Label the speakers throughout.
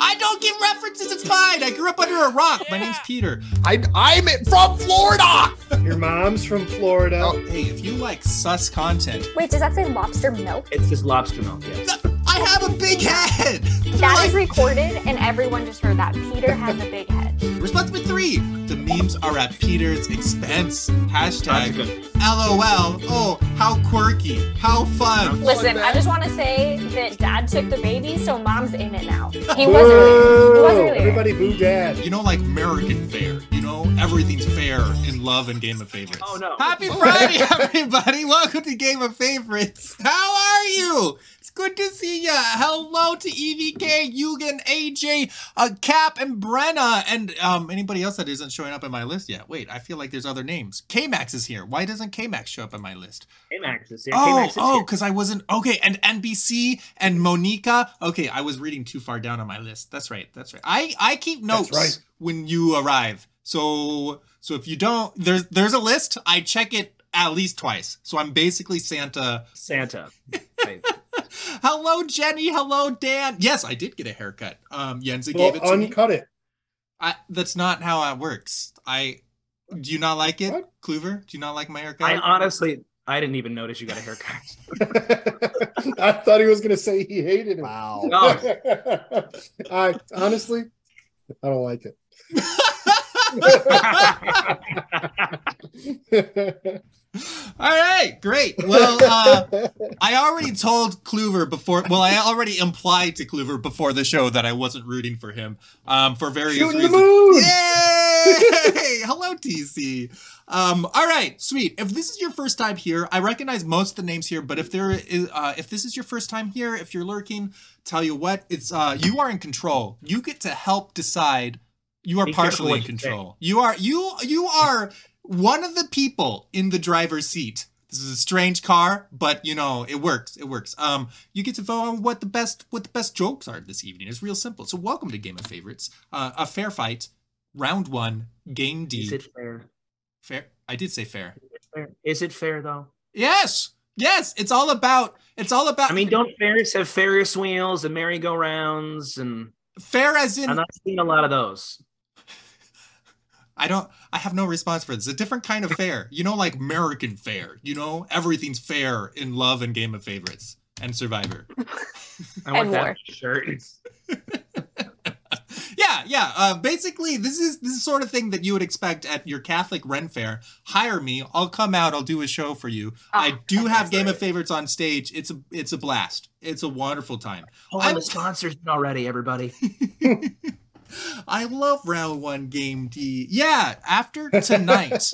Speaker 1: I don't give references. It's fine. I grew up under a rock. My name's Peter.
Speaker 2: I, I'm from Florida.
Speaker 3: Your mom's from Florida.
Speaker 1: Oh, hey, if you like sus content,
Speaker 4: Wait, does that say lobster milk?
Speaker 5: It's just lobster milk, yes.
Speaker 1: I have a big head.
Speaker 4: That is recorded, and everyone just heard that. Peter has a big head.
Speaker 1: Response number three. The memes are at Peter's expense.
Speaker 5: That's
Speaker 1: Hashtag
Speaker 5: good.
Speaker 1: LOL. Oh, how quirky. How fun.
Speaker 4: Listen, I just want to say that Dad took the baby, so Mom's in it now. He was earlier. He was
Speaker 3: Boo!
Speaker 4: earlier.
Speaker 3: Everybody boo dad.
Speaker 1: You know, like American fare. You know, everything's fair in love and Game of Favorites.
Speaker 5: Oh, no.
Speaker 1: Happy Friday, everybody! Welcome to Game of Favorites. How are you? It's good to see ya. Hello to EVK, Eugen, AJ, uh, Cap, and Brenna, and um, anybody else that isn't showing up in my list yet. Wait, I feel like there's other names. K-Max is here. Why doesn't K-Max show up in my list?
Speaker 5: K-Max is here.
Speaker 1: Oh,
Speaker 5: K-Max is
Speaker 1: oh,
Speaker 5: here.
Speaker 1: because I wasn't okay. And NBC and Monica. Okay, I was reading too far down on my list. That's right. That's right. I I keep notes
Speaker 3: right.
Speaker 1: when you arrive. So so if you don't, there's there's a list. I check it at least twice. So I'm basically Santa.
Speaker 5: Santa. Wait.
Speaker 1: Hello, Jenny. Hello, Dan. Yes, I did get a haircut. Um, Yenza
Speaker 3: Well,
Speaker 1: gave it to me.
Speaker 3: uncut it.
Speaker 1: I, that's not how it works. I do you not like it,
Speaker 3: What?
Speaker 1: Kluver? Do you not like my haircut?
Speaker 5: I uh, honestly, I didn't even notice you got a haircut.
Speaker 3: I thought he was going to say he hated him.
Speaker 6: Wow.
Speaker 5: No.
Speaker 3: I honestly, I don't like it.
Speaker 1: All right, great. Well, uh, I already told Kluver before. Well, I already implied to Kluver before the show that I wasn't rooting for him um, for various
Speaker 3: shooting the
Speaker 1: reasons.
Speaker 3: moon.
Speaker 1: Yay! Hello, TC. Um, all right, sweet. If this is your first time here, I recognize most of the names here, but if there is, uh, if this is your first time here, if you're lurking, tell you what, it's uh, you are in control. You get to help decide. You are
Speaker 5: Be careful
Speaker 1: partially
Speaker 5: what
Speaker 1: in
Speaker 5: you
Speaker 1: control. You are you you are one of the people in the driver's seat. This is a strange car, but you know it works. It works. Um, you get to vote on what the best what the best jokes are this evening. It's real simple. So welcome to Game of Favorites, uh, a fair fight, round one, game
Speaker 5: Is
Speaker 1: D.
Speaker 5: it fair?
Speaker 1: Fair. I did say fair.
Speaker 5: Fair. Is it fair though?
Speaker 1: Yes, yes. It's all about. It's all about.
Speaker 5: I mean, don't fairies have Ferris wheels and merry-go-rounds? And
Speaker 1: fair as in.
Speaker 5: I'm not seeing a lot of those.
Speaker 1: I don't. I have no response for this. A different kind of fair. You know, like American fair. You know, everything's fair in love and Game of Favorites and Survivor.
Speaker 5: I want
Speaker 4: And
Speaker 5: that
Speaker 4: more.
Speaker 5: shirt.
Speaker 1: yeah, yeah. Uh, basically, this is this is the sort of thing that you would expect at your Catholic Ren Fair. Hire me. I'll come out. I'll do a show for you. I
Speaker 4: Ah,
Speaker 1: do have
Speaker 4: fantastic.
Speaker 1: Game of Favorites on stage. It's a it's a blast. It's a wonderful time.
Speaker 5: Oh,
Speaker 1: I'm-
Speaker 5: the sponsors already, everybody.
Speaker 1: I love round one game D. Yeah, after tonight,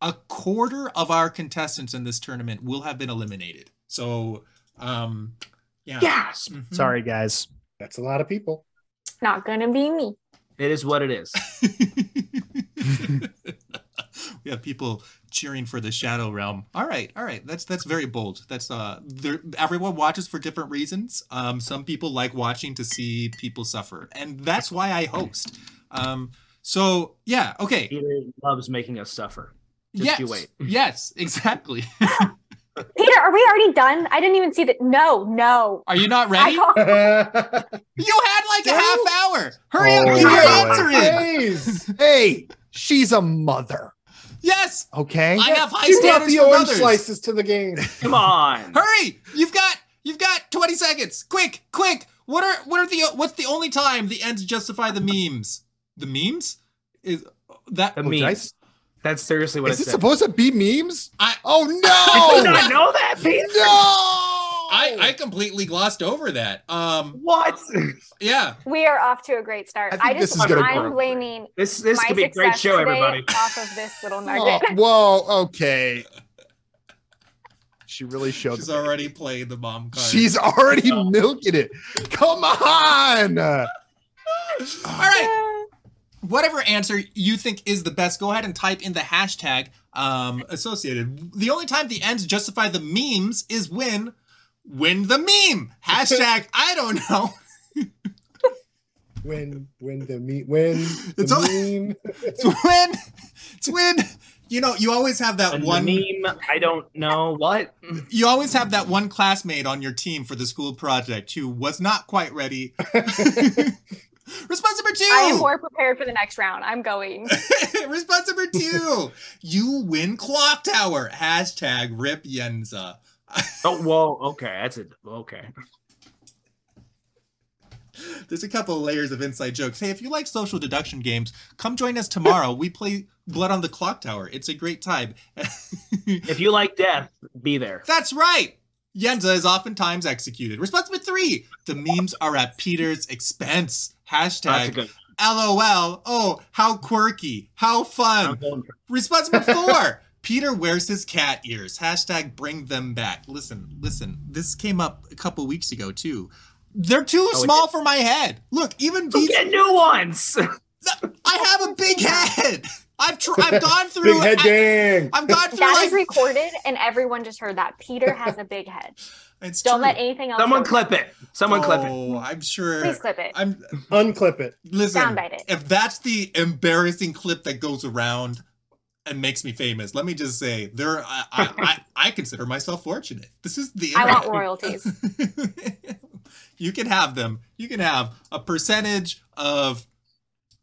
Speaker 1: a quarter of our contestants in this tournament will have been eliminated. So, um, yeah.
Speaker 5: Yes,
Speaker 1: Mhm.
Speaker 6: Sorry, guys.
Speaker 3: That's a lot of people.
Speaker 4: Not gonna be me.
Speaker 5: it is what it is.
Speaker 1: we have people cheering for the shadow realm all right all right that's that's very bold that's uh there everyone watches for different reasons um some people like watching to see people suffer and that's why i host um so yeah okay
Speaker 5: Peter loves making us suffer. Just
Speaker 1: yes
Speaker 5: you wait.
Speaker 1: yes exactly
Speaker 4: Peter, are we already done? I didn't even see that. No, no.
Speaker 1: are you not ready
Speaker 4: I call.
Speaker 1: you had like a half hour hurry up
Speaker 6: Oh,
Speaker 1: get your
Speaker 6: boy.
Speaker 1: answer in
Speaker 3: Jeez.
Speaker 6: Hey, she's a mother.
Speaker 1: yes
Speaker 6: Okay.
Speaker 1: i have high
Speaker 3: You brought
Speaker 1: standards
Speaker 3: the
Speaker 1: for
Speaker 3: orange
Speaker 1: others
Speaker 3: slices to the game.
Speaker 5: Come on.
Speaker 1: Hurry! You've got you've got 20 seconds. Quick, quick. What are what are the what's the only time the ends justify the memes? The memes is that
Speaker 5: The
Speaker 6: Oh, did I-
Speaker 5: memes. That's seriously what
Speaker 6: is
Speaker 5: I
Speaker 6: it
Speaker 5: said.
Speaker 6: supposed to be memes?
Speaker 1: I-
Speaker 6: oh
Speaker 5: I did
Speaker 6: no!
Speaker 5: not know that, Peter.
Speaker 6: no!
Speaker 1: I I completely glossed over that. Um
Speaker 5: What?
Speaker 1: yeah.
Speaker 4: We are off to a great start.
Speaker 6: I think
Speaker 4: I, just
Speaker 6: this is gonna
Speaker 4: I'm
Speaker 6: work.
Speaker 4: blaming
Speaker 5: This this
Speaker 4: my
Speaker 5: could be a
Speaker 4: success
Speaker 5: great show,
Speaker 4: today
Speaker 5: everybody.
Speaker 4: off of this little
Speaker 6: Oh,
Speaker 4: nugget.
Speaker 6: whoa. Okay. She really showed.
Speaker 1: She's already played the mom card.
Speaker 6: She's already milking it. Come on.
Speaker 1: All right. whatever answer you think is the best, go ahead and type in the hashtag um, associated. The only time the ends justify the memes is when win the meme. Hashtag I don't know.
Speaker 3: When when the meat when the
Speaker 1: It's all-
Speaker 3: meme.
Speaker 1: It's when it's when you know you always have that
Speaker 5: And the
Speaker 1: one
Speaker 5: meme. I don't know what.
Speaker 1: you always have that one classmate on your team for the school project who was not quite ready Response number two.
Speaker 4: I am more prepared for the next round. I'm going.
Speaker 1: Response number two. you win Clock Tower. Hashtag rip Yenza.
Speaker 5: Oh, whoa. Okay. That's it. Okay.
Speaker 1: There's a couple of layers of inside jokes. Hey, if you like social deduction games, come join us tomorrow. we play Blood on the Clock Tower. It's a great time.
Speaker 5: If you like death, be there.
Speaker 1: That's right. Yenza is oftentimes executed. Response number three. The memes are at Peter's expense.
Speaker 5: That's a
Speaker 1: Hashtag
Speaker 5: good.
Speaker 1: LOL. Oh, how quirky. How fun.
Speaker 5: I'm going for-
Speaker 1: Response number four. Peter wears his cat ears. Hashtag bring them back. Listen, listen. This came up a couple weeks ago too. They're too
Speaker 5: Oh, it
Speaker 1: small for my head. Look, even
Speaker 5: Go
Speaker 1: these,
Speaker 5: get new ones.
Speaker 1: I have a big head. I've tr- I've gone through.
Speaker 3: Big head
Speaker 1: I,
Speaker 3: gang.
Speaker 1: have gone through.
Speaker 4: That is
Speaker 1: Like,
Speaker 4: recorded, and everyone just heard that. Peter has a big head.
Speaker 1: it's
Speaker 4: Don't
Speaker 1: true.
Speaker 4: let anything else.
Speaker 5: Someone
Speaker 4: go.
Speaker 5: clip it. Someone clip it.
Speaker 1: Oh, I'm sure.
Speaker 4: Please clip it.
Speaker 1: I'm
Speaker 3: Unclip it.
Speaker 1: listen.
Speaker 4: Soundbite it.
Speaker 1: If that's the embarrassing clip that goes around and makes me famous, let me just say there. I I, I, I consider myself fortunate. This is the.
Speaker 4: I want royalties.
Speaker 1: you can have them. You can have a percentage of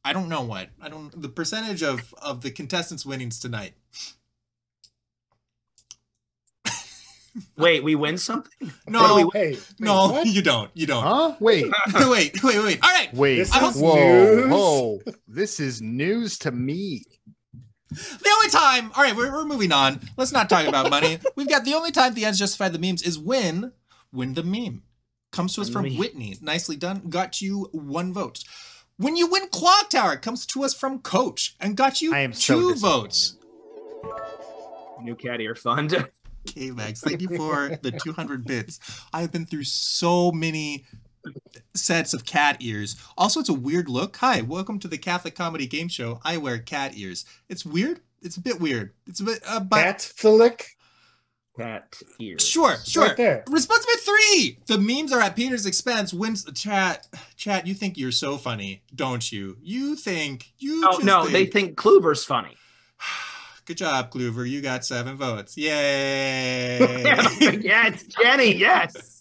Speaker 1: I don't know what. I don't the percentage of of the contestants winnings tonight.
Speaker 5: Wait, we win something?
Speaker 1: No,
Speaker 3: Hey, hey,
Speaker 1: no,
Speaker 3: what?
Speaker 1: you don't. You don't.
Speaker 6: Huh? Wait,
Speaker 1: wait, wait, wait. All right.
Speaker 6: wait.
Speaker 3: This
Speaker 1: is
Speaker 6: whoa,
Speaker 3: news.
Speaker 6: whoa. This is news to me.
Speaker 1: The only time. All right, we're, we're moving on. Let's not talk about money. We've got the only time the ends justify the memes is when when the meme comes to us from
Speaker 5: Meme.
Speaker 1: Whitney. Nicely done. Got you one vote. When you win Clock Tower comes to us from Coach and got you
Speaker 6: I am so
Speaker 1: two
Speaker 6: disappointed.
Speaker 1: votes.
Speaker 5: New cat ear fund.
Speaker 1: Okay, Max, thank you for the 200 bits. I've been through so many sets of cat ears. Also, it's a weird look. Hi, welcome to the Catholic Comedy Game Show. I wear cat ears. It's weird. It's a bit weird. It's a bit, uh, but
Speaker 3: Cat flick.
Speaker 5: Cat ear.
Speaker 1: sure, sure.
Speaker 3: Right there.
Speaker 1: Response number three. The memes are at Peter's expense. Wins the chat. Chat, you think you're so funny, don't you? You think you?
Speaker 5: Oh,
Speaker 1: just
Speaker 5: no,
Speaker 1: think-
Speaker 5: they think Kluber's funny.
Speaker 1: Good job, Clover. You got seven votes. Yay!
Speaker 5: yeah, it's Jenny. Yes.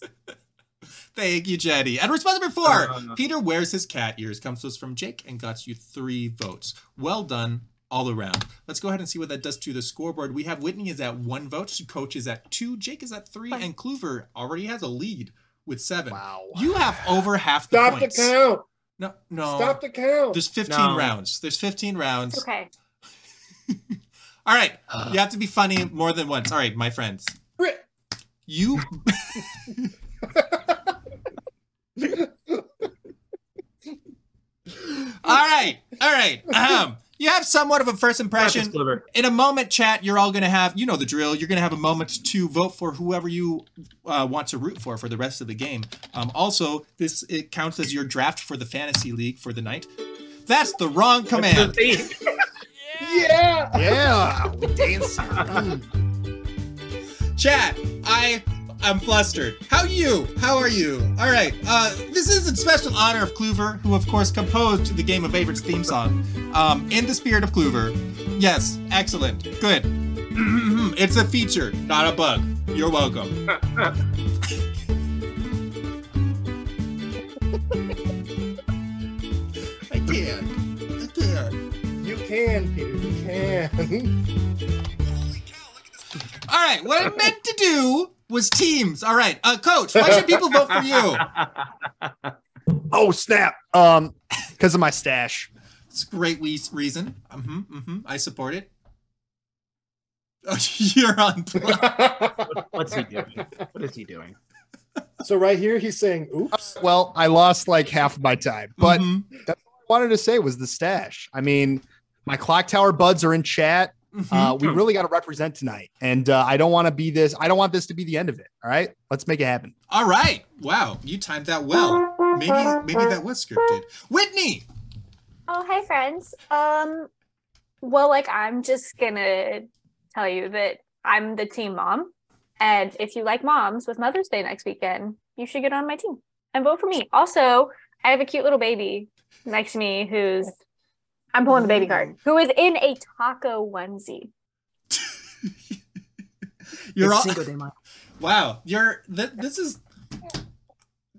Speaker 1: Thank you, Jetty. And response number four
Speaker 5: No, no, no.
Speaker 1: Peter wears his cat ears, comes to us from Jake, and got you three votes. Well done all around. Let's go ahead and see what that does to the scoreboard. We have Whitney is at one vote, Coach is at two, Jake is at three, and Kluver already has a lead with seven.
Speaker 6: Wow.
Speaker 1: You have over half the
Speaker 3: Stop the
Speaker 1: points.
Speaker 3: count.
Speaker 1: No, no.
Speaker 3: Stop the count.
Speaker 1: There's 15
Speaker 5: No.
Speaker 1: rounds. There's 15 rounds.
Speaker 4: Okay.
Speaker 1: All right. You have to be funny more than once. All right, my friends.
Speaker 3: Brit.
Speaker 1: You All right. All right. Um, you have somewhat of a first
Speaker 5: Precious
Speaker 1: impression.
Speaker 5: Kluber.
Speaker 1: In a moment, chat, you're all going to have, you know the drill. You're going to have a moment to vote for whoever you uh, want to root for for the rest of the game. Um, also, this it counts as your draft for the fantasy league for the night. That's the wrong command.
Speaker 3: Yeah.
Speaker 6: Yeah. Dancing. Mm.
Speaker 1: Chat, I am flustered. How you? How are you? All right. Uh, this is in special honor of Kluver, who of course composed the Game of Favorites theme song. Um, in the spirit of Kluver. Yes, excellent. Good. it's a feature, not a bug. You're welcome. I can't. I can't.
Speaker 3: You can, Peter. You can.
Speaker 1: All right, what I meant to do was teams. All right, uh, coach, why should people vote for you?
Speaker 6: Oh snap. Um, because of my stash.
Speaker 1: It's a great we- reason. hmm hmm I support it. Oh, you're on. pl-
Speaker 5: What's he doing? What is he doing?
Speaker 3: so right here, he's saying, "Oops."
Speaker 6: Well, I lost like half of my time, but
Speaker 1: Mhm,
Speaker 6: what I wanted to say was the stash. I mean, my clock tower buds are in chat.
Speaker 1: mhm.
Speaker 6: Uh, we really got to represent tonight, and uh, I don't want to be this. I don't want this to be the end of it. All right, let's make it happen.
Speaker 1: All right. Wow, you timed that well. Maybe maybe that was scripted. Whitney.
Speaker 4: Oh, hey, friends. Um, well, like I'm just gonna tell you that I'm the team mom, and if you like moms with Mother's Day next weekend, you should get on my team and vote for me. Also, I have a cute little baby next to me who's I'm pulling
Speaker 1: Mm.
Speaker 4: the baby card, who is in a taco onesie.
Speaker 1: You're all,
Speaker 5: Cinco de Mayo.
Speaker 1: wow. You're th- this is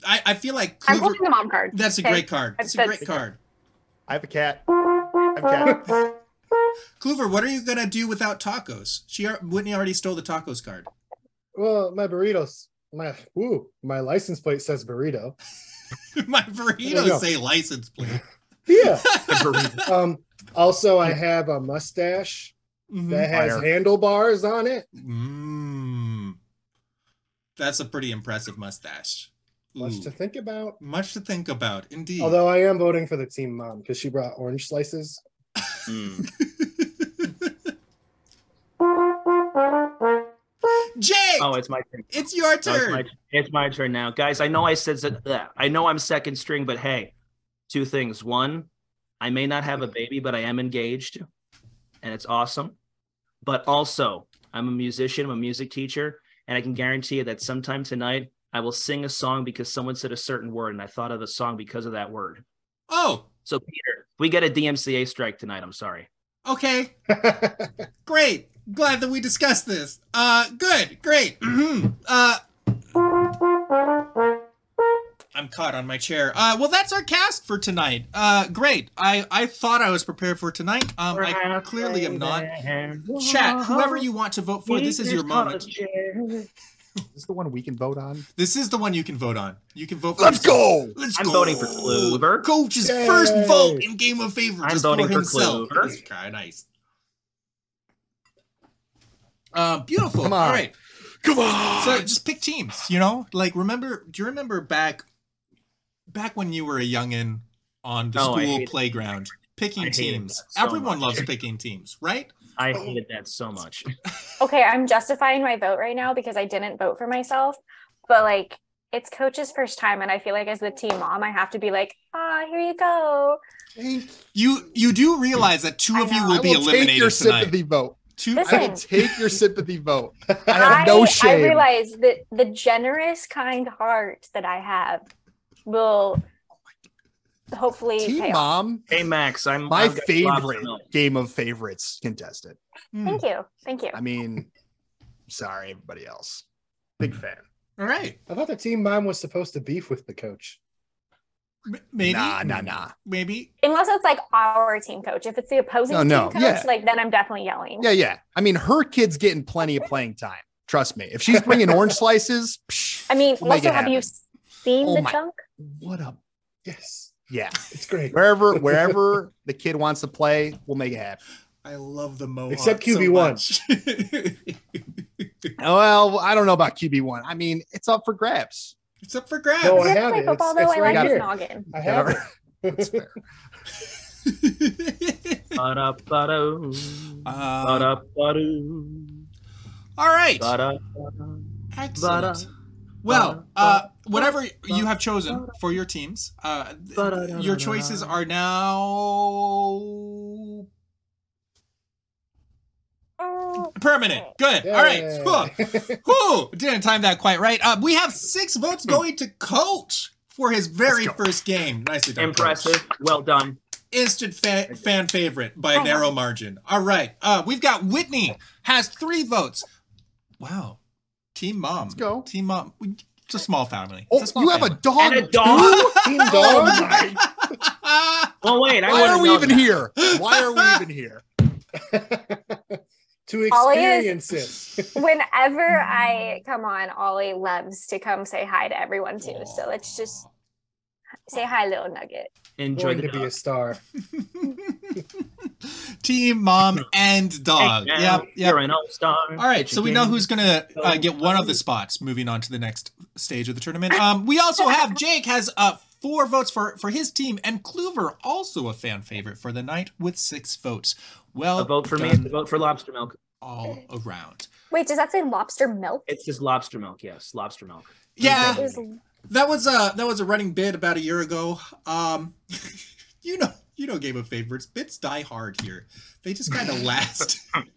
Speaker 1: I, I feel like
Speaker 4: I'm
Speaker 1: Kluver.
Speaker 4: holding the mom card.
Speaker 1: That's a
Speaker 4: Okay.
Speaker 1: great card. It's a
Speaker 4: That's-
Speaker 1: great card.
Speaker 6: I have a cat. I have a cat.
Speaker 1: Kluver, what are you gonna do without tacos? She al- Whitney already stole the tacos card.
Speaker 3: Well, my burritos. My ooh, my license plate says burrito.
Speaker 1: My
Speaker 3: There you go.
Speaker 1: burritos say license plate.
Speaker 3: Yeah.
Speaker 5: burrito.
Speaker 3: um. Also, I have a mustache
Speaker 1: Mm-hmm.
Speaker 3: that has
Speaker 6: Fire.
Speaker 3: handlebars on it.
Speaker 1: Mm. That's a pretty impressive mustache. Ooh.
Speaker 3: Much to think about.
Speaker 1: Much to think about, indeed.
Speaker 3: Although I am voting for the team mom because she brought orange slices.
Speaker 5: Hmm.
Speaker 1: Jake,
Speaker 5: Oh, it's my turn.
Speaker 1: it's your
Speaker 5: No, Oh, it's, my,
Speaker 1: turn.
Speaker 5: it's my turn now, guys. I know I said that. I know I'm second string, but hey, two things. One, I may not have a baby, but I am engaged, and it's awesome. But also, I'm a musician. I'm a music teacher, and I can guarantee you that sometime tonight I will sing a song because someone said a certain word, and I thought of the song because of that word.
Speaker 1: Oh,
Speaker 5: So, Peter, we get a DMCA strike tonight. I'm sorry.
Speaker 1: okay.
Speaker 3: I
Speaker 1: Great. Glad that we discussed this. Uh, good. Great. Mhm. uh, I'm caught on my chair. Uh, well, that's our cast for tonight. Uh, great. I, I thought I was prepared for tonight. Um, I clearly am not. Chat, whoever you want to vote for, this is your moment.
Speaker 6: Is this the one we can vote on?
Speaker 1: This is the one you can vote on. You can vote for
Speaker 6: Let's
Speaker 1: yourself.
Speaker 6: go.
Speaker 1: Let's
Speaker 5: I'm
Speaker 1: go.
Speaker 5: voting for Kluver.
Speaker 1: Coach's
Speaker 3: Yay.
Speaker 1: first vote in Game of Favorites.
Speaker 5: I'm
Speaker 1: is
Speaker 5: voting
Speaker 1: for,
Speaker 5: for
Speaker 1: himself.
Speaker 5: Kluver.
Speaker 1: That's kinda nice. Uh, beautiful.
Speaker 6: Come on.
Speaker 1: All right.
Speaker 6: Come on.
Speaker 1: So just pick teams, you know? Like remember do you remember back back when you were a youngin' on the
Speaker 5: No, Oh, I
Speaker 1: school
Speaker 5: hated-
Speaker 1: playground? Picking
Speaker 5: hated
Speaker 1: teams.
Speaker 5: that so
Speaker 1: Everyone
Speaker 5: much.
Speaker 1: loves picking teams, right?
Speaker 5: I hated that so much.
Speaker 4: Okay, I'm justifying my vote right now because I didn't vote for myself, but like it's coach's first time, and I feel like as the team mom, I have to be like, ah, here you go.
Speaker 1: You you do realize that two
Speaker 4: I
Speaker 1: of you
Speaker 4: know.
Speaker 1: will,
Speaker 6: I
Speaker 1: be
Speaker 6: will take your
Speaker 1: eliminated tonight.
Speaker 6: sympathy vote.
Speaker 1: Two
Speaker 4: This-
Speaker 6: I will
Speaker 4: Listen.
Speaker 6: take your sympathy vote. I have no
Speaker 4: I
Speaker 6: shame.
Speaker 4: realize that the generous, kind heart that I have will hopefully pay
Speaker 6: Team
Speaker 4: off.
Speaker 6: Mom,
Speaker 5: Hey Max, I'm
Speaker 6: my
Speaker 5: I've got lobster
Speaker 6: favorite
Speaker 5: milk.
Speaker 6: game of favorites contestant.
Speaker 1: Hmm.
Speaker 4: Thank you, thank you.
Speaker 6: I mean, sorry, everybody else. Big fan.
Speaker 1: All right.
Speaker 3: thought the team mom was supposed to beef with the coach.
Speaker 1: M- maybe
Speaker 6: Nah, nah, nah.
Speaker 1: Maybe
Speaker 4: Unless it's like our team coach. If it's the opposing
Speaker 6: No,
Speaker 4: team
Speaker 6: no,
Speaker 4: coach,
Speaker 6: yeah.
Speaker 4: like then I'm definitely yelling.
Speaker 6: Yeah, yeah. I mean, her kid's getting plenty of playing time. Trust me. If she's bringing orange slices, psh,
Speaker 4: I mean,
Speaker 6: We'll make
Speaker 4: also,
Speaker 6: it
Speaker 4: have you seen
Speaker 6: Oh
Speaker 4: the
Speaker 6: my-
Speaker 4: junk?
Speaker 6: what a
Speaker 3: Yes,
Speaker 6: yeah.
Speaker 3: it's great.
Speaker 6: Wherever wherever the kid wants to play, we'll make it happen.
Speaker 1: I love the mohawk.
Speaker 3: Except
Speaker 1: QB1.
Speaker 6: Well, I don't know about QB one. I mean, it's up for grabs.
Speaker 1: Except for grabs.
Speaker 3: No,
Speaker 4: Does
Speaker 3: Oh, I
Speaker 4: that
Speaker 3: have
Speaker 4: play
Speaker 3: it.
Speaker 4: football
Speaker 3: It's-
Speaker 4: though?
Speaker 3: it's
Speaker 4: I
Speaker 3: right
Speaker 4: like
Speaker 6: here.
Speaker 4: his noggin.
Speaker 3: I have it.
Speaker 6: It's fair.
Speaker 5: Ba-da-ba-do.
Speaker 1: Uh,
Speaker 5: Ba-da-ba-do.
Speaker 1: all right.
Speaker 5: Ba-da-ba-do.
Speaker 1: Excellent. Well, uh, whatever you have chosen for your teams, uh, th- your choices are now
Speaker 4: Oh,
Speaker 1: permanent. Good. All right. Cool.
Speaker 3: Yay.
Speaker 1: Whew, didn't time that quite right. Uh, we have six votes going to Coach for his very
Speaker 6: Let's
Speaker 1: first game. Nicely done. Coach.
Speaker 5: Impressive. Well done.
Speaker 1: instant fa- fan favorite by a
Speaker 4: Oh.
Speaker 1: narrow margin. All right. Uh, we've got Whitney has three votes. Wow. Team mom.
Speaker 6: Let's go.
Speaker 1: Team mom. We- It's a small family.
Speaker 6: Oh,
Speaker 1: It's small
Speaker 6: you have a
Speaker 1: family.
Speaker 6: dog.
Speaker 5: And a dog.
Speaker 3: team
Speaker 6: Oh
Speaker 3: dog.
Speaker 6: my
Speaker 5: Oh wait, I
Speaker 6: Why
Speaker 5: wouldn't
Speaker 6: are we
Speaker 5: know
Speaker 6: even
Speaker 5: that.
Speaker 6: here? Why are we even here?
Speaker 3: to
Speaker 4: Ollie
Speaker 3: experience
Speaker 4: is-
Speaker 3: it.
Speaker 4: Whenever I come on, Ollie loves to come say hi to everyone too. So let's just say hi, little nugget.
Speaker 5: Enjoy
Speaker 3: Going to
Speaker 5: the
Speaker 3: be a
Speaker 5: dog.
Speaker 3: star.
Speaker 1: Team mom and dog.
Speaker 5: Hey,
Speaker 1: yep.
Speaker 5: now,
Speaker 1: Yep.
Speaker 5: You're an all-star.
Speaker 1: All right, so we know who's gonna uh,
Speaker 5: So-
Speaker 1: get one of the spots. Moving on to the next stage of the tournament. Um, we also have Jake has uh four votes for for his team, and Kluver also a fan favorite for the night with six votes. Well,
Speaker 5: a vote for me.
Speaker 1: done
Speaker 5: is a vote for lobster milk.
Speaker 1: all around.
Speaker 4: Wait, does that say lobster milk?
Speaker 5: It's just lobster milk. Yes, lobster milk.
Speaker 1: Yeah,
Speaker 4: Is-
Speaker 1: that was a that was a running bid about a year ago. Um, you know, you know, game of favorites bits die hard here. They just kind of last.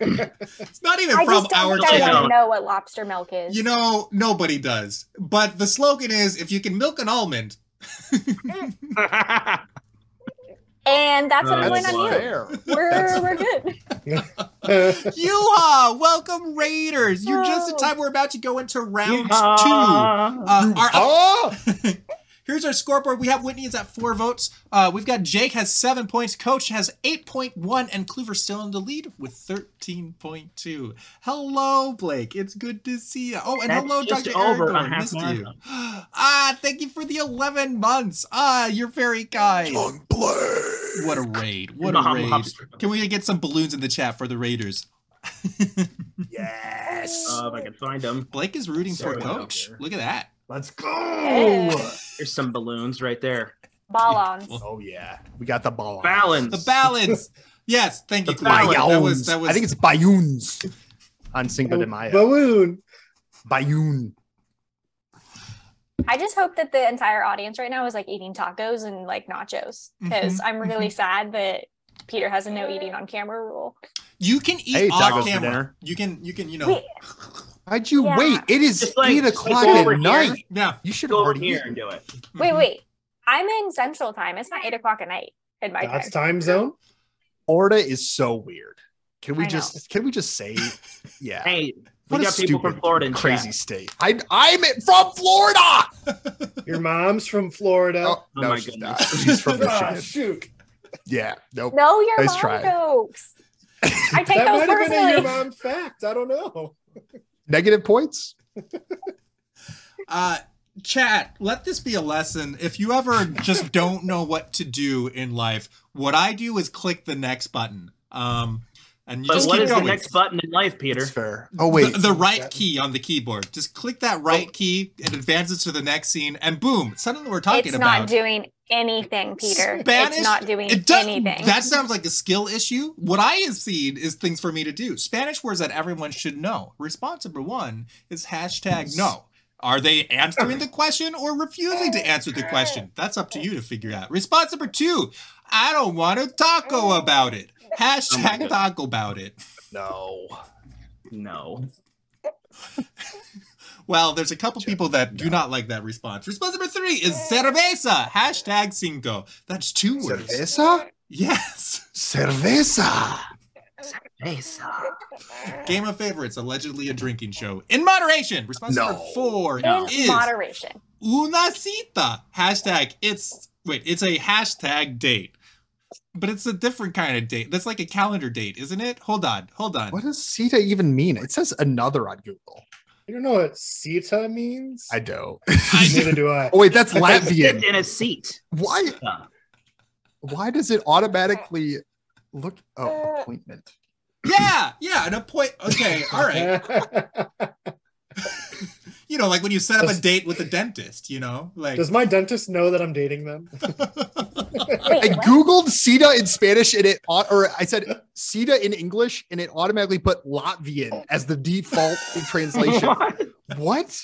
Speaker 1: it's not even
Speaker 4: I
Speaker 1: from
Speaker 4: just
Speaker 1: our
Speaker 4: don't think I
Speaker 1: channel.
Speaker 4: want to know what lobster milk is.
Speaker 1: You know, nobody does. But the slogan is if you can milk an almond.
Speaker 4: and that's what I'm
Speaker 5: That's
Speaker 4: going on you.
Speaker 6: fair.
Speaker 4: We're, we're good.
Speaker 1: Yeehaw! Welcome, Raiders. You're just in
Speaker 4: Oh.
Speaker 1: time. We're about to go into round two.
Speaker 5: Ah.
Speaker 1: Uh, our-
Speaker 6: oh,
Speaker 1: here's our scoreboard. We have Whitney is at four votes. Uh, we've got Jake has seven points. Coach has eight point one, and Clover still in the lead with thirteen point two. Hello, Blake. It's good to see you. Oh, and
Speaker 5: That's
Speaker 1: hello,
Speaker 5: just
Speaker 1: Doctor
Speaker 5: over a
Speaker 1: Aragorn.
Speaker 5: half
Speaker 1: Missed
Speaker 5: marathon.
Speaker 1: you. Ah, thank you for the eleven months. Ah, you're very kind. What a raid! What a
Speaker 5: Maham
Speaker 1: raid!
Speaker 5: Hopster.
Speaker 1: Can we get some balloons in the chat for the Raiders?
Speaker 6: yes.
Speaker 5: Uh, if I can find them.
Speaker 1: Blake is rooting for
Speaker 5: Sorry,
Speaker 1: Coach.
Speaker 5: Doctor.
Speaker 1: Look at that.
Speaker 6: Let's go.
Speaker 4: Yeah.
Speaker 5: There's some balloons right there.
Speaker 4: Ballons.
Speaker 6: Oh yeah, we got the ball.
Speaker 5: Balance.
Speaker 1: The balance. yes, thank you.
Speaker 5: The
Speaker 1: Clara.
Speaker 5: balance.
Speaker 1: That was that was.
Speaker 6: I think it's Bayouns on Cinco de Mayo.
Speaker 3: Balloon.
Speaker 6: Bayoun.
Speaker 4: I just hope that the entire audience right now is like eating tacos and like nachos
Speaker 1: Mm-hmm.
Speaker 4: because I'm really sad that Peter has a no eating on camera rule.
Speaker 1: you can eat
Speaker 6: Hey, tacos
Speaker 1: off
Speaker 6: for
Speaker 1: camera.
Speaker 6: dinner.
Speaker 1: You can you can you know
Speaker 4: Wait,
Speaker 6: How'd you
Speaker 4: Yeah.
Speaker 6: wait? It is
Speaker 5: Just like-
Speaker 6: eight
Speaker 5: just
Speaker 6: o'clock
Speaker 5: go
Speaker 6: at
Speaker 5: over here.
Speaker 6: night.
Speaker 1: yeah.
Speaker 6: You should have
Speaker 5: Go over
Speaker 6: already
Speaker 5: here
Speaker 6: eaten.
Speaker 5: and do it.
Speaker 4: wait,
Speaker 1: Mhm.
Speaker 4: wait. I'm in Central Time. It's not eight o'clock at night in my
Speaker 3: That's
Speaker 4: time.
Speaker 3: time zone.
Speaker 6: Florida is so weird. Can we
Speaker 4: I know.
Speaker 6: just can we just say yeah?
Speaker 5: Hey, we
Speaker 6: What a
Speaker 5: got people from
Speaker 6: stupid,
Speaker 5: Florida and
Speaker 6: crazy
Speaker 5: crazy.
Speaker 6: state. I I'm from Florida.
Speaker 3: Your mom's from Florida.
Speaker 6: Oh, no,
Speaker 5: Oh, my
Speaker 6: she's
Speaker 5: goodness.
Speaker 6: not. She's from
Speaker 3: Ah,
Speaker 6: Michigan.
Speaker 3: shoot.
Speaker 6: Yeah. Nope.
Speaker 4: No, your
Speaker 6: Nice
Speaker 4: mom
Speaker 6: try.
Speaker 4: jokes. I take
Speaker 3: That might have been
Speaker 4: those
Speaker 3: a your
Speaker 4: personally.
Speaker 3: mom fact. I don't know.
Speaker 6: Negative points.
Speaker 1: Uh, chat. Let this be a lesson. If you ever just don't know what to do in life, what I do is click the next button. Um, and you
Speaker 5: But
Speaker 1: just
Speaker 5: what
Speaker 1: keep
Speaker 5: is
Speaker 1: going.
Speaker 5: the next button in life, Peter?
Speaker 6: It's fair. Oh wait.
Speaker 1: The, the right
Speaker 3: That-
Speaker 1: key on the keyboard. Just click that
Speaker 5: Oh.
Speaker 1: right key. It advances to the next scene, and boom! Suddenly we're talking
Speaker 4: It's
Speaker 1: about.
Speaker 4: not doing anything, Peter.
Speaker 1: Spanish-
Speaker 4: it's not doing
Speaker 1: it does,
Speaker 4: anything.
Speaker 1: That sounds like a skill issue. What I have seen is things for me to do. Spanish words that everyone should know. Response number one is hashtag no. Are they answering the question or refusing to answer the question? That's up to you to figure out. Response number two, I don't want to taco about it. Hashtag taco about it.
Speaker 6: no.
Speaker 5: No.
Speaker 1: Well, there's a couple people that do not like that response. Response number three is cerveza. Hashtag cinco. That's two words.
Speaker 6: Cerveza.
Speaker 1: Yes.
Speaker 6: Cerveza.
Speaker 1: Game of Favorites, allegedly a drinking show. In moderation. Response
Speaker 6: No.
Speaker 1: number four
Speaker 4: in
Speaker 1: is
Speaker 4: moderation.
Speaker 1: una cita. Hashtag it's wait, it's a hashtag date. But it's a different kind of date. That's like a calendar date, isn't it? Hold on, hold on.
Speaker 6: What does CETA even mean? It says another on Google.
Speaker 3: You don't know what CETA means?
Speaker 6: I don't.
Speaker 3: Neither do I.
Speaker 6: Oh wait, that's
Speaker 5: Sit
Speaker 6: Latvian.
Speaker 5: in a seat.
Speaker 6: Why?
Speaker 5: Uh,
Speaker 6: Why does it automatically look?
Speaker 4: Uh,
Speaker 6: Oh, appointment.
Speaker 1: Yeah, yeah, an appoint okay, all right. You know, like when you set up a
Speaker 3: Does-
Speaker 1: date with a dentist, you know? Like
Speaker 3: Does my dentist know that I'm dating them?
Speaker 6: I
Speaker 4: Wait, what?
Speaker 6: googled CETA in Spanish and it, au- or I said CETA in English and it automatically put Latvian as the default translation.
Speaker 5: what?
Speaker 6: what?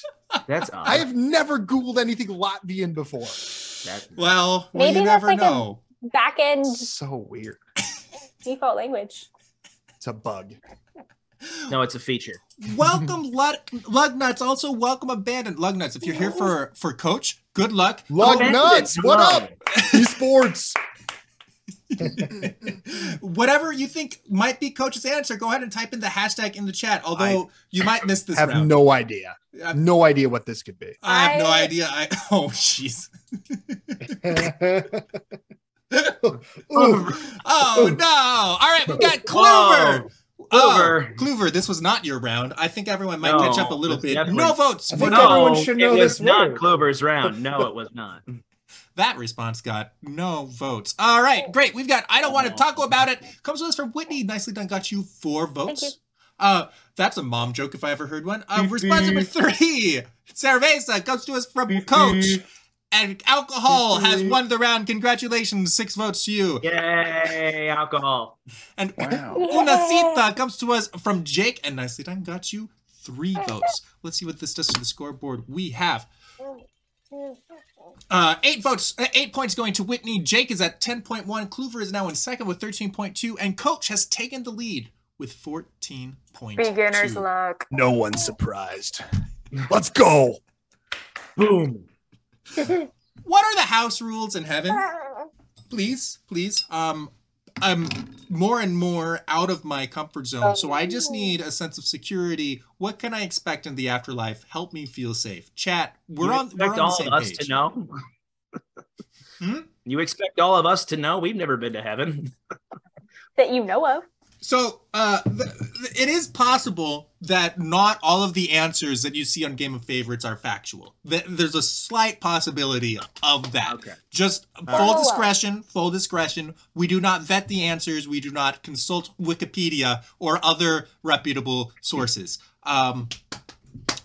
Speaker 5: That's odd.
Speaker 6: I have never googled anything Latvian before.
Speaker 5: That-
Speaker 1: well, well,
Speaker 4: Maybe
Speaker 1: you
Speaker 4: that's
Speaker 1: never
Speaker 4: like a-
Speaker 1: know.
Speaker 4: back end
Speaker 6: So weird.
Speaker 4: default language.
Speaker 6: It's a bug.
Speaker 5: no, it's a feature.
Speaker 1: welcome lug, lug nuts also welcome abandoned lug nuts if you're here for for coach good luck
Speaker 6: Lug
Speaker 5: Abandoned.
Speaker 6: nuts. What up? Esports.
Speaker 1: whatever you think might be coach's answer go ahead and type in the hashtag in the chat although you might miss this
Speaker 6: Have
Speaker 1: round
Speaker 6: no idea.
Speaker 1: I-
Speaker 6: No idea what this could be.
Speaker 1: i have no
Speaker 4: I-
Speaker 1: idea i oh jeez
Speaker 3: Ooh,
Speaker 1: oh no all right we've got clover
Speaker 5: Clover.
Speaker 1: Oh, Clover, this was not your round. I think everyone might
Speaker 5: No,
Speaker 1: catch up a little
Speaker 5: it's
Speaker 1: bit.
Speaker 5: definitely-
Speaker 1: No votes.
Speaker 3: I
Speaker 1: for
Speaker 3: think
Speaker 1: Clover.
Speaker 5: No,
Speaker 3: everyone should know
Speaker 5: it was
Speaker 3: this
Speaker 5: not
Speaker 3: word.
Speaker 5: Clover's round. No, it was not.
Speaker 1: That response got no votes. All right, great. We've got I don't want to taco about it. Comes with us from Whitney. Nicely done. Got you four votes.
Speaker 4: you.
Speaker 1: Uh, that's a mom joke if I ever heard one. Uh, response number three. Cerveza comes to us from Coach. And alcohol has won the round. Congratulations. Six votes to you.
Speaker 5: Yay, alcohol.
Speaker 1: And
Speaker 6: Wow.
Speaker 1: Una cita comes to us from Jake. And nicely done. Got you three votes. Let's see what this does to the scoreboard. We have Uh, eight votes, uh, eight points going to Whitney. Jake is at 10.1. Clover is now in second with 13.2. And Coach has taken the lead with 14.2.
Speaker 4: luck.
Speaker 6: No one's surprised. Let's go.
Speaker 5: Boom.
Speaker 1: What are the house rules in heaven? Please, please. Um, I'm more and more out of my comfort zone. So I just need a sense of security. What can I expect in the afterlife? Help me feel safe. Chat, we're
Speaker 5: you
Speaker 1: on
Speaker 5: expect
Speaker 1: we're on the
Speaker 5: all of
Speaker 1: same
Speaker 5: us
Speaker 1: page.
Speaker 5: to know.
Speaker 1: Hmm?
Speaker 5: You expect all of us to know? We've never been to heaven.
Speaker 4: that you know of.
Speaker 1: So uh, th- th- it is possible that not all of the answers that you see on Game of Favorites are factual. Th- there's a slight possibility of that.
Speaker 5: Okay.
Speaker 1: Just
Speaker 4: Follow
Speaker 1: full
Speaker 4: up.
Speaker 1: discretion, full discretion. We do not vet the answers. We do not consult Wikipedia or other reputable sources. Um,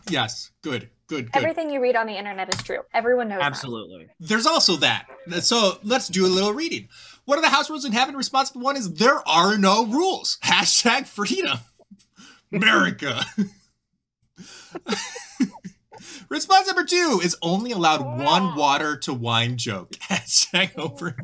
Speaker 1: yes, good, good, good.
Speaker 4: Everything you read on the internet is true. Everyone knows. that.
Speaker 5: Absolutely.
Speaker 1: There's also that. So let's do a little reading. What are the house rules in heaven? Response one is there are no rules. Hashtag freedom. America. Response number two is only allowed one water to wine joke. Hashtag over.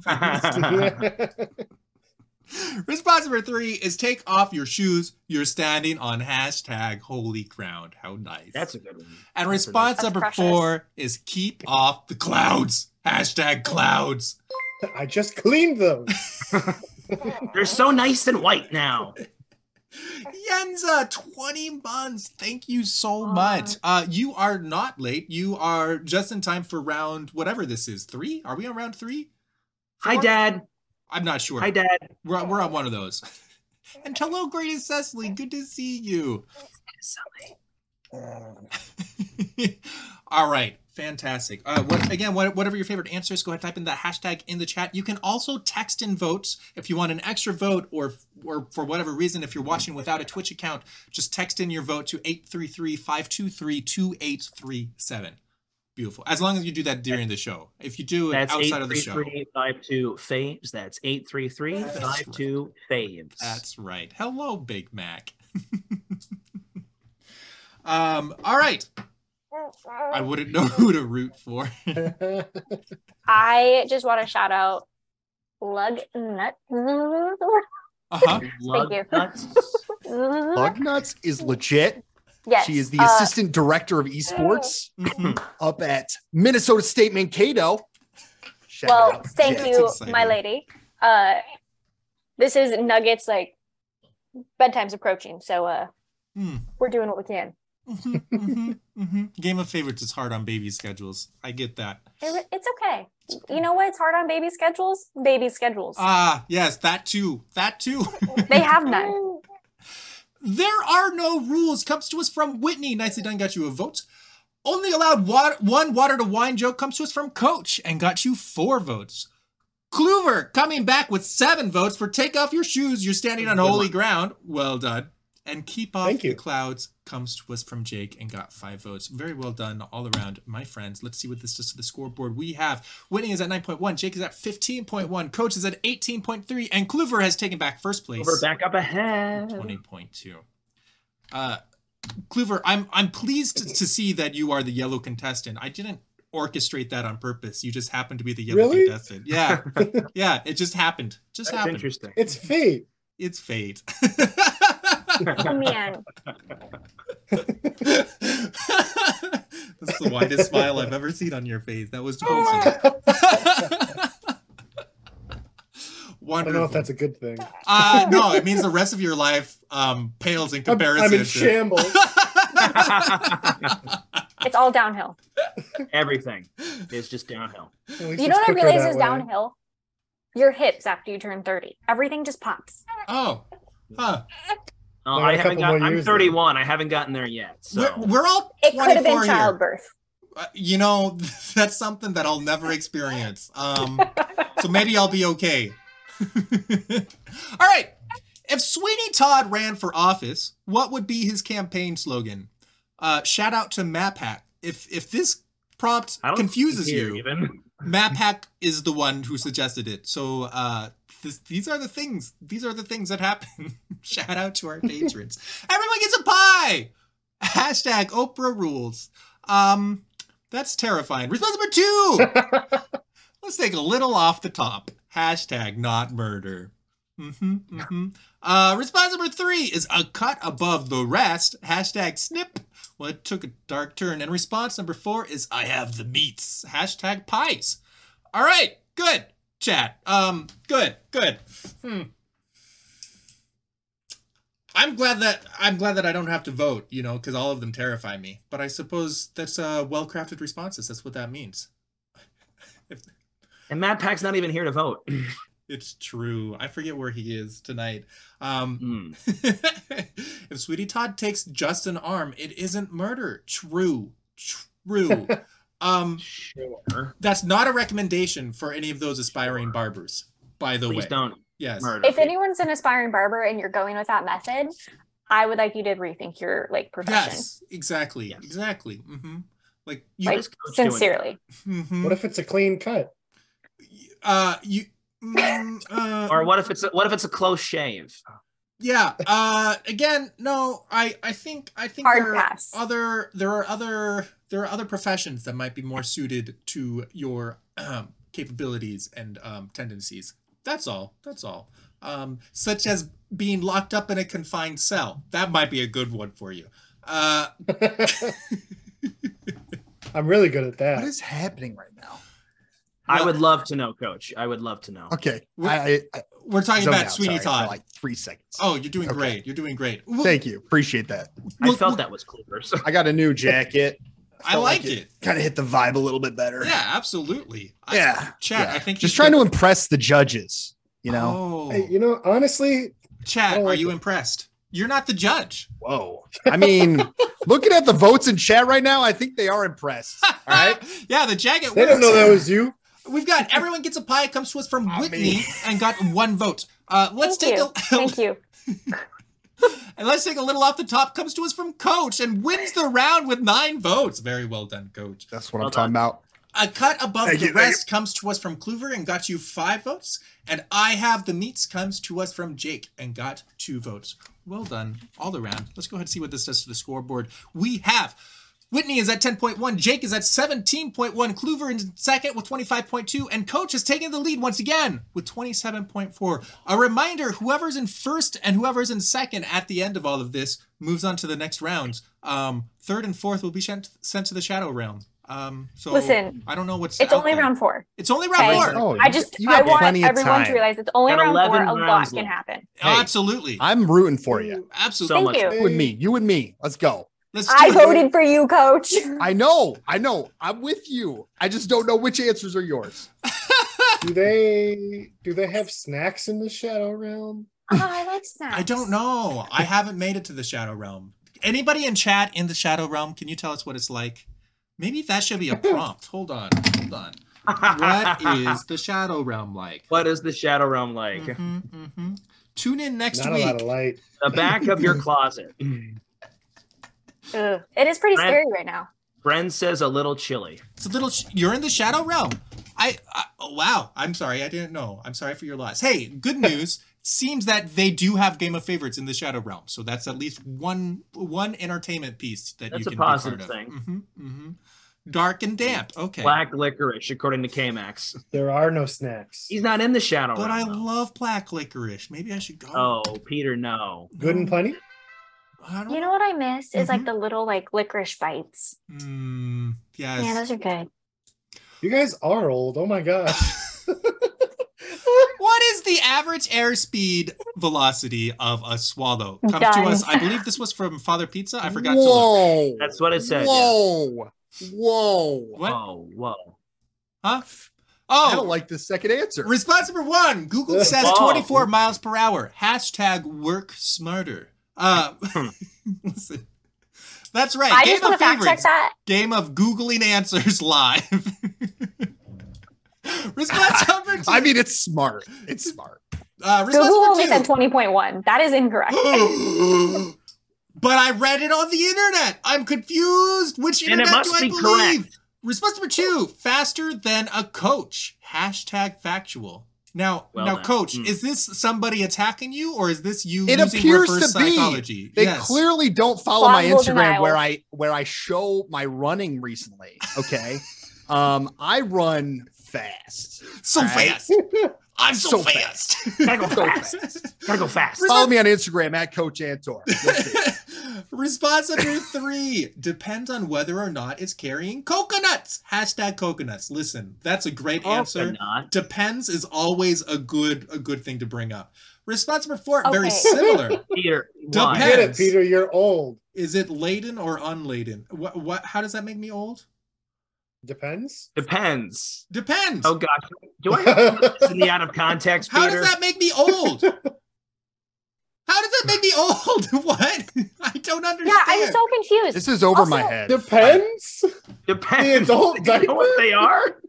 Speaker 1: Response number three is take off your shoes. You're standing on hashtag holy ground. How nice.
Speaker 5: That's a good one.
Speaker 1: And response
Speaker 4: That's
Speaker 1: number
Speaker 4: precious.
Speaker 1: four is keep off the clouds. Hashtag clouds.
Speaker 3: I just cleaned them.
Speaker 5: They're so nice and white now.
Speaker 1: Yenza, 20 months. Thank you so
Speaker 4: Aw.
Speaker 1: much. Uh, you are not late. You are just in time for round whatever this is. Three? Are we on round three?
Speaker 5: Hi,
Speaker 1: Four?
Speaker 5: Dad.
Speaker 1: I'm not sure.
Speaker 5: Hi, Dad.
Speaker 1: We're, we're on one of those. And hello, greatest Cecily. Good to see you. All right, fantastic. Uh, what, again, what, whatever your favorite answer is, go ahead type in the hashtag in the chat. You can also text in votes if you want an extra vote, or or for whatever reason, if you're watching without a Twitch account, just text in your vote to 833-523-2837. Beautiful. As long as you do that during the show. If you do it
Speaker 5: That's
Speaker 1: outside of the show,
Speaker 5: 833 Faves. That's 833 52 Faves.
Speaker 1: That's right. Hello, Big Mac. um, all right. I wouldn't know who to root for.
Speaker 4: I just want to shout out Lug Nut.
Speaker 1: Uh-huh.
Speaker 5: Lug
Speaker 4: you.
Speaker 5: nuts.
Speaker 6: Lugnuts is legit.
Speaker 4: Uh-huh. Yes.
Speaker 6: She is the
Speaker 4: uh,
Speaker 6: assistant director of esports
Speaker 1: Mhm.
Speaker 6: up at Minnesota State Mankato. Shout
Speaker 4: well,
Speaker 6: out.
Speaker 4: thank
Speaker 6: Yeah.
Speaker 1: That's
Speaker 4: you,
Speaker 1: exciting.
Speaker 4: my lady. Uh, this is Nuggets. Like bedtime's approaching, so uh,
Speaker 1: Hmm.
Speaker 4: we're doing what we can.
Speaker 1: Mhm, mhm, mhm. Game of Favorites is hard on baby schedules. I get that.
Speaker 4: It- It's okay. You know what? It's hard on baby schedules. Baby schedules.
Speaker 1: Ah, yes, that too. That too.
Speaker 4: they have none.
Speaker 1: There are no rules comes to us from Whitney. Nicely done, got you a vote. Only allowed water, one water to wine joke comes to us from Coach and got you four votes. Kluver coming back with seven votes for take off your shoes. You're standing on
Speaker 5: Good
Speaker 1: holy
Speaker 5: one.
Speaker 1: ground. Well done. And keep off
Speaker 3: Thank
Speaker 1: the
Speaker 3: you.
Speaker 1: clouds comes to us from Jake and got five votes. Very well done all around, my friends. Let's see what this does to the scoreboard. We have Whitney is at 9.1, Jake is at 15.1, Coach is at 18.3, and Kluver has taken back first place.
Speaker 5: Over back up ahead.
Speaker 1: Twenty point two. Uh, Kluver, I'm I'm pleased to, to see that you are the yellow contestant. I didn't orchestrate that on purpose. You just happened to be the yellow
Speaker 3: Really?
Speaker 1: contestant. Yeah, yeah. It just happened. Just
Speaker 5: That's
Speaker 1: happened.
Speaker 5: interesting.
Speaker 3: it's fate.
Speaker 1: It's fate.
Speaker 4: Oh man,
Speaker 1: That's the widest smile I've ever seen on your face. That
Speaker 3: Oh
Speaker 1: was awesome.
Speaker 3: I
Speaker 1: Wonderful.
Speaker 3: don't know if that's a good thing.
Speaker 1: uh, no, it means the rest of your life um, pales in
Speaker 3: I'm,
Speaker 1: comparison.
Speaker 3: I'm in
Speaker 1: to-
Speaker 3: shambles.
Speaker 4: it's all downhill.
Speaker 5: Everything is just downhill.
Speaker 3: At least
Speaker 4: You
Speaker 3: it's
Speaker 4: know what I
Speaker 3: quicker
Speaker 4: realize
Speaker 3: that
Speaker 4: is
Speaker 3: way.
Speaker 4: downhill? Your hips after you turn 30. Everything just pops.
Speaker 1: Oh, huh.
Speaker 5: Oh,
Speaker 3: Well, a
Speaker 5: I haven't
Speaker 3: couple
Speaker 5: got,
Speaker 3: more
Speaker 5: I'm
Speaker 3: years
Speaker 5: 31. I haven't gotten there yet. So
Speaker 1: We're, we're all
Speaker 4: It could have
Speaker 1: 24
Speaker 4: been
Speaker 1: here.
Speaker 4: childbirth.
Speaker 1: Uh, You know, that's something that I'll never experience. Um, so maybe I'll be okay. all right. If Sweeney Todd ran for office, what would be his campaign slogan? Uh, shout out to MapHack. If if this prompt
Speaker 5: I don't
Speaker 1: confuses
Speaker 5: hear
Speaker 1: you,
Speaker 5: Even.
Speaker 1: MapHack is the one who suggested it. So uh, this, these are the things. These are the things that happen. Shout out to our patrons. Everyone gets a pie. Hashtag Oprah rules. Um, that's terrifying. Response number two. Let's take a little off the top. Hashtag not murder. Mm-hmm, mm-hmm. Uh, response number three is a cut above the rest. Hashtag snip. Well, it took a dark turn. And response number four is I have the meats. Hashtag pies. All right, good chat. Um, good, good. Hmm. I'm glad that I'm glad that I don't have to vote, you know, because all of them terrify me. But I suppose that's uh, well-crafted responses. That's what that means.
Speaker 5: And Matt Pack's not even here to vote.
Speaker 1: It's true. I forget where he is tonight. Um,
Speaker 5: Hmm.
Speaker 1: if Sweetie Todd takes just an arm, it isn't murder. True. True. um,
Speaker 5: Sure.
Speaker 1: that's not a recommendation for any of those aspiring barbers, by the
Speaker 5: Please
Speaker 1: way.
Speaker 5: don't
Speaker 1: Yes.
Speaker 5: murder.
Speaker 4: If anyone's an aspiring barber and you're going with that method, I would like you to rethink your like profession.
Speaker 1: Yes. Exactly.
Speaker 5: Yes.
Speaker 1: Exactly. hmm Like you.
Speaker 5: What
Speaker 4: Like
Speaker 5: is Coach doing?
Speaker 4: sincerely.
Speaker 1: mhm.
Speaker 3: What if it's a clean cut?
Speaker 1: uh, you. mm, uh,
Speaker 5: Or what if it's a, what if it's a close shave?
Speaker 1: yeah uh again no i i think i think
Speaker 4: Hard
Speaker 1: there
Speaker 4: pass.
Speaker 1: are other there are other there are other professions that might be more suited to your um, capabilities and um, tendencies that's all that's all um such as being locked up in a confined cell that might be a good one for you uh
Speaker 3: I'm really good at
Speaker 6: What
Speaker 3: that.
Speaker 6: is happening right now?
Speaker 5: I would love to know, Coach. I would love to know.
Speaker 6: Okay, I,
Speaker 1: We're-
Speaker 6: I, I
Speaker 1: we're talking
Speaker 6: zoned
Speaker 1: about
Speaker 6: out,
Speaker 1: sweeney
Speaker 6: sorry,
Speaker 1: todd
Speaker 6: for like three seconds.
Speaker 1: oh you're doing
Speaker 6: Okay.
Speaker 1: great you're doing great Well,
Speaker 6: Thank you, appreciate that.
Speaker 5: I
Speaker 1: well,
Speaker 5: felt
Speaker 1: well,
Speaker 5: that was clear. So
Speaker 6: I got a new jacket.
Speaker 1: i like it
Speaker 6: Kind of hit the vibe a little bit better.
Speaker 1: yeah absolutely I-
Speaker 6: yeah.
Speaker 1: Chad,
Speaker 6: yeah.
Speaker 1: I think you
Speaker 6: just trying
Speaker 1: should-
Speaker 6: to impress the judges. You know,
Speaker 1: Oh.
Speaker 3: Hey, you know, honestly, I
Speaker 1: Chad,
Speaker 3: don't
Speaker 1: are
Speaker 3: like
Speaker 1: you
Speaker 3: it.
Speaker 1: impressed? You're not the judge.
Speaker 6: whoa. I mean, looking at the votes in chat right now, I think they are impressed. All right.
Speaker 1: yeah, the jacket
Speaker 3: they
Speaker 1: works.
Speaker 3: don't know that was you.
Speaker 1: We've got everyone gets a pie. It comes to us from
Speaker 6: I
Speaker 1: Whitney
Speaker 6: mean-
Speaker 1: and got one vote. Uh, let's
Speaker 4: Thank you.
Speaker 1: take a
Speaker 4: Thank you.
Speaker 1: and let's take a little off the top. Comes to us from Coach and wins the round with nine votes. Very well done, Coach.
Speaker 6: That's what
Speaker 5: Well
Speaker 6: I'm talking about.
Speaker 1: A cut above
Speaker 6: Thank
Speaker 1: the
Speaker 6: you, thank
Speaker 1: rest comes to us from Kluver and got you five votes. And I have the meats comes to us from Jake and got two votes. Well done all around. Let's go ahead and see what this does to the scoreboard. We have Whitney is at 10.1, Jake is at 17.1, Kluver in second with 25.2, and Coach has taken the lead once again with 27.4. A reminder whoever's in first and whoever's in second at the end of all of this moves on to the next rounds. Um, third and fourth will be sent, sent to the Shadow Realm. Um, so
Speaker 4: Listen,
Speaker 1: I don't know what's
Speaker 4: it's
Speaker 1: out
Speaker 4: only
Speaker 1: there.
Speaker 4: round four.
Speaker 1: It's only round four.
Speaker 4: Okay.
Speaker 6: Oh,
Speaker 4: I
Speaker 6: you-
Speaker 4: just
Speaker 6: you
Speaker 4: I
Speaker 6: got
Speaker 4: want
Speaker 6: plenty of
Speaker 4: everyone to
Speaker 6: time.
Speaker 4: realize it's only
Speaker 5: Got
Speaker 4: round four.
Speaker 5: 11
Speaker 4: A lot
Speaker 5: rounds
Speaker 4: can
Speaker 5: left.
Speaker 4: happen.
Speaker 6: Hey.
Speaker 1: Absolutely.
Speaker 6: I'm rooting for you.
Speaker 1: Absolutely.
Speaker 5: So
Speaker 4: Thank
Speaker 5: much.
Speaker 4: you.
Speaker 6: You and me. You and me. Let's go.
Speaker 1: Let's do
Speaker 4: I
Speaker 1: it.
Speaker 4: voted for you, coach.
Speaker 6: I know. I know. I'm with you. I just don't know which answers are yours.
Speaker 3: Do they do they have snacks in the shadow realm?
Speaker 4: Oh, I like snacks.
Speaker 1: I don't know. I haven't made it to the Shadow Realm. Anybody in chat in the Shadow Realm, can you tell us what it's like? Maybe that should be a prompt. Hold on. Hold on. What is the Shadow Realm like?
Speaker 5: what is the Shadow Realm like?
Speaker 1: Mhm, mhm. Tune in next
Speaker 3: Not a lot of
Speaker 1: week.
Speaker 3: light.
Speaker 5: The back of your closet.
Speaker 4: Ugh. It is pretty
Speaker 5: Brad-
Speaker 4: scary right now.
Speaker 5: Bren says a little chilly.
Speaker 1: It's a little. Sh- you're in the Shadow Realm. I, I. Oh wow. I'm sorry. I didn't know. I'm sorry for your loss. Hey, good news. Seems that they do have game of favorites in the Shadow Realm, so that's at least one one entertainment piece that
Speaker 5: That's
Speaker 1: you
Speaker 5: a
Speaker 1: can
Speaker 5: positive
Speaker 1: be part
Speaker 5: thing.
Speaker 1: of. Mhm, mhm. Dark and damp. Okay.
Speaker 5: Black licorice, according to K-Max.
Speaker 3: There are no snacks.
Speaker 5: He's not in the Shadow
Speaker 1: But I
Speaker 5: Realm. though.
Speaker 1: love black licorice. Maybe I should go.
Speaker 5: oh, Peter, no.
Speaker 3: Good and plenty.
Speaker 1: I don't.
Speaker 4: You know what I miss is
Speaker 1: Mhm.
Speaker 4: like the little like licorice bites.
Speaker 1: Mm, yes.
Speaker 4: Yeah, those are good.
Speaker 3: You guys are old. Oh my gosh.
Speaker 1: What is the average airspeed velocity of a swallow? Comes
Speaker 4: Done.
Speaker 1: to us. I believe this was from Father Pizza. I forgot to look.
Speaker 6: Whoa.
Speaker 5: That's what it said. yeah.
Speaker 6: Whoa. Whoa.
Speaker 1: What?
Speaker 5: Whoa, Oh, whoa.
Speaker 1: Huh?
Speaker 6: I don't
Speaker 1: Oh,
Speaker 6: like the second answer.
Speaker 1: response number one. Google says
Speaker 5: Whoa.
Speaker 1: 24 miles per hour. Hashtag work smarter. Uh, listen. That's right.
Speaker 4: I
Speaker 1: Game
Speaker 4: just want
Speaker 1: of
Speaker 4: to fact check
Speaker 1: favorites.
Speaker 4: that.
Speaker 1: Game of Googling answers live. response number two.
Speaker 6: I mean, it's smart. It's smart.
Speaker 1: Uh, response
Speaker 4: Google only
Speaker 1: number
Speaker 4: said
Speaker 1: two.
Speaker 4: twenty point one. That is incorrect.
Speaker 1: but I read it on the internet. I'm confused. Which
Speaker 5: And it
Speaker 1: internet
Speaker 5: must
Speaker 1: do I
Speaker 5: be
Speaker 1: believe? Response number two: faster than a coach. Hashtag factual. Now,
Speaker 5: Well
Speaker 1: now,
Speaker 5: done.
Speaker 1: coach,
Speaker 5: Mm.
Speaker 1: is this somebody attacking you, or is this you
Speaker 6: It
Speaker 1: using
Speaker 6: appears
Speaker 1: reverse
Speaker 6: to be.
Speaker 1: psychology?
Speaker 6: They
Speaker 1: yes.
Speaker 6: clearly don't follow my
Speaker 4: Plausible
Speaker 6: Instagram
Speaker 4: denial.
Speaker 6: where I where I show my running recently. Okay. um, I run fast.
Speaker 1: so
Speaker 6: right?
Speaker 1: fast. I'm so,
Speaker 6: So
Speaker 1: fast.
Speaker 5: Gotta go
Speaker 6: So
Speaker 5: fast. Gotta go fast.
Speaker 6: Follow me on Instagram at Coach Antor. You'll see.
Speaker 1: Response number three depends on whether or not it's carrying coconuts. Hashtag coconuts. Listen, that's a great
Speaker 5: Oh,
Speaker 1: answer.
Speaker 5: they're not.
Speaker 1: depends is always a good a good thing to bring up Responsible for it, very
Speaker 4: Okay.
Speaker 1: similar.
Speaker 5: Peter,
Speaker 3: I
Speaker 5: why?
Speaker 1: Depends.
Speaker 3: Get it, Peter. You're old.
Speaker 1: Is it laden or unladen? What? What? How does that make me old?
Speaker 3: Depends.
Speaker 5: Depends.
Speaker 1: Depends.
Speaker 5: Oh gosh, do I have this in the out of context,
Speaker 1: How
Speaker 5: Peter?
Speaker 1: does that make me old? How does that make me old? What? I don't understand.
Speaker 4: Yeah, I'm so confused.
Speaker 6: This is over my
Speaker 4: Also-
Speaker 6: head.
Speaker 3: Depends.
Speaker 5: Depends.
Speaker 3: The adult
Speaker 5: Do you know what they are?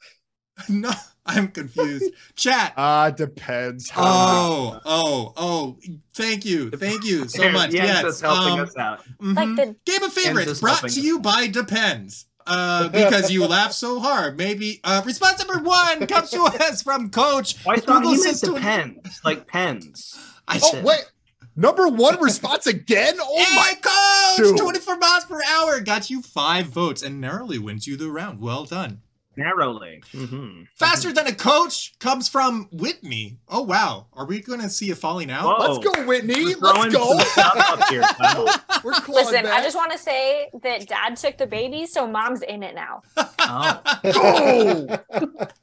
Speaker 1: no, I'm confused. Chat.
Speaker 6: Ah, depends. How
Speaker 1: Oh, oh, oh! Thank you, thank you so
Speaker 5: There,
Speaker 1: much.
Speaker 5: Jens
Speaker 1: yes,
Speaker 5: is helping
Speaker 1: um,
Speaker 5: us out.
Speaker 1: mhm.
Speaker 4: Like the
Speaker 1: Game of favorites
Speaker 5: Kansas
Speaker 1: brought
Speaker 5: helping
Speaker 1: to
Speaker 5: us.
Speaker 1: you by Depends. Uh, because you laugh so hard. Maybe uh, response number one comes to us from Coach.
Speaker 5: Oh, I thought
Speaker 1: Google
Speaker 5: he meant
Speaker 1: says to-
Speaker 5: depends, like pens.
Speaker 1: I
Speaker 6: oh, wait. Number one response again? Oh my.
Speaker 1: Oh my coach!
Speaker 6: Dude.
Speaker 1: 24 miles per hour got you five votes and narrowly wins you the round. Well done.
Speaker 5: Narrowly. hmm
Speaker 1: Faster than a coach comes from Whitney. Oh wow. Are we gonna see a falling out?
Speaker 5: Whoa.
Speaker 6: Let's go, Whitney.
Speaker 5: We're throwing
Speaker 6: Let's go.
Speaker 5: some stuff up here. Wow.
Speaker 6: We're clawing
Speaker 4: Listen,
Speaker 6: back.
Speaker 4: I just want to say that dad took the baby, so mom's in it now.
Speaker 5: Oh.
Speaker 6: go.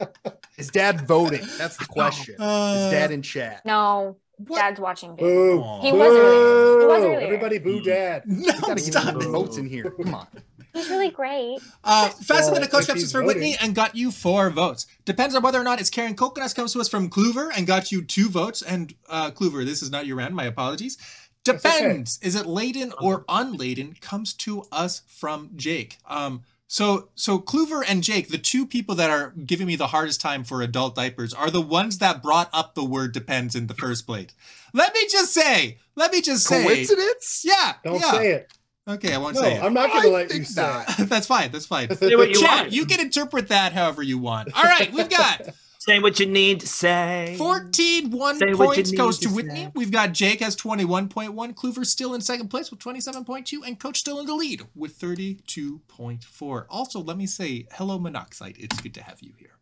Speaker 6: Is dad voting? That's the question. Is
Speaker 1: Uh,
Speaker 6: dad in chat?
Speaker 4: No,
Speaker 6: What?
Speaker 4: dad's watching baby.
Speaker 3: Boo.
Speaker 1: He
Speaker 4: was earlier. He was
Speaker 3: Boo.
Speaker 4: earlier.
Speaker 3: Everybody boo
Speaker 5: Mm.
Speaker 3: dad.
Speaker 1: no,
Speaker 6: Gotta give
Speaker 1: stop
Speaker 6: him
Speaker 1: it.
Speaker 6: some votes in here. Come on.
Speaker 4: He's really great.
Speaker 1: Uh, faster than a
Speaker 3: Well,
Speaker 1: coach comes
Speaker 3: if
Speaker 1: to
Speaker 3: he's
Speaker 1: us from
Speaker 3: voting.
Speaker 1: Whitney and got you four votes. Depends on whether or not it's Karen Coconuts comes to us from Clover and got you two votes. And uh, Clover, this is not your round. My apologies.
Speaker 3: That's okay. Um,
Speaker 1: Depends. Is it laden or unladen? Comes to us from Jake. Um, so so Clover and Jake, the two people that are giving me the hardest time for adult diapers, are the ones that brought up the word depends in the first place. Let me just say. Let me just say.
Speaker 6: Coincidence?
Speaker 1: Yeah.
Speaker 3: Don't
Speaker 1: yeah.
Speaker 3: say it.
Speaker 1: Okay, I won't
Speaker 3: No,
Speaker 1: say it.
Speaker 3: I'm not going to
Speaker 6: I
Speaker 3: let you
Speaker 6: think
Speaker 3: say
Speaker 6: not.
Speaker 3: it.
Speaker 1: that's fine. That's fine.
Speaker 5: Say what you
Speaker 1: Chat,
Speaker 5: want.
Speaker 1: you can interpret that however you want. All right, we've got
Speaker 5: Say what you need to say.
Speaker 1: 14 one
Speaker 5: Say what you
Speaker 1: points
Speaker 5: need
Speaker 1: goes
Speaker 5: to
Speaker 1: to Whitney.
Speaker 5: say.
Speaker 1: We've got Jake has 21.1, Clover still in second place with 27.2, and Coach still in the lead with 32.4. Also, let me say hello, Monoxide. It's good to have you here.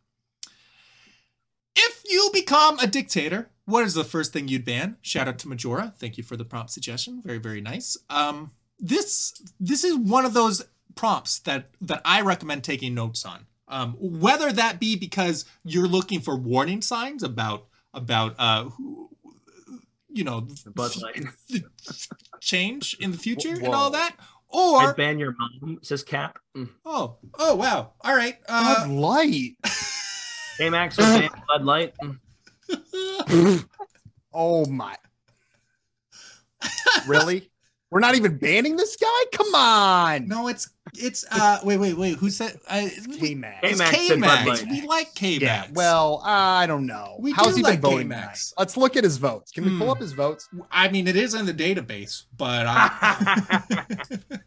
Speaker 1: If you become a dictator, what is the first thing you'd ban? Shout out to Majora. Thank you for the prompt suggestion. Very, very nice. Um, this this is one of those prompts that that I recommend taking notes on. Um, whether that be because you're looking for warning signs about about uh, who, you know
Speaker 5: Bud Light.
Speaker 1: change in the future and
Speaker 6: Whoa.
Speaker 1: all that,
Speaker 5: I
Speaker 1: or
Speaker 5: ban your mom, says Cap.
Speaker 1: oh oh wow, all right.
Speaker 6: Bud
Speaker 1: Uh,
Speaker 6: Light.
Speaker 5: Hey, Max, we're banning Bud Light.
Speaker 6: Oh my. Really? We're not even banning this guy? Come on.
Speaker 1: no, it's it's uh wait wait wait who said uh,
Speaker 6: Hey, Max.
Speaker 5: Hey,
Speaker 1: It's
Speaker 5: Max
Speaker 1: K
Speaker 5: said Bud
Speaker 1: Max.
Speaker 5: Light.
Speaker 1: We like K Max.
Speaker 6: Yeah, well, I don't know.
Speaker 1: We do
Speaker 6: How's he
Speaker 1: like
Speaker 6: been voting?
Speaker 1: K-Max.
Speaker 6: tonight? Let's look at his votes. Can we pull
Speaker 1: Hmm.
Speaker 6: up his votes?
Speaker 1: I mean, it is in the database, but I.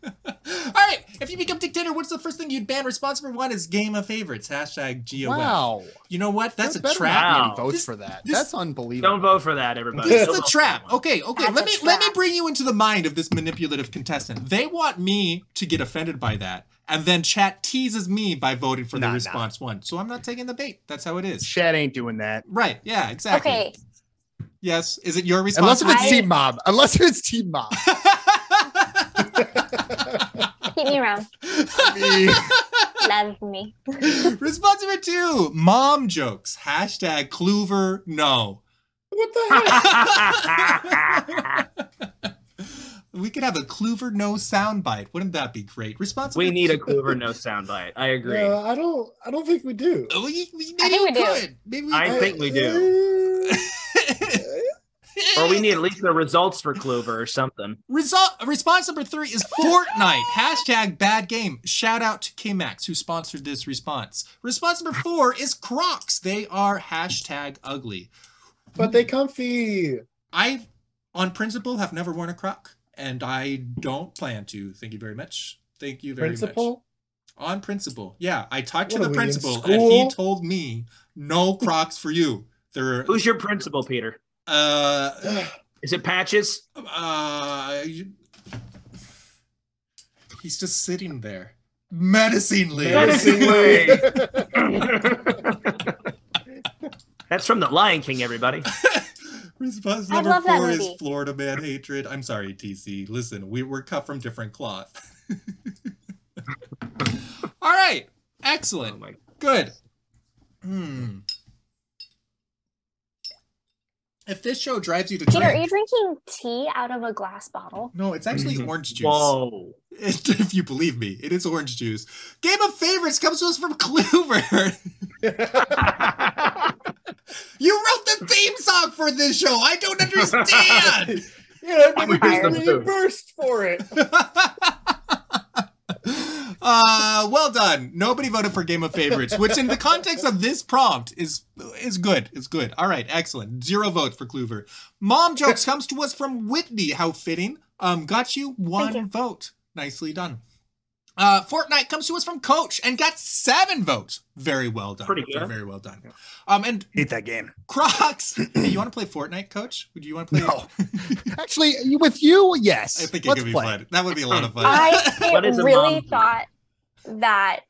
Speaker 1: All right. If you become dictator, what's the first thing you'd ban? Response number one is game of favorites. Hashtag GOF.
Speaker 6: Wow.
Speaker 1: You know what? That's
Speaker 6: There
Speaker 1: a
Speaker 6: better
Speaker 1: trap.
Speaker 6: not be any
Speaker 5: Wow.
Speaker 6: Votes
Speaker 1: This-
Speaker 6: for that.
Speaker 1: this-
Speaker 6: That's unbelievable.
Speaker 5: Don't vote for that, everybody.
Speaker 1: This
Speaker 5: Don't
Speaker 1: is a
Speaker 5: vote for
Speaker 1: trap.
Speaker 5: that one.
Speaker 1: Okay, okay.
Speaker 4: That's
Speaker 1: let
Speaker 4: a
Speaker 1: me let me
Speaker 4: trap.
Speaker 1: bring you into the mind of this manipulative contestant. They want me to get offended by that, and then chat teases me by voting for
Speaker 6: Nah,
Speaker 1: the
Speaker 6: nah.
Speaker 1: response one. So I'm not taking the bait. That's how it is.
Speaker 6: Chad ain't doing that.
Speaker 1: Right. Yeah, exactly.
Speaker 4: Okay,
Speaker 1: Yes. Is it your response?
Speaker 6: Unless if it's
Speaker 4: I-
Speaker 6: Team Mob. Unless if it's Team Mob.
Speaker 4: keep me around.
Speaker 6: I
Speaker 4: Love me.
Speaker 1: Response number two, mom jokes. Hashtag Clover no.
Speaker 3: What the heck?
Speaker 1: We could have a Clover no soundbite. Wouldn't that be great? Response
Speaker 5: we
Speaker 1: number
Speaker 5: need a
Speaker 1: two-
Speaker 5: Cooper no soundbite. I agree.
Speaker 3: No, I don't. I don't think we do.
Speaker 1: Oh, we, we, maybe
Speaker 4: I think
Speaker 1: we,
Speaker 4: we do.
Speaker 1: could. Maybe we
Speaker 5: I
Speaker 1: could.
Speaker 5: think we do.
Speaker 3: do.
Speaker 5: Or we need at least the results for Clover or something.
Speaker 1: Result response number three is Fortnite. Hashtag bad game. Shout out to KMax who sponsored this response. Response number four is Crocs. They are hashtag ugly.
Speaker 3: But they comfy.
Speaker 1: I, on principle, have never worn a croc, and I don't plan to. Thank you very much. Thank you very much.
Speaker 3: Principal.
Speaker 1: On principle, yeah. I talked
Speaker 3: What
Speaker 1: to the
Speaker 3: are we, in
Speaker 1: principal, and he
Speaker 3: school?
Speaker 1: told me no crocs for you. There,
Speaker 5: Who's your principal, Peter?
Speaker 1: uh,
Speaker 5: Is it Patches?
Speaker 1: uh, you- he's just sitting there, menacingly.
Speaker 3: Menacingly.
Speaker 5: That's from The Lion King, everybody.
Speaker 1: Response
Speaker 4: I
Speaker 1: number
Speaker 4: love that
Speaker 1: four is
Speaker 4: movie.
Speaker 1: Florida man hatred. I'm sorry, TC. Listen, we were cut from different cloth. All right.
Speaker 5: Oh
Speaker 1: Excellent.
Speaker 5: my
Speaker 1: Good. Hmm. If this show drives you to
Speaker 4: Peter,
Speaker 1: drink,
Speaker 4: are you drinking tea out of a glass bottle?
Speaker 1: no, it's actually
Speaker 5: Mhm.
Speaker 1: orange juice.
Speaker 5: Whoa.
Speaker 1: If you believe me, it is orange juice. Game of favorites comes to us from Clover. you wrote the theme song for this show. I don't understand.
Speaker 3: Yeah, I'm
Speaker 4: I'm tired.
Speaker 3: reimbursed for it.
Speaker 1: uh, well done. Nobody voted for Game of Favorites, which in the context of this prompt is is good. It's good. All right, excellent. Zero votes for Clover. Mom jokes comes to us from Whitney. How fitting. Um, got you one
Speaker 4: you.
Speaker 1: vote. Nicely done. Uh, Fortnite comes to us from Coach and got seven votes. Very well done.
Speaker 5: Pretty good.
Speaker 1: Very well done. Um, and
Speaker 7: Hate that game.
Speaker 1: Crocs. Hey, you want to play Fortnite, Coach? Would you want to play?
Speaker 6: No. Actually, you- with you,
Speaker 1: I
Speaker 6: yes.
Speaker 1: think it
Speaker 6: Let's
Speaker 1: could be
Speaker 6: play.
Speaker 1: fun. That would be a lot of fun.
Speaker 5: What
Speaker 4: I
Speaker 5: is a
Speaker 4: really
Speaker 5: mom?
Speaker 4: thought that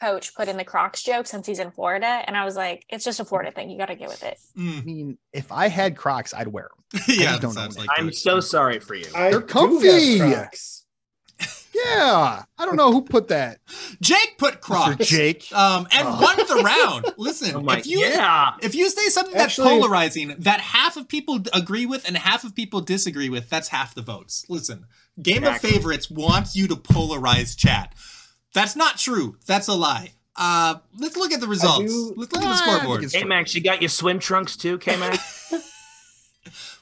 Speaker 4: Coach put in the Crocs joke since he's in Florida, and I was like, it's just a Florida thing. You got to get with it.
Speaker 6: I
Speaker 1: Mm.
Speaker 6: mean, if I had Crocs, I'd wear them.
Speaker 1: yeah,
Speaker 6: just
Speaker 1: that
Speaker 6: don't
Speaker 1: sounds
Speaker 6: know.
Speaker 1: like
Speaker 5: I'm
Speaker 1: Coach.
Speaker 5: so sorry for you.
Speaker 3: I
Speaker 6: They're
Speaker 3: do
Speaker 6: comfy.
Speaker 3: have Crocs.
Speaker 6: Yeah, I don't know who put that.
Speaker 1: Jake put
Speaker 6: Mr.
Speaker 1: Crocs.
Speaker 6: Jake.
Speaker 1: Um, and
Speaker 6: Oh.
Speaker 1: won the round. Listen,
Speaker 5: I'm like,
Speaker 1: if you
Speaker 5: Oh yeah.
Speaker 1: if you say something that's
Speaker 3: Actually-
Speaker 1: polarizing that half of people d- agree with and half of people disagree with, that's half the votes. Listen, Game
Speaker 5: Exactly.
Speaker 1: of Favorites wants you to polarize chat. That's not true. That's a lie. Uh, let's look at the results.
Speaker 3: do-
Speaker 1: Let's look at the
Speaker 6: Ah, I think
Speaker 1: scoreboard.
Speaker 6: it's
Speaker 5: Hey, Max, you got your swim trunks too, K Max?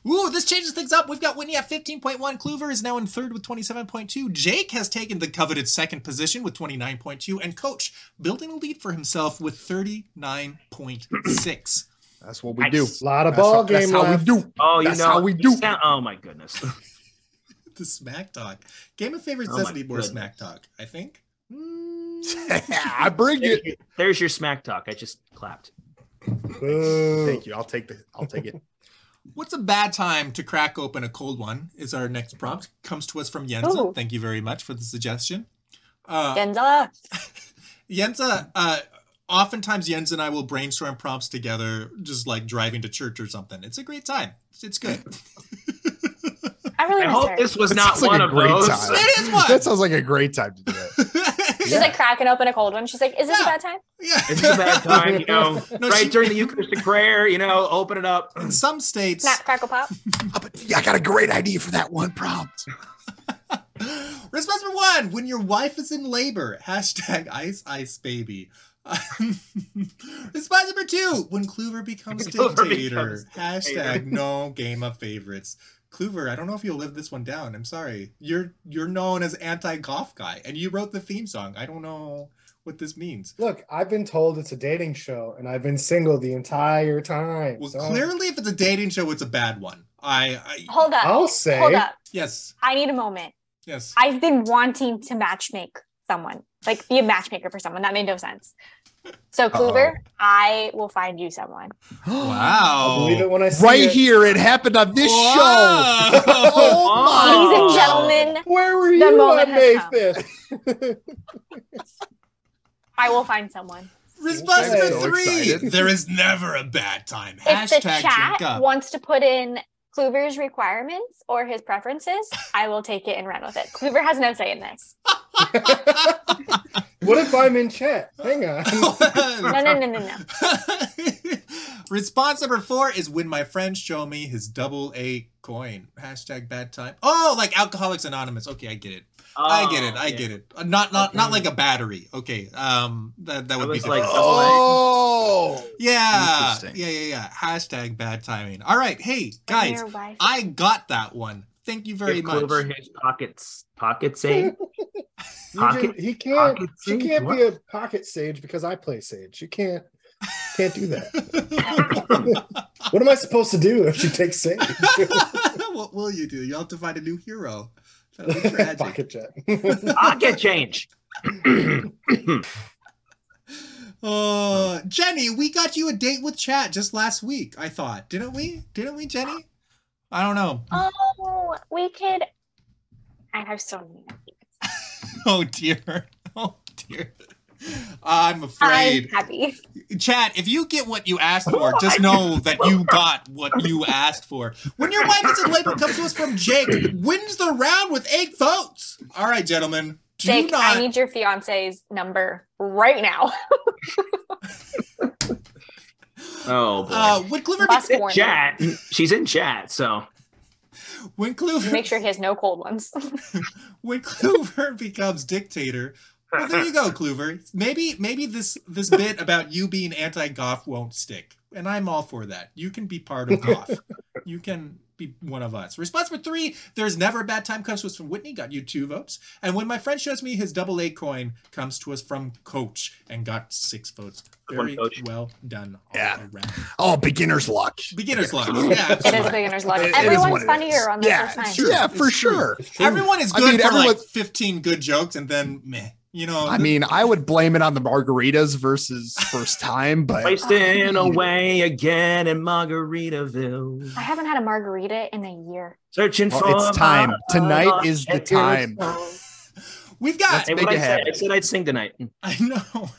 Speaker 1: Ooh, this changes things up. We've got Whitney at 15.1. Clover is now in third with 27.2. Jake has taken the coveted second position with 29.2. And Coach building a lead for himself with 39.6.
Speaker 6: That's what we do.
Speaker 5: Nice.
Speaker 3: A lot of
Speaker 6: That's,
Speaker 3: ball
Speaker 6: how,
Speaker 3: game
Speaker 6: that's how we
Speaker 3: left.
Speaker 6: do.
Speaker 5: Oh, you
Speaker 6: That's
Speaker 5: know
Speaker 6: how we
Speaker 5: you
Speaker 6: do.
Speaker 5: sound- oh my goodness.
Speaker 1: the smack talk. Game of Favorites
Speaker 5: Oh my
Speaker 1: doesn't need more
Speaker 5: goodness.
Speaker 1: smack talk, I think.
Speaker 6: I bring
Speaker 5: There's
Speaker 6: it.
Speaker 5: your, there's your smack talk. I just clapped.
Speaker 3: Boo.
Speaker 6: Thank you. I'll take the. I'll take it.
Speaker 1: What's a bad time to crack open a cold one? Is our next prompt. Comes to us from Yenza.
Speaker 4: Ooh.
Speaker 1: Thank you very much for the suggestion. Uh,
Speaker 4: Denzel,
Speaker 1: Yenza, uh, oftentimes Jens and I will brainstorm prompts together, just like driving to church or something. It's a great time. It's, it's good.
Speaker 4: I really
Speaker 5: I
Speaker 4: miss
Speaker 5: hope
Speaker 4: her.
Speaker 5: this was
Speaker 6: That
Speaker 5: not
Speaker 6: sounds like
Speaker 5: one
Speaker 6: a
Speaker 5: of
Speaker 6: great
Speaker 5: those.
Speaker 6: time.
Speaker 1: it is one.
Speaker 6: that sounds like a great time to do that.
Speaker 4: She's
Speaker 6: Yeah.
Speaker 4: like cracking open a cold one. She's like, is this
Speaker 1: Yeah.
Speaker 4: a bad time?
Speaker 1: yeah.
Speaker 5: It's a bad time, you know.
Speaker 1: No,
Speaker 5: right
Speaker 1: she-
Speaker 5: during the Eucharistic prayer, you know, open it up.
Speaker 1: In some states,
Speaker 4: Snap, crackle, pop.
Speaker 6: Oh, but I got a great idea for that one prompt.
Speaker 1: response number one: When your wife is in labor, hashtag ice ice baby. response number two: When Clover becomes
Speaker 5: Clover
Speaker 1: dictator,
Speaker 5: becomes
Speaker 1: hashtag no game of favorites. Clover, I don't know if you'll live this one down. I'm sorry. You're you're known as anti golf guy, and you wrote the theme song. I don't know what this means.
Speaker 3: Look, I've been told it's a dating show, and I've been single the entire time.
Speaker 1: Well,
Speaker 3: so
Speaker 1: clearly, if it's a dating show, it's a bad one. I, I
Speaker 4: Hold up.
Speaker 3: I'll say
Speaker 4: Hold up.
Speaker 1: yes,
Speaker 4: I need a moment.
Speaker 1: yes.
Speaker 4: I've been wanting to matchmake someone, like be a matchmaker for someone. That made no sense. So, Kluber, I will find you someone.
Speaker 1: Wow.
Speaker 3: I'll believe it when I see
Speaker 6: Right
Speaker 3: it.
Speaker 6: here, it happened on this show.
Speaker 1: Whoa.
Speaker 5: Oh.
Speaker 4: Ladies and gentlemen,
Speaker 3: Where were
Speaker 4: The
Speaker 3: you
Speaker 4: moment
Speaker 3: on May
Speaker 4: has
Speaker 3: 5th?
Speaker 4: I will find someone.
Speaker 1: Response
Speaker 3: Okay.
Speaker 1: number
Speaker 6: So
Speaker 1: three.
Speaker 6: excited.
Speaker 1: There is never a bad time.
Speaker 4: If the chat
Speaker 1: drink up.
Speaker 4: wants to put in Kluver's requirements or his preferences, I will take it and run with it. Kluver has no say in this.
Speaker 3: What if I'm in chat? Hang on.
Speaker 4: No, no, no, no, no.
Speaker 1: Response number four is when my friend show me his double A coin. Hashtag bad time. Oh, like Alcoholics Anonymous. Okay, I get it.
Speaker 5: Oh,
Speaker 1: I get
Speaker 4: Oh,
Speaker 1: it. I get it. Uh, Not not not like a battery. Okay. Um, that that
Speaker 5: I
Speaker 1: would be
Speaker 5: was
Speaker 1: like.
Speaker 5: like-
Speaker 6: Oh,
Speaker 1: Yeah.
Speaker 6: Interesting.
Speaker 1: Yeah, yeah, yeah. Hashtag bad timing. All right. Hey
Speaker 4: When
Speaker 1: guys,
Speaker 4: your wife-
Speaker 1: I got that one. Thank you very
Speaker 5: Give
Speaker 1: much.
Speaker 5: Clover his pockets, pocket sage.
Speaker 3: You can-
Speaker 5: Pocket-
Speaker 3: he can't.
Speaker 5: pocket
Speaker 3: She
Speaker 5: sage?
Speaker 3: can't be a pocket sage because I play sage. You can't. Can't do that. What am I supposed to do if she takes sage?
Speaker 1: what will you do? You'll have to find a new hero. That'll be tragic.
Speaker 3: Pocket jet.
Speaker 5: pocket change.
Speaker 1: Uh, Jenny, we got you a date with chat just last week, I thought. Didn't we? Didn't we, Jenny? I don't know.
Speaker 4: Oh, we could. I have so many.
Speaker 1: Oh, dear. Oh, dear. I'm
Speaker 4: I'm
Speaker 1: afraid.
Speaker 4: happy.
Speaker 1: Chat, if you get what you asked for, just know that you got what you asked for. When your wife is in labor comes to us from Jake, wins the round with eight votes. All right, gentlemen. Do
Speaker 4: Jake,
Speaker 1: not
Speaker 4: I need your fiance's number right now.
Speaker 5: Oh boy.
Speaker 1: Uh, would Clifford
Speaker 4: Last
Speaker 1: be,
Speaker 5: in
Speaker 4: warning.
Speaker 5: chat. She's in chat, so
Speaker 1: when Clifford
Speaker 4: Make sure he has no cold ones.
Speaker 1: when Kluver becomes dictator, well, there you go, Kluver. Maybe maybe this this bit about you being anti-Goth won't stick, and I'm all for that. You can be part of Goth. you can be one of us. Response for three: There's never a bad time comes to us from Whitney. Got you two votes. And when my friend shows me his double A coin, comes to us from Coach and got six votes.
Speaker 5: Good one,
Speaker 1: Very
Speaker 5: Coach.
Speaker 1: well done. All
Speaker 6: Yeah.
Speaker 1: around.
Speaker 6: Oh, beginner's luck.
Speaker 1: Beginner's luck. Yeah.
Speaker 4: it is
Speaker 1: absolutely.
Speaker 4: beginner's luck.
Speaker 6: It- it is what
Speaker 4: Everyone's
Speaker 6: it
Speaker 4: funnier
Speaker 6: is.
Speaker 4: on the
Speaker 6: Yeah,
Speaker 4: first time.
Speaker 1: sure.
Speaker 6: Yeah, for
Speaker 1: It's true.
Speaker 6: sure.
Speaker 3: It's true.
Speaker 1: Everyone is
Speaker 6: I
Speaker 1: good
Speaker 6: mean,
Speaker 1: for like
Speaker 6: everyone-
Speaker 1: 15 good jokes, and then meh. You know,
Speaker 6: I mean, I would blame it on the margaritas versus first time, but
Speaker 5: wasting away again in Margaritaville.
Speaker 4: I haven't had a margarita in a year.
Speaker 5: Searching
Speaker 6: Well,
Speaker 5: for
Speaker 6: it's time.
Speaker 5: my
Speaker 6: Tonight
Speaker 5: lost
Speaker 6: is the
Speaker 5: and
Speaker 6: time.
Speaker 5: lost.
Speaker 1: we've got.
Speaker 5: Hey,
Speaker 6: Make
Speaker 5: what I
Speaker 6: it
Speaker 5: said,
Speaker 6: happen.
Speaker 5: I said I'd sing tonight.
Speaker 1: I know.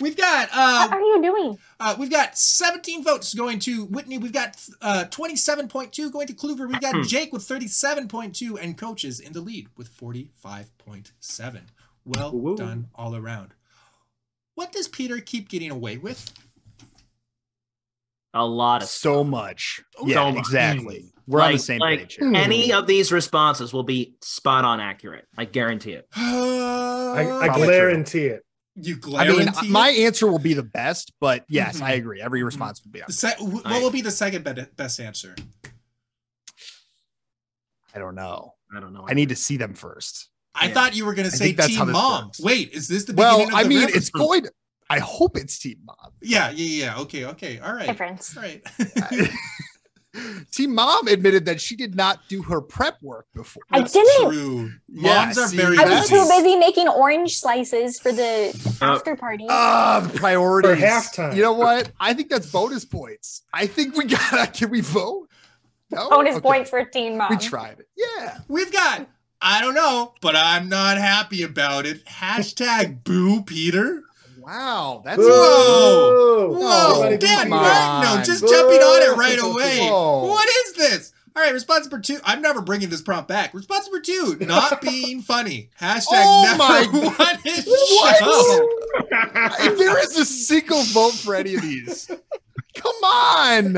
Speaker 1: We've got
Speaker 4: What
Speaker 1: uh,
Speaker 4: are you doing?
Speaker 1: uh we've got 17 votes going to Whitney. We've got uh 27.2 going to Kluver. We've
Speaker 6: Hmm.
Speaker 1: got Jake with 37.2 and coaches in the lead with 45.7. Well
Speaker 5: Woo.
Speaker 1: done all around. What does Peter keep getting away with?
Speaker 5: A lot of
Speaker 6: so much.
Speaker 1: So Mm.
Speaker 6: Yeah,
Speaker 5: much.
Speaker 6: exactly. We're on
Speaker 5: Like-
Speaker 6: the same
Speaker 5: like-
Speaker 6: page. here.
Speaker 5: any of these responses will be spot on accurate. I guarantee it.
Speaker 3: I, I
Speaker 6: Probably true.
Speaker 3: guarantee it.
Speaker 1: Uh, you
Speaker 6: I mean,
Speaker 1: guarantee
Speaker 6: my answer will be the best, but yes,
Speaker 1: Mhm.
Speaker 6: I agree. Every
Speaker 1: Mhm.
Speaker 6: response would be.
Speaker 1: the se- wh- what will be the second be- best answer?
Speaker 6: I don't know.
Speaker 5: I don't know.
Speaker 6: I need to see them first.
Speaker 1: I
Speaker 5: Yeah.
Speaker 1: thought you were going to say
Speaker 6: think that's how
Speaker 1: Team
Speaker 6: this
Speaker 1: Mom.
Speaker 6: works.
Speaker 1: Wait, is this the
Speaker 6: Well,
Speaker 1: beginning of
Speaker 6: I
Speaker 1: the
Speaker 6: mean,
Speaker 1: reference
Speaker 6: it's
Speaker 1: group?
Speaker 6: going. I hope it's Team Mom.
Speaker 1: Yeah, yeah, yeah. Okay, okay. All right.
Speaker 4: Difference.
Speaker 1: All right.
Speaker 6: Team Mom admitted that she did not do her prep work before.
Speaker 4: I
Speaker 1: That's
Speaker 4: didn't.
Speaker 1: True.
Speaker 6: Yeah,
Speaker 1: Moms are
Speaker 6: see,
Speaker 1: very
Speaker 4: I
Speaker 6: That's-
Speaker 4: was too busy making orange slices for the
Speaker 5: Uh,
Speaker 4: after party.
Speaker 6: Ah, the priorities.
Speaker 3: For halftime.
Speaker 6: You know what? I think that's bonus points. I think we got. Can we vote? No?
Speaker 4: Bonus
Speaker 6: Okay.
Speaker 4: points for Teen Mom.
Speaker 6: We tried it. Yeah.
Speaker 1: We've got. I don't know, but I'm not happy about it. Hashtag boo Peter.
Speaker 6: Wow. That's.
Speaker 1: Whoa. Whoa,
Speaker 6: Somebody
Speaker 1: Dan
Speaker 6: come
Speaker 1: Ragno
Speaker 6: on.
Speaker 1: just jumping on it right
Speaker 3: Whoa.
Speaker 1: away. What is this? All right, response number two. I'm never bringing this prompt back. Response number two, not being funny. Hashtag
Speaker 6: Oh
Speaker 1: never
Speaker 6: my-
Speaker 1: won his
Speaker 6: What?
Speaker 1: show.
Speaker 6: if there is a single vote for any of these, come on.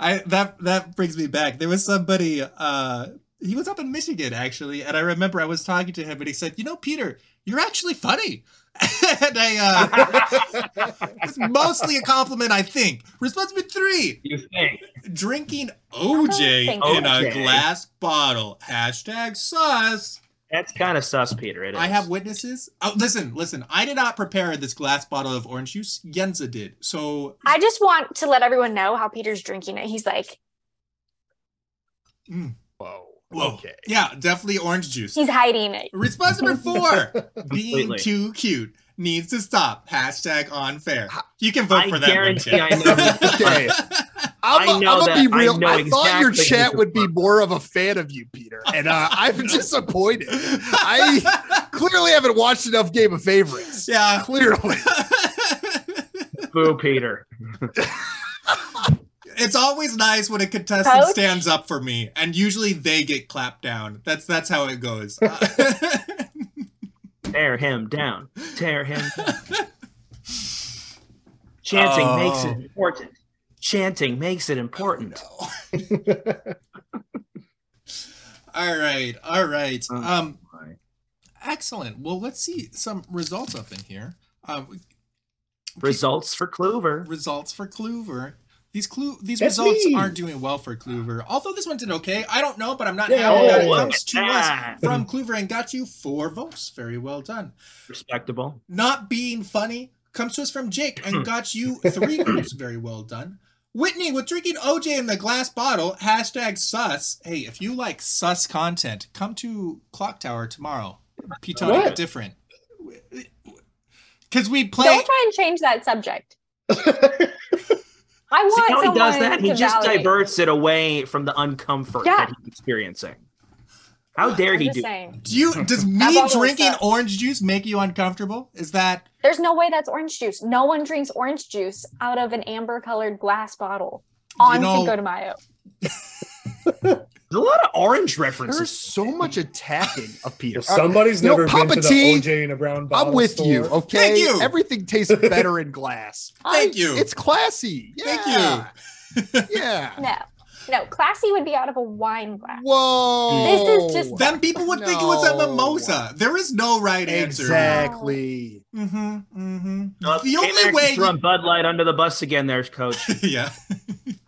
Speaker 1: I that that brings me back. There was somebody uh he was up in Michigan actually, and I remember I was talking to him and he said, You know, Peter, you're actually funny. and I uh it's mostly a compliment, I think. Response number three
Speaker 5: you think?
Speaker 1: drinking
Speaker 4: I
Speaker 1: OJ
Speaker 4: don't think
Speaker 1: in a
Speaker 5: OJ.
Speaker 1: glass bottle. Hashtag sus.
Speaker 5: That's kind of sus, Peter. It is.
Speaker 1: I have witnesses. Oh listen, listen, I did not prepare this glass bottle of orange juice. Yenza did. So
Speaker 4: I just want to let everyone know how Peter's drinking it. He's like,
Speaker 6: Whoa.
Speaker 1: whoa.
Speaker 6: Okay.
Speaker 1: Yeah, definitely orange juice.
Speaker 4: he's hiding it.
Speaker 1: Response number four. being
Speaker 5: Completely.
Speaker 1: too cute needs to stop. Hashtag unfair. You can vote
Speaker 5: I
Speaker 1: for that one,
Speaker 5: guarantee
Speaker 1: Chip.
Speaker 5: I know.
Speaker 6: Okay. I'm,
Speaker 5: I know
Speaker 6: am gonna
Speaker 5: that-
Speaker 6: be
Speaker 5: I
Speaker 6: real.
Speaker 5: know
Speaker 6: I, thought your
Speaker 5: exactly
Speaker 6: chat
Speaker 5: who
Speaker 6: would
Speaker 5: this
Speaker 6: be more of a fan of you, Peter, and uh, I'm disappointed. I clearly haven't watched enough Game of Favorites.
Speaker 1: yeah.
Speaker 6: Clearly,
Speaker 5: Boo, Peter.
Speaker 1: it's always nice when a contestant
Speaker 4: Coach?
Speaker 1: stands up for me, and usually they get clapped down. That's that's how it goes.
Speaker 5: Tear him down. Tear him down. Chanting
Speaker 1: Oh.
Speaker 5: makes it important. Chanting makes it important.
Speaker 1: all right, all right.
Speaker 5: Oh,
Speaker 1: Um,
Speaker 5: my.
Speaker 1: excellent. Well, let's see some results up in here. Um,
Speaker 5: Results for Clover.
Speaker 1: results for Kluver. These clue these
Speaker 3: That's
Speaker 1: results
Speaker 3: me.
Speaker 1: aren't doing well for Kluver. Although this one did okay. I don't know, but I'm not
Speaker 3: Yeah.
Speaker 1: happy that it
Speaker 5: Oh,
Speaker 1: comes to
Speaker 5: look at
Speaker 1: us
Speaker 5: that.
Speaker 1: from Kluver and got you four votes. Very well done.
Speaker 5: Respectable.
Speaker 1: Not being funny comes to us from Jake and got you three votes. Very well done. Whitney with drinking OJ in the glass bottle, hashtag sus. Hey, if you like sus content, come to Clock Tower tomorrow. Petonic
Speaker 3: What?
Speaker 1: different. Because we play.
Speaker 4: Don't try and change that subject. I
Speaker 5: See
Speaker 4: want
Speaker 5: how he does
Speaker 4: someone
Speaker 5: that? He
Speaker 4: to
Speaker 5: just
Speaker 4: validate.
Speaker 5: diverts it away from the uncomfort
Speaker 4: Yeah.
Speaker 5: that he's experiencing. How dare
Speaker 4: I'm
Speaker 5: he
Speaker 4: just
Speaker 5: do?
Speaker 4: saying.
Speaker 1: Do you does
Speaker 4: I've
Speaker 1: me
Speaker 4: always
Speaker 1: drinking
Speaker 4: said-
Speaker 1: orange juice make you uncomfortable? Is that
Speaker 4: There's no way that's orange juice. No one drinks orange juice out of an amber colored glass bottle on
Speaker 1: You know-
Speaker 4: Cinco de Mayo.
Speaker 5: There's a lot of orange references.
Speaker 6: There's so much attacking of Peter.
Speaker 3: Well, somebody's
Speaker 6: You know,
Speaker 3: never
Speaker 6: Papa
Speaker 3: been to
Speaker 6: T,
Speaker 3: the OJ in a brown bottle.
Speaker 6: I'm with you.
Speaker 3: store.
Speaker 6: Okay.
Speaker 1: Thank you.
Speaker 6: Everything tastes better in glass.
Speaker 1: Thank you.
Speaker 6: It's classy.
Speaker 1: Thank
Speaker 6: Thank you. yeah.
Speaker 4: No, no, classy would be out of a wine glass.
Speaker 6: Whoa.
Speaker 4: This is just-
Speaker 1: Then people would think it was a
Speaker 6: No.
Speaker 1: mimosa. There is no right answer.
Speaker 6: exactly.
Speaker 1: Mm-hmm. Mm-hmm.
Speaker 5: Uh,
Speaker 1: the
Speaker 5: K-Max
Speaker 1: only
Speaker 5: is
Speaker 1: way.
Speaker 5: throwing Bud Light under the bus again, there, Coach.
Speaker 1: yeah.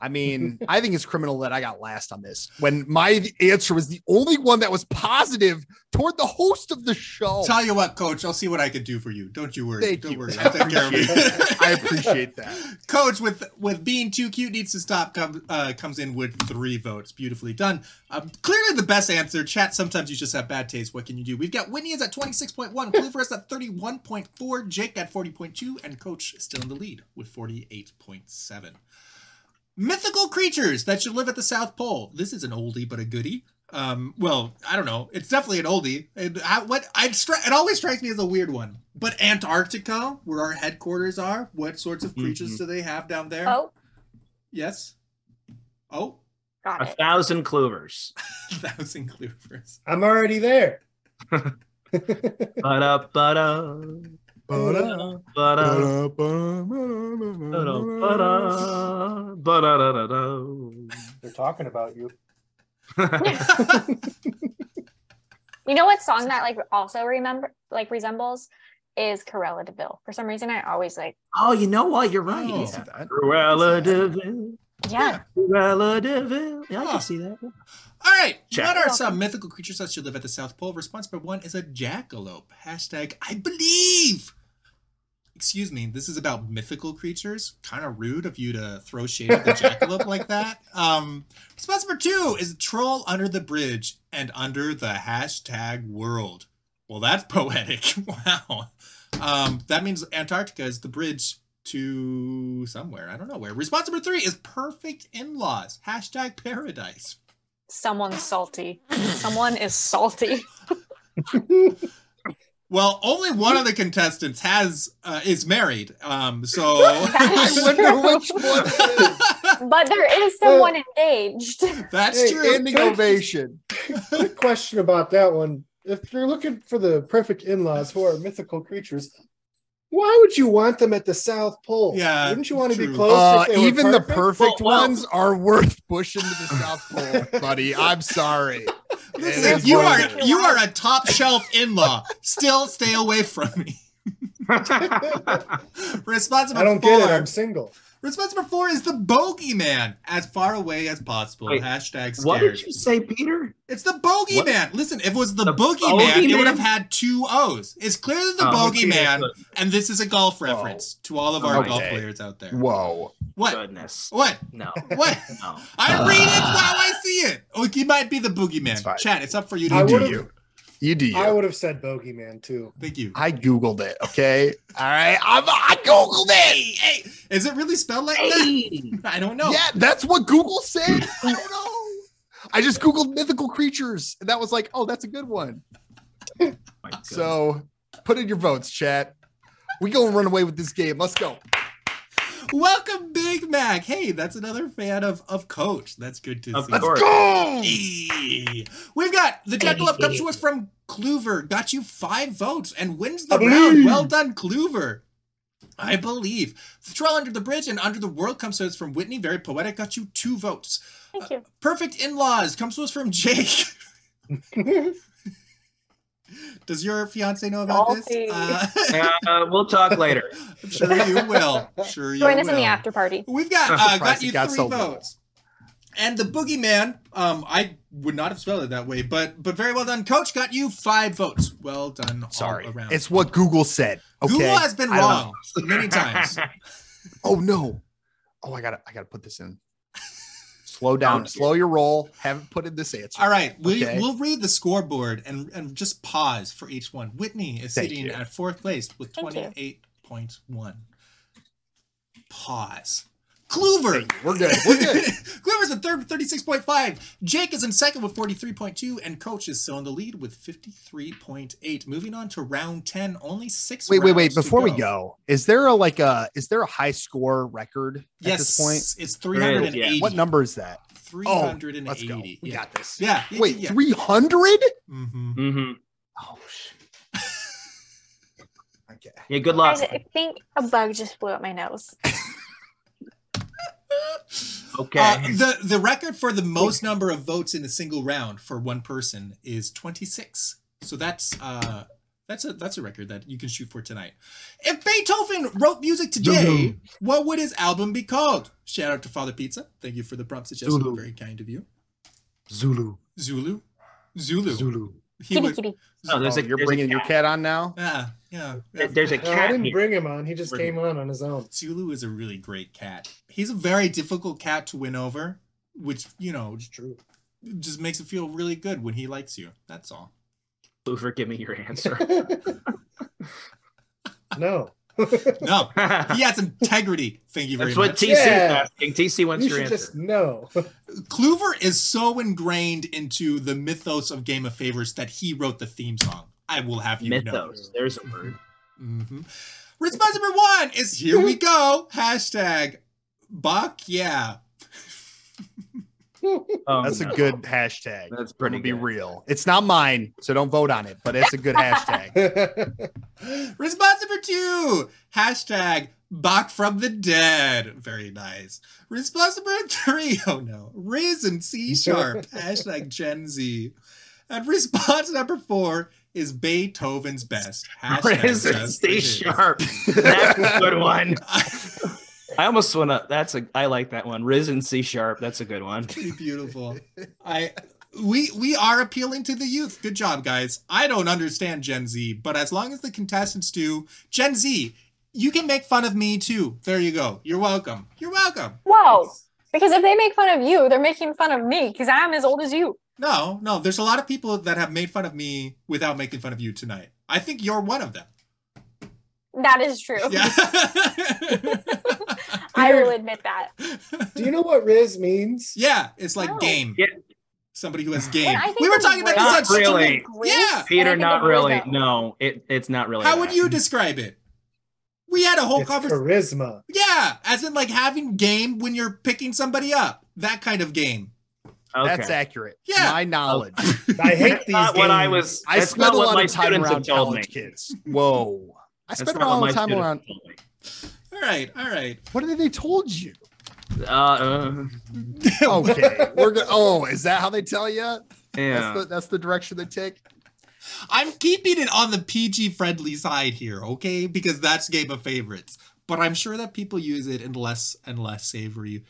Speaker 6: I mean, I think it's criminal that I got last on this when my answer was the only one that was positive toward the host of the show.
Speaker 1: Tell you what, Coach. I'll see what I can do for you. Don't you worry.
Speaker 6: Oh. Thank
Speaker 1: Don't
Speaker 6: you.
Speaker 1: worry. I'll take care of you.
Speaker 6: I appreciate that.
Speaker 1: Coach with with being too cute needs to stop come, uh, comes in with three votes. Beautifully done. Um, clearly the best answer. Chat. Sometimes you just have bad taste. What can you do? We've got Whitney is at twenty six point one, Cloverus at thirty one point four, Jake at forty point two, and Coach is still in the lead with forty eight point seven. Mythical creatures that should live at the South Pole. This is an oldie but a goodie. Um, well, I don't know. It's definitely an oldie. And I, what I stri- it always strikes me as a weird one. But Antarctica, where our headquarters are, what sorts of creatures do they have down there?
Speaker 4: Oh,
Speaker 1: Yes. Oh,
Speaker 5: A
Speaker 4: got it.
Speaker 5: thousand clovers.
Speaker 1: thousand clovers.
Speaker 3: I'm already there.
Speaker 5: But up, but up, but up.
Speaker 6: Ba-da-ba-da-ba-da-ba-da.
Speaker 5: Ba-da-ba-da-ba-da-ba-da-da-da.
Speaker 3: They're talking about you.
Speaker 4: You know what song that like also remember like resembles is Corella Deville. For some reason, I always like
Speaker 5: oh, you know what? You're right.
Speaker 1: Oh.
Speaker 5: Yeah. Cruella Deville.
Speaker 4: yeah.
Speaker 5: Cruella Deville. Yeah, I
Speaker 1: Huh.
Speaker 5: can see that.
Speaker 1: All right.
Speaker 5: Jack.
Speaker 1: What
Speaker 4: You're
Speaker 1: are
Speaker 4: welcome.
Speaker 1: some mythical creatures that should live at the South Pole? Response number one is a jackalope. Hashtag I believe. Excuse me, this is about mythical creatures. Kind of rude of you to throw shade at the jackalope like that. Um, response number two is troll under the bridge and under the hashtag world. Well, that's poetic. Wow. Um, that means Antarctica is the bridge to somewhere. I don't know where. Response number three is perfect in laws. Hashtag paradise.
Speaker 4: Someone's salty. Someone is salty.
Speaker 1: Well, only one of the contestants has uh, is married. Um, so
Speaker 6: I wonder which one. it
Speaker 4: But there
Speaker 1: Uh,
Speaker 4: is someone engaged.
Speaker 1: that's
Speaker 3: Hey,
Speaker 1: true.
Speaker 6: is. Ending ovation.
Speaker 3: Quick question about that one. If you're looking for the perfect in-laws who are mythical creatures, why would you want them at the South Pole?
Speaker 1: Yeah,
Speaker 3: Wouldn't you want to
Speaker 1: true.
Speaker 3: be close?
Speaker 6: Uh,
Speaker 3: if they were
Speaker 6: even the
Speaker 3: perfect?
Speaker 6: perfect
Speaker 5: Well, well-
Speaker 6: ones are worth pushing to the South Pole, buddy. I'm sorry.
Speaker 1: Listen,
Speaker 6: It is
Speaker 1: you
Speaker 6: what
Speaker 1: are
Speaker 6: it is.
Speaker 1: you are a top shelf in law. Still, stay away from me. Response
Speaker 3: I
Speaker 1: number
Speaker 3: don't
Speaker 1: four.
Speaker 3: get it. I'm single.
Speaker 1: Response number four is the bogeyman, as far away as possible.
Speaker 5: Wait,
Speaker 1: Hashtag scared.
Speaker 5: what did you say, Peter?
Speaker 1: It's the bogeyman. Listen, if it was the,
Speaker 5: The
Speaker 1: boogeyman, it would
Speaker 5: bogeyman?
Speaker 1: have had two O's. It's clearly the
Speaker 5: Oh, okay,
Speaker 1: bogeyman,
Speaker 5: that's
Speaker 1: and this is a golf reference to all of our
Speaker 5: Okay.
Speaker 1: golf players out there.
Speaker 6: Whoa.
Speaker 1: What?
Speaker 5: Goodness.
Speaker 1: What?
Speaker 5: No.
Speaker 1: What?
Speaker 5: No.
Speaker 1: I read it while I see it. Oh, he might be the boogeyman.
Speaker 6: It's fine.
Speaker 1: Chat, it's up for you to
Speaker 3: I
Speaker 1: do.
Speaker 3: would've-
Speaker 1: You.
Speaker 6: You do you.
Speaker 3: I
Speaker 6: I,
Speaker 3: would have said bogeyman too.
Speaker 1: Thank you.
Speaker 6: Googled it, okay? All right. I'm, I Googled it.
Speaker 1: Hey, is it really spelled like that?
Speaker 5: Hey!
Speaker 1: I don't know.
Speaker 6: Yeah, that's what Google said. I don't know. I just Googled mythical creatures, and that was like, oh, that's a good one.
Speaker 5: My goodness.
Speaker 6: So put in your votes, chat. We go and run away with this game. Let's go.
Speaker 1: Welcome, Big Mac. Hey, that's another fan of, of Coach. That's good to
Speaker 5: Of
Speaker 1: see.
Speaker 6: Let's
Speaker 5: course.
Speaker 6: go.
Speaker 1: Hey. We've got the Jackalope comes to us from Clover. Got you five votes and wins the
Speaker 3: I
Speaker 1: round.
Speaker 3: believe.
Speaker 1: Well done, Clover. I believe. The Troll Under the Bridge and Under the World comes to us from Whitney. Very poetic. Got you two votes.
Speaker 4: Thank you.
Speaker 1: Perfect in laws comes to us from Jake. Does your fiance know about
Speaker 4: Salty.
Speaker 1: this? Uh,
Speaker 5: Uh, we'll talk later.
Speaker 1: I'm sure you will. Sure you
Speaker 4: Join us in
Speaker 1: will.
Speaker 4: the after party.
Speaker 1: We've got
Speaker 5: I'm
Speaker 1: uh, got
Speaker 6: surprised
Speaker 1: you
Speaker 6: it Oh, got
Speaker 1: three
Speaker 6: so low.
Speaker 1: votes. And the boogeyman, um, I would not have spelled it that way, but but very well done, coach. Got you five votes. Well done.
Speaker 6: Sorry.
Speaker 1: all around.
Speaker 6: It's what Google said. Okay.
Speaker 1: Google has been
Speaker 6: I don't
Speaker 1: wrong many times.
Speaker 6: Oh no. Oh, I gotta I gotta put this in. Slow down. Slow your roll. Haven't put in this answer.
Speaker 1: All right, we
Speaker 6: Okay.
Speaker 1: we'll read the scoreboard and and just pause for each one. Whitney is
Speaker 6: Thank
Speaker 1: sitting
Speaker 6: you.
Speaker 1: at fourth place with
Speaker 4: Thank you.
Speaker 1: twenty eight point one. Pause. Kluver.
Speaker 6: We're good. We're good.
Speaker 1: Kluver's in third with 36.5. Jake is in second with 43.2. And Coach is still in the lead with 53.8. Moving on to round 10. Only six
Speaker 6: wait, wait, wait.
Speaker 1: rounds to
Speaker 6: Before we go, is there a like a is there a high score record at
Speaker 1: Yes,
Speaker 6: this point?
Speaker 1: it's 380.
Speaker 5: yeah.
Speaker 6: What number is that? Oh, Let's
Speaker 1: 380.
Speaker 6: go. We
Speaker 1: yeah.
Speaker 6: got this.
Speaker 1: yeah. yeah,
Speaker 6: Wait,
Speaker 1: yeah.
Speaker 6: three hundred?
Speaker 1: Mhm.
Speaker 5: Mm-hmm.
Speaker 6: Oh shit. okay.
Speaker 5: Yeah, good
Speaker 1: Ah.
Speaker 5: luck.
Speaker 4: Guys, I think a bug just blew up my nose.
Speaker 5: Okay.
Speaker 1: Uh, the the record for the most number of votes in a single round for one person is 26. So that's uh that's a that's a record that you can shoot for tonight. If Beethoven wrote music today, what would his album be called? Shout out to Father Pizza. Thank you for the prompt suggestion.
Speaker 6: Zulu.
Speaker 1: Very kind of you.
Speaker 6: Zulu.
Speaker 1: Zulu. Zulu.
Speaker 6: Zulu.
Speaker 1: He
Speaker 4: Kitty,
Speaker 1: would,
Speaker 4: kitty.
Speaker 5: Oh, there's
Speaker 6: Oh,
Speaker 5: a-
Speaker 6: you're
Speaker 5: there's a
Speaker 6: bringing your
Speaker 5: cat.
Speaker 6: cat on now?
Speaker 1: yeah, yeah. yeah.
Speaker 5: There- There's a
Speaker 3: No, I
Speaker 5: cat.
Speaker 3: didn't
Speaker 5: here.
Speaker 3: bring him on. He just came on on his own.
Speaker 1: Zulu is a really great cat. He's a very difficult cat to win over, which, you know,
Speaker 3: It's true.
Speaker 1: just makes it feel really good when he likes you. That's all.
Speaker 5: Kluver, give me your answer.
Speaker 3: No.
Speaker 1: No,
Speaker 5: That's
Speaker 1: he has integrity. Thank you very
Speaker 5: what
Speaker 1: much.
Speaker 5: TC is
Speaker 3: Yeah.
Speaker 5: asking. TC, what's
Speaker 3: you
Speaker 5: your
Speaker 3: should
Speaker 5: answer?
Speaker 3: just know.
Speaker 1: Kluver is so ingrained into the mythos of Game of Favors that he wrote the theme song. I will have you know.
Speaker 5: Mythos. There's a word.
Speaker 1: hmm Response number one is here we go. Hashtag Buck yeah.
Speaker 5: Oh,
Speaker 6: That's
Speaker 5: no.
Speaker 6: a good hashtag.
Speaker 5: That's
Speaker 6: I'm
Speaker 5: pretty
Speaker 6: gonna be
Speaker 5: good.
Speaker 6: real. It's not mine, so don't vote on it, but it's a good hashtag.
Speaker 1: Response number two, hashtag Bach from the dead. Very nice. Response number three, oh no, Riz and C sharp, hashtag Gen Z. And response number four is Beethoven's best. Hashtag
Speaker 5: Riz and
Speaker 1: just
Speaker 5: C
Speaker 1: Riz.
Speaker 5: sharp. That's a good one. I almost want to. That's a. I like that one. Riz and C sharp. That's a good one.
Speaker 1: Pretty beautiful. I we we are appealing to the youth. Good job, guys. I don't understand Gen Z, but as long as the contestants do, Gen Z, you can make fun of me too. There you go. You're welcome. You're welcome.
Speaker 4: Whoa. Because if they make fun of you, they're making fun of me because I'm as old as you.
Speaker 1: No, no. There's a lot of people that have made fun of me without making fun of you tonight. I think you're one of them.
Speaker 4: That is true.
Speaker 1: Yeah.
Speaker 4: I will admit that.
Speaker 3: Do you know what Riz means?
Speaker 1: yeah, it's like
Speaker 4: No.
Speaker 1: game.
Speaker 5: Yeah.
Speaker 1: Somebody who has game.
Speaker 4: When Oh. I think
Speaker 1: We were
Speaker 4: of
Speaker 1: talking about
Speaker 4: Riz-
Speaker 1: this on
Speaker 5: Not really.
Speaker 1: stream. Yeah.
Speaker 5: Peter,
Speaker 4: And I think
Speaker 5: not
Speaker 4: of
Speaker 5: really.
Speaker 4: Rizzo.
Speaker 5: No, it, it's not really.
Speaker 1: How
Speaker 5: that.
Speaker 1: would you describe it? We had a whole
Speaker 3: It's
Speaker 1: conversation.
Speaker 3: charisma.
Speaker 1: Yeah, as in like having game when you're picking somebody up. That kind of game.
Speaker 5: Okay.
Speaker 6: That's accurate.
Speaker 1: Yeah.
Speaker 6: My knowledge.
Speaker 3: I hate these
Speaker 5: not
Speaker 3: games.
Speaker 5: what I was.
Speaker 6: I
Speaker 5: that's
Speaker 6: spent
Speaker 5: not
Speaker 6: a
Speaker 5: what
Speaker 6: lot
Speaker 5: my
Speaker 6: of time
Speaker 5: students have
Speaker 6: around
Speaker 5: told
Speaker 6: college
Speaker 5: me.
Speaker 6: kids. Whoa. I
Speaker 5: That's
Speaker 6: spent a
Speaker 5: not what
Speaker 6: lot
Speaker 5: my
Speaker 6: of time
Speaker 5: students
Speaker 6: around.
Speaker 5: told me.
Speaker 1: All right, all right.
Speaker 6: What have they told you?
Speaker 5: Uh, uh,
Speaker 6: Okay. We're go- oh, is that how they tell you?
Speaker 5: yeah.
Speaker 6: That's the that's the direction they take.
Speaker 1: I'm keeping it on the PG friendly side here, okay? Because that's game of favorites. But I'm sure that people use it in less and less savory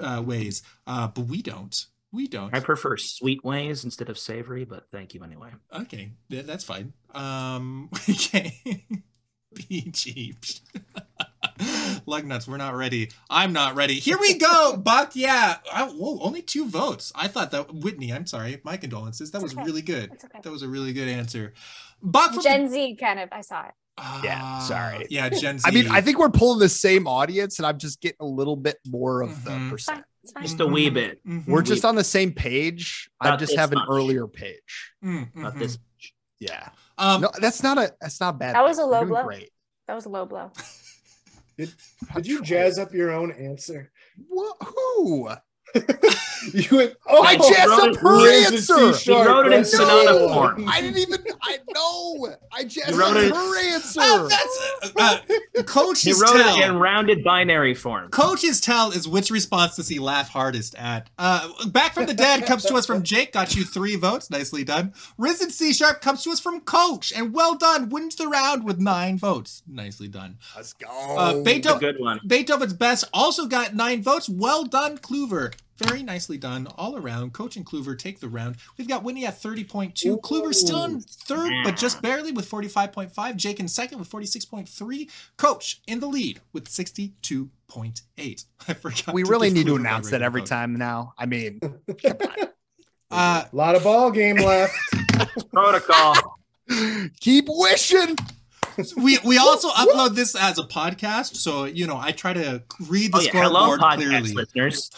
Speaker 1: uh, ways. Uh, but we don't. We don't.
Speaker 5: I prefer sweet ways instead of savory, but thank you anyway.
Speaker 1: Okay, th- that's fine. Um, okay. PG. Lug nuts, we're not ready. I'm not ready. Here we go. Buck, yeah. I, whoa, only two votes. I thought that Whitney. I'm sorry. My condolences. That was
Speaker 4: It's okay.
Speaker 1: really good.
Speaker 4: It's okay.
Speaker 1: That was a really good answer. Buck from
Speaker 4: Gen Z kind of. I saw it.
Speaker 1: Ah,
Speaker 6: Yeah, sorry.
Speaker 1: Yeah, Gen Z.
Speaker 6: I mean, I think we're pulling the same audience, and I'm just getting a little bit more of
Speaker 1: Mhm.
Speaker 5: Mm-hmm.
Speaker 6: the
Speaker 4: It's
Speaker 6: percent.
Speaker 4: fine. It's fine.
Speaker 5: Just a wee bit.
Speaker 1: Mhm,
Speaker 6: We're just on the same page. I
Speaker 5: Not
Speaker 6: just
Speaker 5: this
Speaker 6: have an
Speaker 5: much.
Speaker 6: earlier page.
Speaker 1: mm,
Speaker 5: Not
Speaker 1: mhm.
Speaker 6: Mm-hmm.
Speaker 5: this.
Speaker 6: Yeah.
Speaker 1: Um,
Speaker 6: No, that's not a that's not bad.
Speaker 4: That was a
Speaker 6: You're
Speaker 4: low
Speaker 6: doing
Speaker 4: blow.
Speaker 6: Great.
Speaker 4: That was a low blow.
Speaker 3: Did you jazz up your own answer?
Speaker 6: Who?
Speaker 3: You went, oh,
Speaker 6: I jazzed up her
Speaker 3: Riz and
Speaker 6: answer.
Speaker 3: C
Speaker 5: He
Speaker 3: sharp.
Speaker 5: wrote it in
Speaker 3: Let's go.
Speaker 5: sonata form.
Speaker 6: I didn't even. I know. I jazzed
Speaker 5: You
Speaker 6: up
Speaker 5: wrote it-
Speaker 6: her answer.
Speaker 1: oh, that's uh, uh,
Speaker 5: He
Speaker 1: coach's
Speaker 5: wrote
Speaker 1: tell.
Speaker 5: it in rounded binary form.
Speaker 1: Coach's tell is which response does he laugh hardest at? Uh, Back from the Dead comes to us from Jake, got you three votes, nicely done. Risen C Sharp comes to us from Coach, and well done, wins the round with nine votes, nicely done.
Speaker 6: Let's go.
Speaker 1: Uh, Beethoven-
Speaker 5: A good one.
Speaker 1: Beethoven's Best also got nine votes, well done, Kluver. Very nicely done all around. Coach and Kluver take the round. We've got Whitney at 30.2.
Speaker 3: Ooh.
Speaker 1: Kluver still in third, but
Speaker 5: Yeah.
Speaker 1: just barely with 45.5. Jake in second with 46.3. Coach in the lead with 62.8. I forgot.
Speaker 6: we really
Speaker 1: give
Speaker 6: need to
Speaker 1: Kluver my
Speaker 6: announce that
Speaker 1: regular
Speaker 6: every
Speaker 1: vote.
Speaker 6: time now. I mean,
Speaker 1: Uh,
Speaker 3: A lot of ball game left.
Speaker 5: Protocol.
Speaker 6: keep wishing.
Speaker 1: we we also upload this as a podcast, so you know I try to read the
Speaker 5: Oh yeah, hello
Speaker 1: scoreboard
Speaker 5: podcast
Speaker 1: clearly.
Speaker 5: listeners.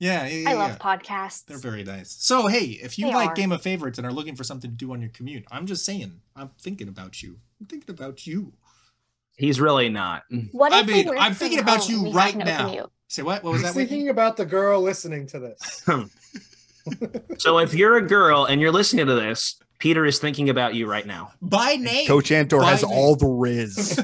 Speaker 1: Yeah, yeah, yeah,
Speaker 4: I love
Speaker 1: yeah.
Speaker 4: podcasts.
Speaker 1: They're very nice. So hey, if you
Speaker 4: They
Speaker 1: like
Speaker 4: are.
Speaker 1: Game of Favorites and are looking for something to do on your commute, I'm just saying, I'm thinking about you. I'm thinking about you.
Speaker 5: He's really not. Mm-hmm.
Speaker 4: what
Speaker 1: I
Speaker 4: if we
Speaker 1: mean,
Speaker 4: work
Speaker 1: I'm
Speaker 4: from
Speaker 1: thinking about
Speaker 4: home
Speaker 1: you
Speaker 4: and we have
Speaker 1: right
Speaker 4: no
Speaker 1: now.
Speaker 4: commute?
Speaker 1: Say what? What was Oh, that? Whitney?
Speaker 3: thinking about the girl listening to this.
Speaker 5: So if you're a girl and you're listening to this, Peter is thinking about you right now.
Speaker 1: By name.
Speaker 6: Coach Antor has
Speaker 1: Biden.
Speaker 6: all the riz.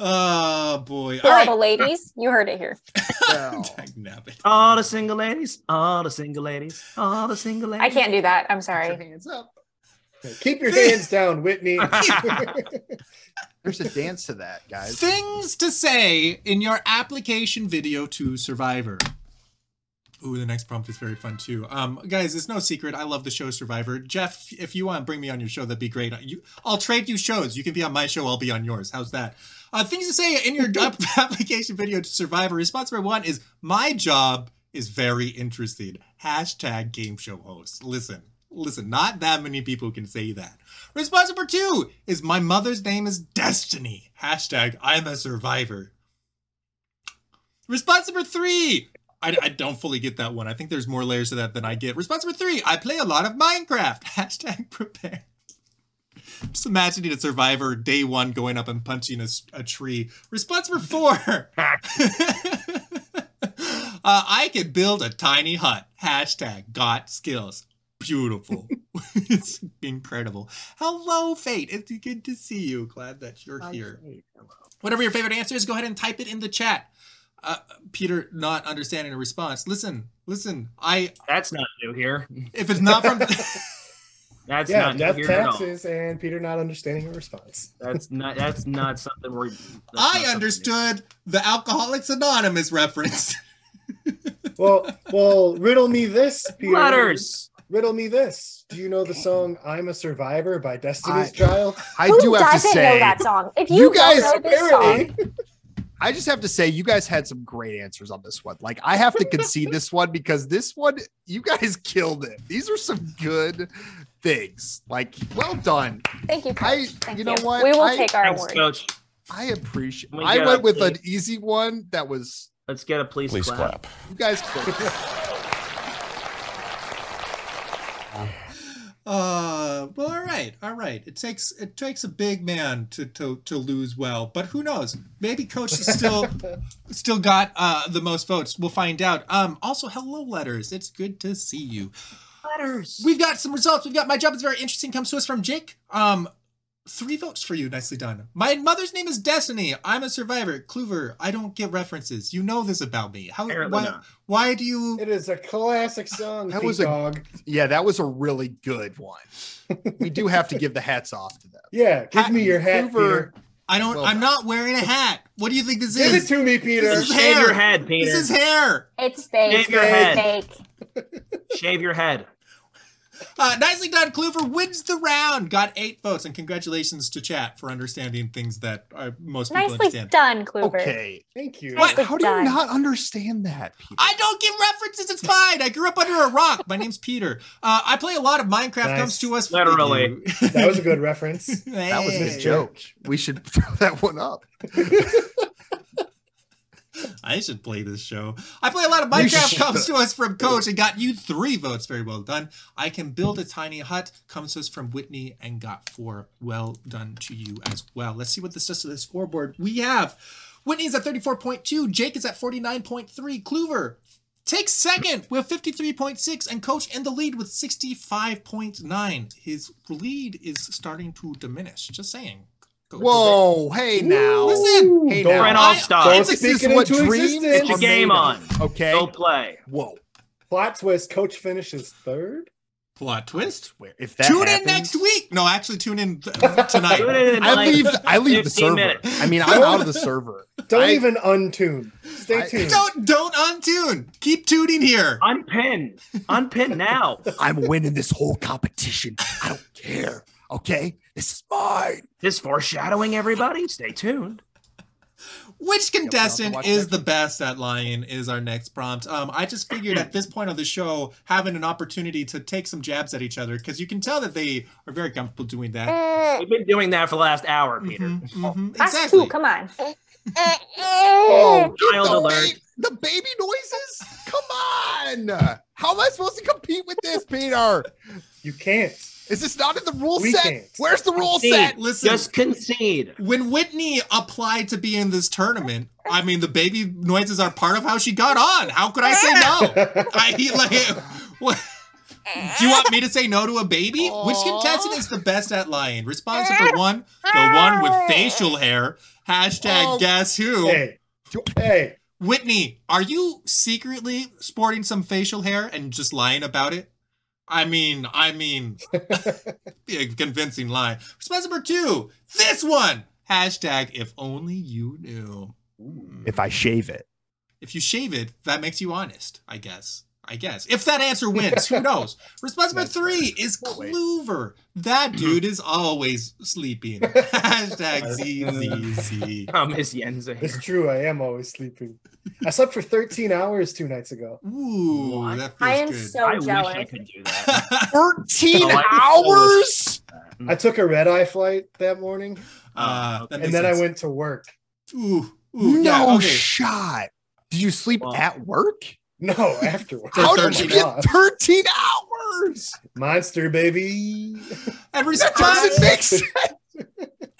Speaker 1: oh boy!
Speaker 4: To
Speaker 1: All
Speaker 4: all
Speaker 1: right.
Speaker 4: the ladies, you heard it here.
Speaker 6: Wow.
Speaker 1: Dagnabbit.
Speaker 5: All the single ladies, all the single ladies, all the single ladies.
Speaker 4: I can't do that. I'm
Speaker 6: Put your
Speaker 4: sorry.
Speaker 6: hands up.
Speaker 3: Keep your hands down, Whitney.
Speaker 6: There's a dance to that, guys.
Speaker 1: Things to say in your application video to Survivor. Ooh, the next prompt is very fun too. Um, guys, it's no secret I love the show Survivor. Jeff, if you want to bring me on your show, that'd be great. You, I'll trade you shows. You can be on my show. I'll be on yours. How's that? Uh, things to say in your up- application video to Survivor. Response number one is my job is very interesting. Hashtag game show host. Listen, listen. Not that many people can say that. Response number two is my mother's name is Destiny. Hashtag I'm a survivor. Response number three. I, I don't fully get that one. I think there's more layers to that than I get. Response number three. I play a lot of Minecraft. Hashtag prepare. Just imagining a survivor day one going up and punching a, s- a tree. Response number four. uh, I could build a tiny hut. Hashtag got skills. Beautiful. it's incredible. Hello, Fate. It's good to see you. Glad that you're here. Whatever your favorite answer is, go ahead and type it in the chat. Uh, Peter, not understanding a response. Listen, listen. I
Speaker 5: That's not new here.
Speaker 1: if it's not from
Speaker 5: That's
Speaker 3: yeah,
Speaker 5: not new
Speaker 3: death
Speaker 5: here at all.
Speaker 3: taxes and Peter not understanding her response.
Speaker 5: That's not. That's not something we're. that's not
Speaker 1: I
Speaker 5: something new.
Speaker 1: understood the Alcoholics Anonymous reference.
Speaker 3: Well, well, riddle me this, Peter.
Speaker 5: Letters.
Speaker 3: Riddle me this. Do you know the song "I'm a Survivor" by Destiny's
Speaker 6: I-
Speaker 3: Child?
Speaker 6: I
Speaker 4: Who
Speaker 6: do have to
Speaker 4: doesn't know
Speaker 6: say,
Speaker 4: that song? If you,
Speaker 6: you guys
Speaker 4: don't know this song,
Speaker 6: I just have to say, you guys had some great answers on this one. Like, I have to concede this one because this one, you guys killed it. These are some good things. Like, well done.
Speaker 4: thank you.
Speaker 6: I,
Speaker 4: Coach. Thank
Speaker 6: you know what?
Speaker 4: We will
Speaker 6: I,
Speaker 4: take our
Speaker 5: Thanks,
Speaker 4: award.
Speaker 5: coach.
Speaker 6: I appreciate.
Speaker 5: We
Speaker 6: I
Speaker 5: got
Speaker 6: went with
Speaker 5: the-
Speaker 6: an easy one that was.
Speaker 5: Let's get a police,
Speaker 7: Please
Speaker 5: clap.
Speaker 7: clap.
Speaker 6: You guys killed it.
Speaker 1: Uh, well, all right, all right. It takes it takes a big man to to to lose well, but who knows? Maybe Coach is still still got uh the most votes. We'll find out. Um, also, hello, letters. It's good to see you.
Speaker 5: Letters.
Speaker 1: We've got some results. We've got my job is very interesting. Comes to us from Jake. Um, three votes for you. Nicely done. My mother's name is Destiny. I'm a survivor. Clover. I don't get references. You know this about me. How?
Speaker 5: Apparently
Speaker 1: Why,
Speaker 5: not.
Speaker 1: why do you?
Speaker 3: It is a classic song.
Speaker 6: That
Speaker 3: That
Speaker 6: was a-
Speaker 3: dog.
Speaker 6: Yeah, that was a really good one. We do have to give the hats off to them.
Speaker 3: Yeah, give me your hat,
Speaker 6: Hoover-
Speaker 3: Peter.
Speaker 1: I don't.
Speaker 6: Well
Speaker 1: I'm
Speaker 6: done.
Speaker 1: not wearing a hat. What do you think this
Speaker 3: Give it
Speaker 1: is?
Speaker 3: to me, Peter.
Speaker 1: This is
Speaker 5: Shave
Speaker 1: hair.
Speaker 5: your head, Peter.
Speaker 1: This is hair.
Speaker 4: It's fake.
Speaker 5: Shave your
Speaker 4: It's
Speaker 5: head.
Speaker 4: fake.
Speaker 5: Shave your head.
Speaker 1: Uh, nicely done. Clover wins the round. Got eight votes, and congratulations to chat for understanding things that uh, most people
Speaker 4: Nicely
Speaker 1: understand.
Speaker 4: done, Kluber.
Speaker 6: Okay.
Speaker 3: Thank you.
Speaker 1: What?
Speaker 6: How do you
Speaker 4: Done.
Speaker 6: not understand that, Peter?
Speaker 1: I don't give references. It's fine. I grew up under a rock. My name's Peter. Uh, I play a lot of Minecraft.
Speaker 3: Nice.
Speaker 1: Comes to us
Speaker 5: Literally.
Speaker 3: That was a good reference.
Speaker 6: That was his
Speaker 1: Hey.
Speaker 6: joke. We should throw that one up.
Speaker 1: I should play this show. I play a lot of
Speaker 6: You
Speaker 1: Minecraft.
Speaker 6: should.
Speaker 1: Comes to us from Coach and got you three votes. Very well done. I can build a tiny hut. Comes to us from Whitney and got four. Well done to you as well. Let's see what this does to the scoreboard. We have Whitney's at 34.2. Jake is at 49.3. Clover takes second with 53.6 and coach in the lead with 65.9 his lead is starting to diminish just saying Coach.
Speaker 6: Whoa, hey now.
Speaker 1: listen
Speaker 6: Hey
Speaker 3: Don't-
Speaker 6: now.
Speaker 5: Print off stop.
Speaker 3: Don't
Speaker 1: It's-
Speaker 3: speak
Speaker 6: This
Speaker 3: it
Speaker 6: is what
Speaker 3: into
Speaker 6: dreams
Speaker 3: existence.
Speaker 5: Get your
Speaker 6: are
Speaker 5: game
Speaker 6: made of.
Speaker 5: on.
Speaker 6: Okay.
Speaker 5: Go play.
Speaker 6: Whoa.
Speaker 3: Plot twist: Coach finishes third.
Speaker 1: plot twist
Speaker 6: Where- If that
Speaker 1: tune
Speaker 6: happens,
Speaker 1: in next week no actually tune in th- tonight
Speaker 5: Tune in in
Speaker 6: I
Speaker 5: like
Speaker 6: leave I leave the
Speaker 5: 15
Speaker 6: server.
Speaker 5: minutes.
Speaker 6: I mean, I'm out of the server.
Speaker 3: Don't
Speaker 6: I-
Speaker 3: even untune. Stay
Speaker 6: I-
Speaker 3: tuned.
Speaker 1: Don't don't untune. Keep tuning here.
Speaker 5: Unpin. Unpin now.
Speaker 6: I'm winning this whole competition. I don't care. Okay? This is mine.
Speaker 5: This foreshadowing, everybody. Stay tuned.
Speaker 1: Which
Speaker 6: have to
Speaker 1: contestant
Speaker 6: watch
Speaker 1: is
Speaker 6: next
Speaker 1: the best at lying is our next prompt. Um, I just figured at this point of the show, having an opportunity to take some jabs at each other because you can tell that they are very comfortable doing that.
Speaker 5: We've been doing that for the last hour, Peter.
Speaker 1: Mhm, mhm,
Speaker 4: That's Eh, two.
Speaker 1: Exactly.
Speaker 4: Come on. Eh,
Speaker 6: Oh, dude,
Speaker 5: Child
Speaker 6: the,
Speaker 5: alert.
Speaker 6: Baby, the baby noises? Come on. How am I supposed to compete with this, Peter?
Speaker 3: You can't.
Speaker 6: Is this not in the rule
Speaker 3: We
Speaker 6: set?
Speaker 3: can't.
Speaker 6: Where's the rule
Speaker 5: Concede.
Speaker 6: set?
Speaker 1: Listen,
Speaker 5: Just concede.
Speaker 1: when Whitney applied to be in this tournament, I mean, the baby noises are part of how she got on. How could I say no? I like. What? Do you want me to say no to a baby? Which
Speaker 6: Aw.
Speaker 1: contestant is the best at lying? Response number one, the one with facial hair. Hashtag
Speaker 6: Oh.
Speaker 1: guess who.
Speaker 3: Hey, hey,
Speaker 1: Whitney, are you secretly sporting some facial hair and just lying about it? I mean, I mean, be a convincing lie. Response number two, this one. Hashtag if only you knew.
Speaker 6: If I shave it.
Speaker 1: If you shave it, that makes you honest, I guess. I guess. If that answer wins, who knows? Response number
Speaker 6: That's
Speaker 1: three is
Speaker 6: wait.
Speaker 1: Clover. That dude is always sleeping. Hashtag ZZZ.
Speaker 5: Oh, Miss Yenzi.
Speaker 3: it's true. I am always sleeping. I slept for 13 hours two nights ago.
Speaker 1: Ooh,
Speaker 5: What?
Speaker 1: that feels
Speaker 4: I am
Speaker 1: good. Uh,
Speaker 4: so
Speaker 5: I
Speaker 4: jealous.
Speaker 5: wish I could do that.
Speaker 6: 13
Speaker 5: Oh, I-
Speaker 6: hours?
Speaker 3: I took a red eye flight that morning,
Speaker 6: Oh,
Speaker 1: Uh, that
Speaker 3: and
Speaker 1: makes
Speaker 3: then
Speaker 1: sense.
Speaker 3: I went to work.
Speaker 1: Ooh, ooh,
Speaker 6: No
Speaker 1: yeah, okay.
Speaker 6: shot. Did you sleep
Speaker 5: Well-
Speaker 6: at work?
Speaker 3: No, after work.
Speaker 1: For
Speaker 6: How did
Speaker 1: 13
Speaker 6: you get
Speaker 3: hours.
Speaker 6: 13 hours?
Speaker 3: Monster baby.
Speaker 1: And
Speaker 6: That doesn't
Speaker 1: response,
Speaker 6: make sense.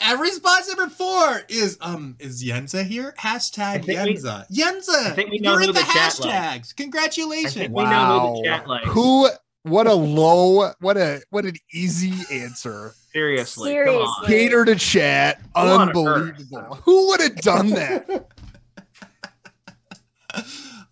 Speaker 1: and response number four is um is Yenza here?
Speaker 5: I
Speaker 1: Hashtag
Speaker 5: think we-
Speaker 1: Yenza. Yenza.
Speaker 5: I think we know
Speaker 1: you're
Speaker 5: who
Speaker 1: in the,
Speaker 5: the chat likes.
Speaker 1: hashtags. Congratulations.
Speaker 5: I think we know who the chat likes.
Speaker 6: Who? What a low, what a what an easy answer.
Speaker 5: Seriously. Come
Speaker 4: Seriously.
Speaker 5: on.
Speaker 6: Cater to chat,
Speaker 5: What on
Speaker 6: unbelievable. Who would have done that?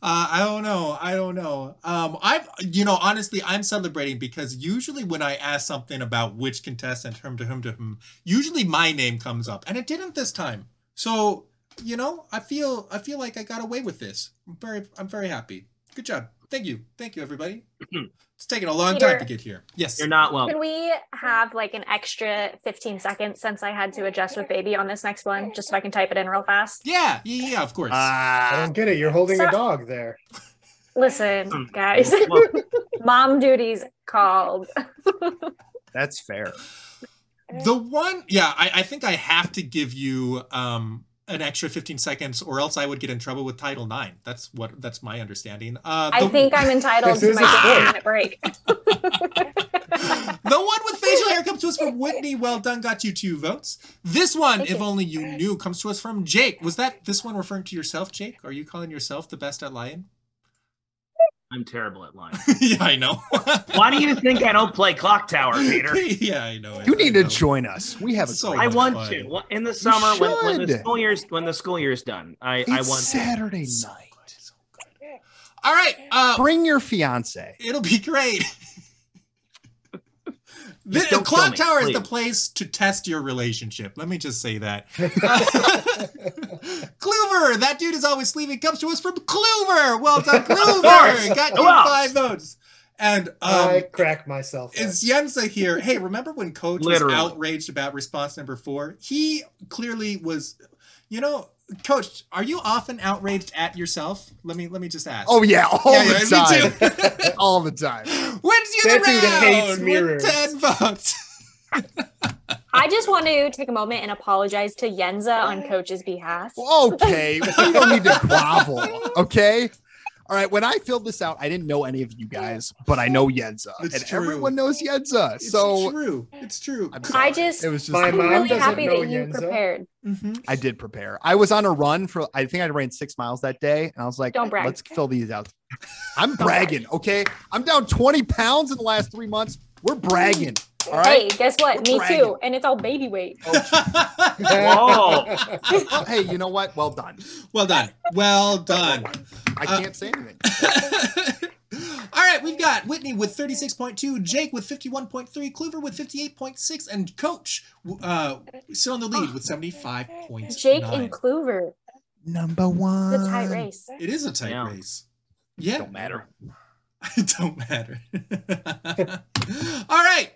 Speaker 1: Uh, I don't know. I don't know. Um, I'm, you know, honestly, I'm celebrating because usually when I ask something about which contestant, whom to whom to whom, usually my name comes up, and it didn't this time. So, you know, I feel, I feel like I got away with this. I'm very, I'm very happy. Good job. Thank you. Thank you, everybody. it's taken a long time
Speaker 4: Peter.
Speaker 1: to get here. Yes.
Speaker 5: You're not welcome.
Speaker 4: Can we have like an extra 15 seconds since I had to adjust with baby on this next one, just so I can type it in real fast?
Speaker 1: Yeah. Yeah. Yeah. Of course.
Speaker 3: I
Speaker 6: Ah,
Speaker 3: don't get it. You're holding
Speaker 4: So-
Speaker 3: a dog there.
Speaker 4: Listen, guys,
Speaker 5: Well,
Speaker 4: mom duties called.
Speaker 6: that's fair.
Speaker 1: The one, yeah, I, I think I have to give you um an extra 15 seconds, or else I would get in trouble with Title IX. That's what that's my understanding. Uh, the,
Speaker 4: I think I'm entitled
Speaker 3: This
Speaker 4: to
Speaker 3: is a
Speaker 4: my 15
Speaker 3: sport.
Speaker 4: minute break.
Speaker 1: the one with facial hair comes to us from Whitney. Well done, got you two votes. This one,
Speaker 4: Thank
Speaker 1: if
Speaker 4: you.
Speaker 1: only you knew, comes to us from Jake. Was that this one referring to yourself, Jake? Are you calling yourself the best at lying?
Speaker 5: I'm terrible at lying.
Speaker 1: yeah, I know.
Speaker 5: Why do you think I don't play Clock Tower, Peter?
Speaker 1: yeah, I know.
Speaker 6: You need to
Speaker 1: join.
Speaker 6: join us. We have a
Speaker 1: So
Speaker 6: great
Speaker 5: I
Speaker 1: much
Speaker 5: want
Speaker 1: fun.
Speaker 5: to. Well, In the summer, when, when the
Speaker 6: should.
Speaker 5: school year's when the school year's done, I I
Speaker 6: It's
Speaker 5: want.
Speaker 6: Saturday night.
Speaker 1: So good, so good. All right. Uh,
Speaker 6: Bring your fiance.
Speaker 1: It'll be great. The,
Speaker 5: Just don't kill
Speaker 1: Clock
Speaker 5: me,
Speaker 1: Tower is the
Speaker 5: please.
Speaker 1: place to test your relationship. Let me just say that. Clover, that dude is always sleeping. Comes to us from Clover. Well done, Clover. Got you
Speaker 5: Who else?
Speaker 1: five votes. And um,
Speaker 3: I crack myself. up.
Speaker 1: is Yenza here? Hey, remember when Coach
Speaker 5: Literally.
Speaker 1: was outraged about response number four? He clearly was. You know, Coach, are you often outraged at yourself? Let me let me just ask.
Speaker 6: Oh yeah, all
Speaker 1: Yeah,
Speaker 6: the
Speaker 1: yeah, me
Speaker 6: time. all the time.
Speaker 1: Wins you
Speaker 3: That
Speaker 1: the
Speaker 3: dude
Speaker 1: round
Speaker 3: hates
Speaker 1: with
Speaker 3: mirrors.
Speaker 1: ten votes.
Speaker 4: I just want to take a moment and apologize to Yenza on Coach's behalf.
Speaker 6: Well, okay, we don't need to grovel. Okay. All right. When I filled this out, I didn't know any of you guys, but I know Yenza,
Speaker 1: It's
Speaker 6: and
Speaker 1: true.
Speaker 6: everyone knows Yenza.
Speaker 1: It's
Speaker 6: so
Speaker 1: true. It's true.
Speaker 6: I'm
Speaker 4: I
Speaker 6: sorry.
Speaker 4: just,
Speaker 6: it was just
Speaker 3: My
Speaker 4: I'm
Speaker 3: mom
Speaker 4: really
Speaker 3: doesn't
Speaker 4: happy
Speaker 3: know
Speaker 4: that you
Speaker 3: Yenza.
Speaker 4: prepared.
Speaker 1: Mhm.
Speaker 6: I did prepare. I was on a run for I think I ran six miles that day, and I was like,
Speaker 4: Don't brag.
Speaker 6: let's fill these out. I'm bragging, okay? I'm down 20 pounds in the last three months. We're bragging. All
Speaker 4: Hey,
Speaker 6: right.
Speaker 4: guess what?
Speaker 6: We're
Speaker 4: Me
Speaker 6: bragging.
Speaker 4: too. And it's all baby weight.
Speaker 5: Whoa.
Speaker 6: Well, hey, you know what? Well done.
Speaker 1: well done. Well done.
Speaker 6: I
Speaker 1: Uh,
Speaker 6: can't say anything.
Speaker 1: All right, we've got Whitney with 36.2, Jake with 51.3, Clover with 58.6, and Coach uh, still in the lead with 75.9.
Speaker 4: Jake and Clover,
Speaker 6: Number
Speaker 4: the
Speaker 6: one.
Speaker 4: tight race.
Speaker 1: It is a tight
Speaker 5: Yeah.
Speaker 1: race. Yeah.
Speaker 6: Don't matter.
Speaker 1: It don't matter. All right.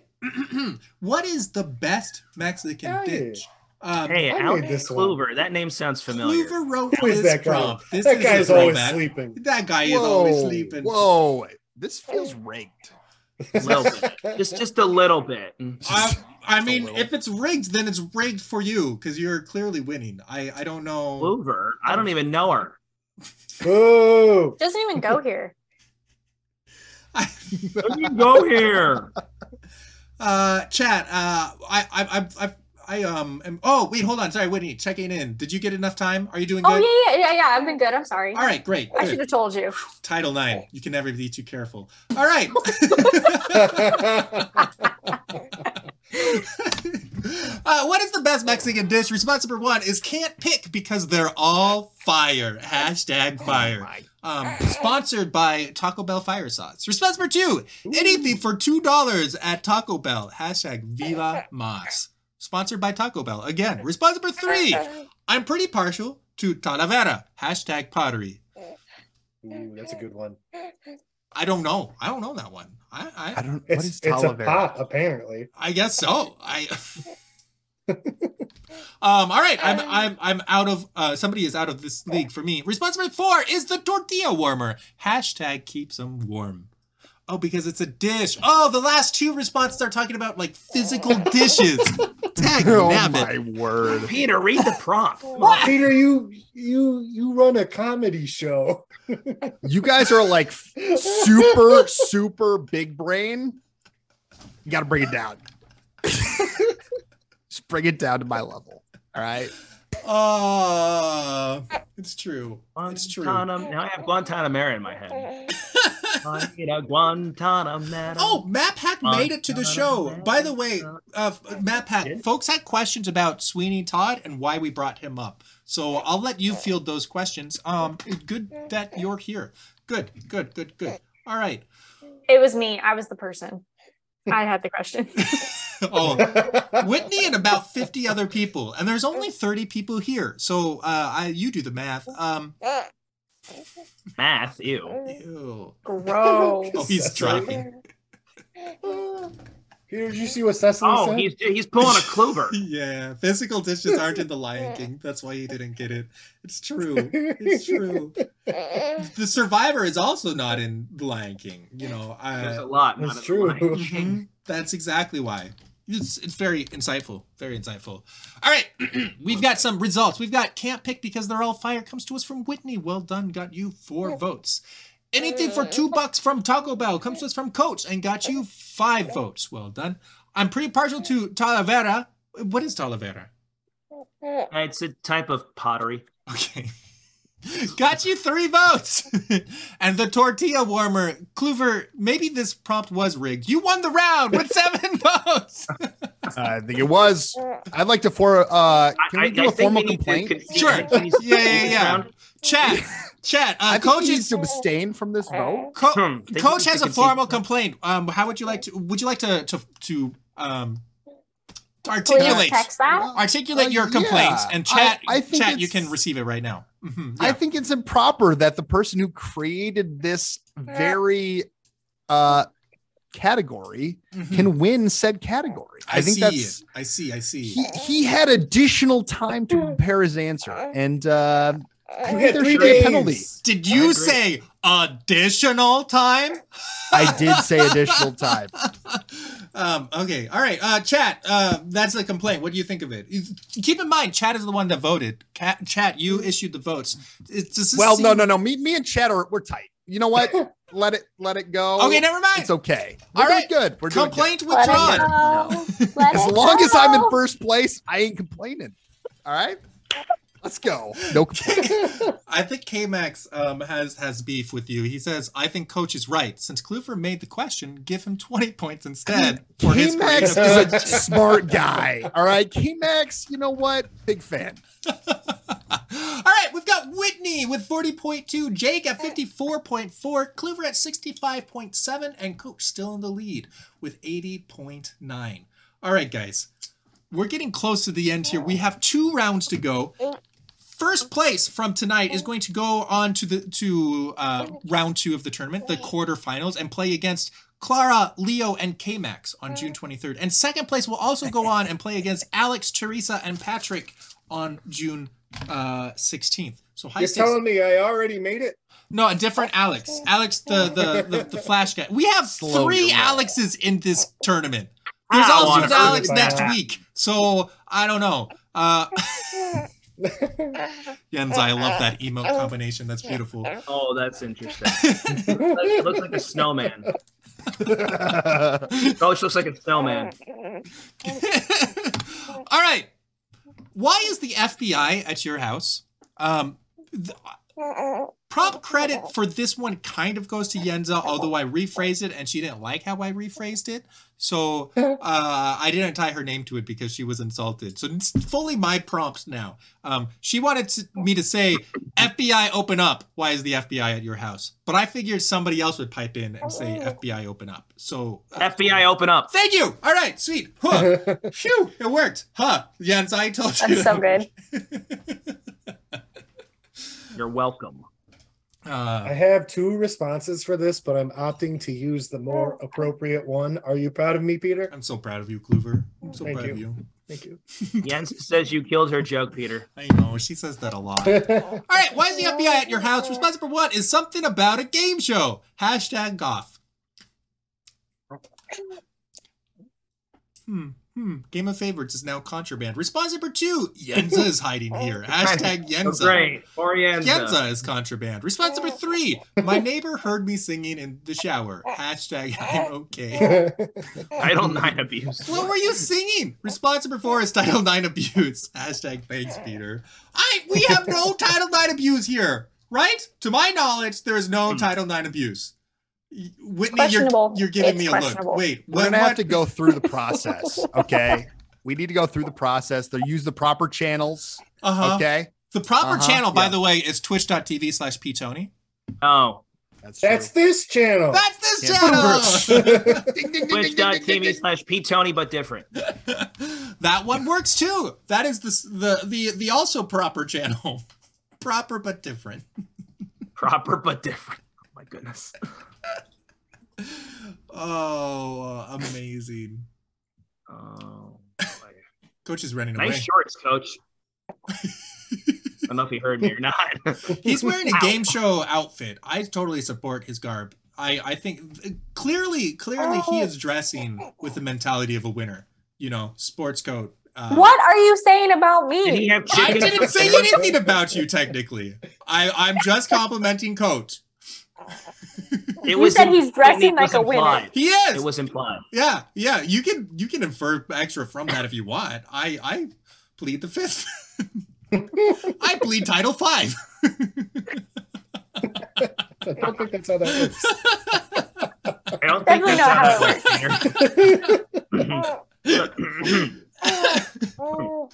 Speaker 1: what is the best Mexican
Speaker 3: Hey.
Speaker 1: dish? Um,
Speaker 5: Hey,
Speaker 3: I
Speaker 5: Alan
Speaker 3: made this one.
Speaker 5: Kluver. That name sounds familiar.
Speaker 1: Kluver wrote
Speaker 3: Who is
Speaker 1: this
Speaker 3: that guy?
Speaker 1: prompt. This
Speaker 3: that
Speaker 1: is
Speaker 3: guy's
Speaker 1: a
Speaker 3: always
Speaker 1: throwback.
Speaker 3: sleeping.
Speaker 1: That guy is always sleeping.
Speaker 6: Whoa, this feels rigged.
Speaker 5: Little bit. Just just a little bit. Mm,
Speaker 1: I, I
Speaker 6: a
Speaker 1: mean,
Speaker 6: little.
Speaker 1: if it's rigged, then it's rigged for you because you're clearly winning. I, I don't know.
Speaker 5: Kluver. I don't even know her.
Speaker 3: Boo!
Speaker 4: Doesn't even go here.
Speaker 5: Where do you go here?
Speaker 1: Uh, chat. Uh, I, I, I, I, I um. Am, oh wait, hold on. Sorry, Whitney, checking in. Did you get enough time? Are you doing good?
Speaker 4: Oh yeah, yeah, yeah, yeah. I've been good. I'm sorry.
Speaker 1: All right, great.
Speaker 4: I
Speaker 1: good.
Speaker 4: should have told you.
Speaker 1: Title nine. You can never be too careful. All right. uh, what is the best Mexican dish? Response number one is can't pick because they're all fire.
Speaker 6: Oh
Speaker 1: Hashtag fire. Um, sponsored by Taco Bell Fire Sauce. Response number two anything for $2 at Taco Bell. Hashtag Viva Mas. Sponsored by Taco Bell. Again, response number three I'm pretty partial to Talavera. Hashtag pottery.
Speaker 3: Ooh, that's a good one.
Speaker 1: I don't know. I don't know that one. I
Speaker 6: I
Speaker 1: I,
Speaker 6: don't.
Speaker 3: It's,
Speaker 6: what is
Speaker 3: it's a
Speaker 6: Talavera?
Speaker 3: pot, apparently.
Speaker 1: I guess so. I Um all right, I'm I'm I'm out of uh somebody is out of this league for me. Response number 4 is the tortilla warmer. Hashtag keeps them warm. Oh, because it's a dish. Oh, the last two responses are talking about like physical dishes. Tag
Speaker 6: Oh
Speaker 1: nabbit.
Speaker 6: my word!
Speaker 5: Peter, read the prompt.
Speaker 3: Peter, you you you run a comedy show.
Speaker 6: You guys are like super, super big brain. You got to bring it down. Just bring it down to my level. All right.
Speaker 1: Oh, it's true. It's true.
Speaker 5: Guantanam- Now I have Guantanamera in my head. I need a Guantanamera.
Speaker 1: Oh, Map Hack made it to the show. By the way, uh, Map
Speaker 5: Yeah.
Speaker 1: Hack, folks had questions about Sweeney Todd and why we brought him up. So I'll let you field those questions. Um, good that you're here. Good, good, good, good. All right.
Speaker 4: It was me. I was the person. I had the question.
Speaker 1: Oh, Whitney and about 50 other people, and there's only 30 people here. So uh, I, you do the math. Um,
Speaker 5: math. Ew.
Speaker 1: ew.
Speaker 4: Gross.
Speaker 1: Oh, he's dropping.
Speaker 3: Peter, did you see what Cecily
Speaker 5: Oh,
Speaker 3: said?
Speaker 5: he's he's pulling a Kluver.
Speaker 1: Yeah, physical dishes aren't in the Lion King. That's why you didn't get it. It's true. It's true. the survivor is also not in the lion king you know
Speaker 5: There's a
Speaker 1: uh,
Speaker 5: lot. not
Speaker 3: That's
Speaker 5: in the
Speaker 3: true.
Speaker 5: line.
Speaker 1: mhm, that's exactly why it's, it's very insightful very insightful all right we've got some results we've got can't pick because they're all fire comes to us from whitney well done got you four votes anything for two bucks from taco bell comes to us from coach and got you five votes well done i'm pretty partial to talavera what is talavera
Speaker 5: It's a type of pottery.
Speaker 1: Okay. Got you three votes. and the tortilla warmer, Kluver, maybe this prompt was rigged. You won the round with seven votes.
Speaker 6: I think it was. I'd like to for uh can
Speaker 5: Uh, I-
Speaker 6: we
Speaker 5: I-
Speaker 6: do
Speaker 5: I
Speaker 6: a
Speaker 5: think we
Speaker 6: formal
Speaker 5: need to
Speaker 6: complaint?
Speaker 5: concede-
Speaker 1: Sure.
Speaker 5: concede
Speaker 1: Yeah, yeah,
Speaker 5: this
Speaker 1: yeah.
Speaker 5: round.
Speaker 1: Chat, chat.
Speaker 6: I
Speaker 1: Uh,
Speaker 6: think
Speaker 1: coach
Speaker 6: he needs
Speaker 1: is,
Speaker 6: to Uh, abstain from this vote.
Speaker 1: co-
Speaker 5: Hmm, think we
Speaker 1: Oh, coach
Speaker 5: need to
Speaker 1: has a
Speaker 5: concede
Speaker 1: formal
Speaker 5: this round.
Speaker 1: complaint. Um, how would you like to? Would you like to to to um
Speaker 4: Please
Speaker 1: articulate
Speaker 4: text that.
Speaker 1: articulate
Speaker 6: Uh,
Speaker 1: your complaints
Speaker 6: yeah.
Speaker 1: and chat?
Speaker 6: I- I think
Speaker 1: chat, you can
Speaker 6: it's-
Speaker 1: receive it right now. Mhm,
Speaker 6: I
Speaker 1: yeah.
Speaker 6: think it's improper that the person who created this very uh category
Speaker 1: Mhm.
Speaker 5: Hmm.
Speaker 6: can win said category. I, think
Speaker 1: see.
Speaker 6: that's
Speaker 1: I see. I see.
Speaker 6: he, he had additional time to prepare his answer and uh
Speaker 3: you
Speaker 6: think
Speaker 3: had
Speaker 6: there
Speaker 3: three
Speaker 6: should be a
Speaker 3: days.
Speaker 6: penalty.
Speaker 1: Did
Speaker 5: I
Speaker 1: you
Speaker 5: agree.
Speaker 1: say additional time?
Speaker 6: I did say additional time.
Speaker 1: um, okay, all right. Uh, chat, uh, that's the complaint. What do you think of it? You- Keep in mind, chat is the one that voted. Cat, chat, you issued the votes. It, does this
Speaker 6: Well, no,
Speaker 1: seem-
Speaker 6: no, no. Me me and Chad are we're tight. You know what? let it let it go.
Speaker 1: Okay, never mind.
Speaker 6: it's okay. We're
Speaker 1: All
Speaker 6: doing
Speaker 1: right.
Speaker 6: good. We're doing good.
Speaker 1: complaint
Speaker 4: Let it
Speaker 1: withdrawn.
Speaker 4: go. Let
Speaker 6: As
Speaker 4: it
Speaker 6: long as I'm in
Speaker 4: go.
Speaker 6: first place, I ain't complaining. All right, let's go. No complaints.
Speaker 1: I think K-Max um, has has beef with you. He says, "I think Coach is right. Since Kluver made the question, give him twenty points instead for his
Speaker 6: K-Max is
Speaker 1: creative
Speaker 6: a smart guy. All right, K-Max. You know what? Big fan.
Speaker 1: All right, we've got Whitney with 40.2, Jake at 54.4, Cleaver at 65.7, and Coach still in the lead with 80.9. All right, guys, we're getting close to the end here. We have two rounds to go. First place from tonight is going to go on to the to uh, round two of the tournament, the quarterfinals, and play against Clara, Leo, and K Max on June 23rd. And second place will also go on and play against Alex, Teresa, and Patrick on June uh, 16th. So high
Speaker 3: You're
Speaker 1: stakes.
Speaker 3: telling me I already made it?
Speaker 1: No, a different Alex. Alex, the the the, the Flash guy. We have
Speaker 6: Slow
Speaker 1: three
Speaker 6: your roll.
Speaker 1: Alexes in this tournament. There's
Speaker 5: Ow,
Speaker 1: also
Speaker 5: on
Speaker 1: an
Speaker 5: earth.
Speaker 1: Alex next
Speaker 5: Yeah.
Speaker 1: week, so I don't know. Uh, Jens, I love that emote combination. That's beautiful.
Speaker 5: Oh, that's interesting. It looks like a snowman. Coach looks like a snowman.
Speaker 1: All right. Why is the FBI at your house? Um, th-
Speaker 4: Oh,
Speaker 1: prop credit for this one kind of goes to Yenza, although I rephrased it and she didn't like how I rephrased it. So uh, I didn't tie her name to it because she was insulted. So it's fully my prompt now. Um, she wanted to, me to say, FBI, open up. Why is the FBI at your house? But I figured somebody else would pipe in and
Speaker 4: Oh.
Speaker 1: say, FBI, open up. So uh,
Speaker 5: FBI, open up.
Speaker 1: Thank you. All right, sweet. Huh. Phew, it worked. Huh. Jens, I told you.
Speaker 4: That's so good.
Speaker 5: You're welcome.
Speaker 3: I
Speaker 1: Uh,
Speaker 3: have two responses for this, but I'm opting to use the more appropriate one. Are you proud of me, Peter?
Speaker 1: I'm so proud of you, Kluver. I'm so
Speaker 3: Thank
Speaker 1: proud of
Speaker 3: you.
Speaker 1: you.
Speaker 3: Thank you.
Speaker 5: Jens says you killed her joke, Peter.
Speaker 1: I know. She says that a lot. All right, why is the FBI at your house? Response number one is something about a game show. Hashtag goth. Hmm. Hmm. Game of favorites is now contraband. Response number two, Yenza is hiding here. Hashtag
Speaker 5: Oh,
Speaker 1: Yenza.
Speaker 5: great. Orienza.
Speaker 1: Yenza is contraband. Response number three, my neighbor heard me singing in the shower. Hashtag I'm okay.
Speaker 5: Title IX abuse.
Speaker 1: What were you singing? Response number four is Title IX abuse. Hashtag thanks, Peter. I we have no Title IX abuse here, right? To my knowledge, there is no
Speaker 5: Hmm.
Speaker 1: Title IX abuse. Y- Whitney, you're,
Speaker 4: Questionable.
Speaker 1: you're giving
Speaker 4: It's
Speaker 1: me a look.
Speaker 4: questionable.
Speaker 1: Wait,
Speaker 6: We're
Speaker 1: what-
Speaker 6: gonna have
Speaker 1: what-
Speaker 6: to go through the process. Okay. We need to go through the process. They use the proper channels.
Speaker 1: uh-huh.
Speaker 6: Okay.
Speaker 1: The proper
Speaker 6: Uh-huh,
Speaker 1: channel, by
Speaker 6: yeah.
Speaker 1: the way, is twitch.tv slash ptony.
Speaker 5: Oh.
Speaker 6: That's,
Speaker 3: That's this
Speaker 6: Oh.
Speaker 3: channel.
Speaker 1: That's this
Speaker 6: Yeah.
Speaker 1: channel!
Speaker 6: ding,
Speaker 5: Twitch.tv slash P Tony, but different.
Speaker 1: that one works too. That is the s- the the, the also proper channel. proper but different.
Speaker 5: Proper, but different. Oh, my goodness.
Speaker 1: Oh, amazing.
Speaker 5: Oh, boy.
Speaker 1: Coach is running away.
Speaker 5: Nice shorts, coach. I don't know if he heard me or not.
Speaker 1: He's wearing a game show outfit. I totally support his garb. I, I think clearly, clearly he is dressing with the mentality of a winner. You know, sports coat. Uh,
Speaker 4: What are you saying about
Speaker 5: Did he
Speaker 4: me?
Speaker 5: have
Speaker 1: I
Speaker 5: chicken?
Speaker 1: didn't say anything about you technically. I, I'm just complimenting coach.
Speaker 5: It
Speaker 4: You said he's
Speaker 5: it
Speaker 4: dressing like
Speaker 5: was
Speaker 4: a winner.
Speaker 5: implied.
Speaker 1: He is.
Speaker 5: It was implied.
Speaker 1: yeah, yeah. You can you can infer extra from that if you want. I I plead the fifth. I plead Title Five.
Speaker 3: I don't think that's how that
Speaker 5: I don't think
Speaker 4: Definitely
Speaker 5: that's how
Speaker 4: not
Speaker 5: that
Speaker 3: works.
Speaker 5: works. Hmm.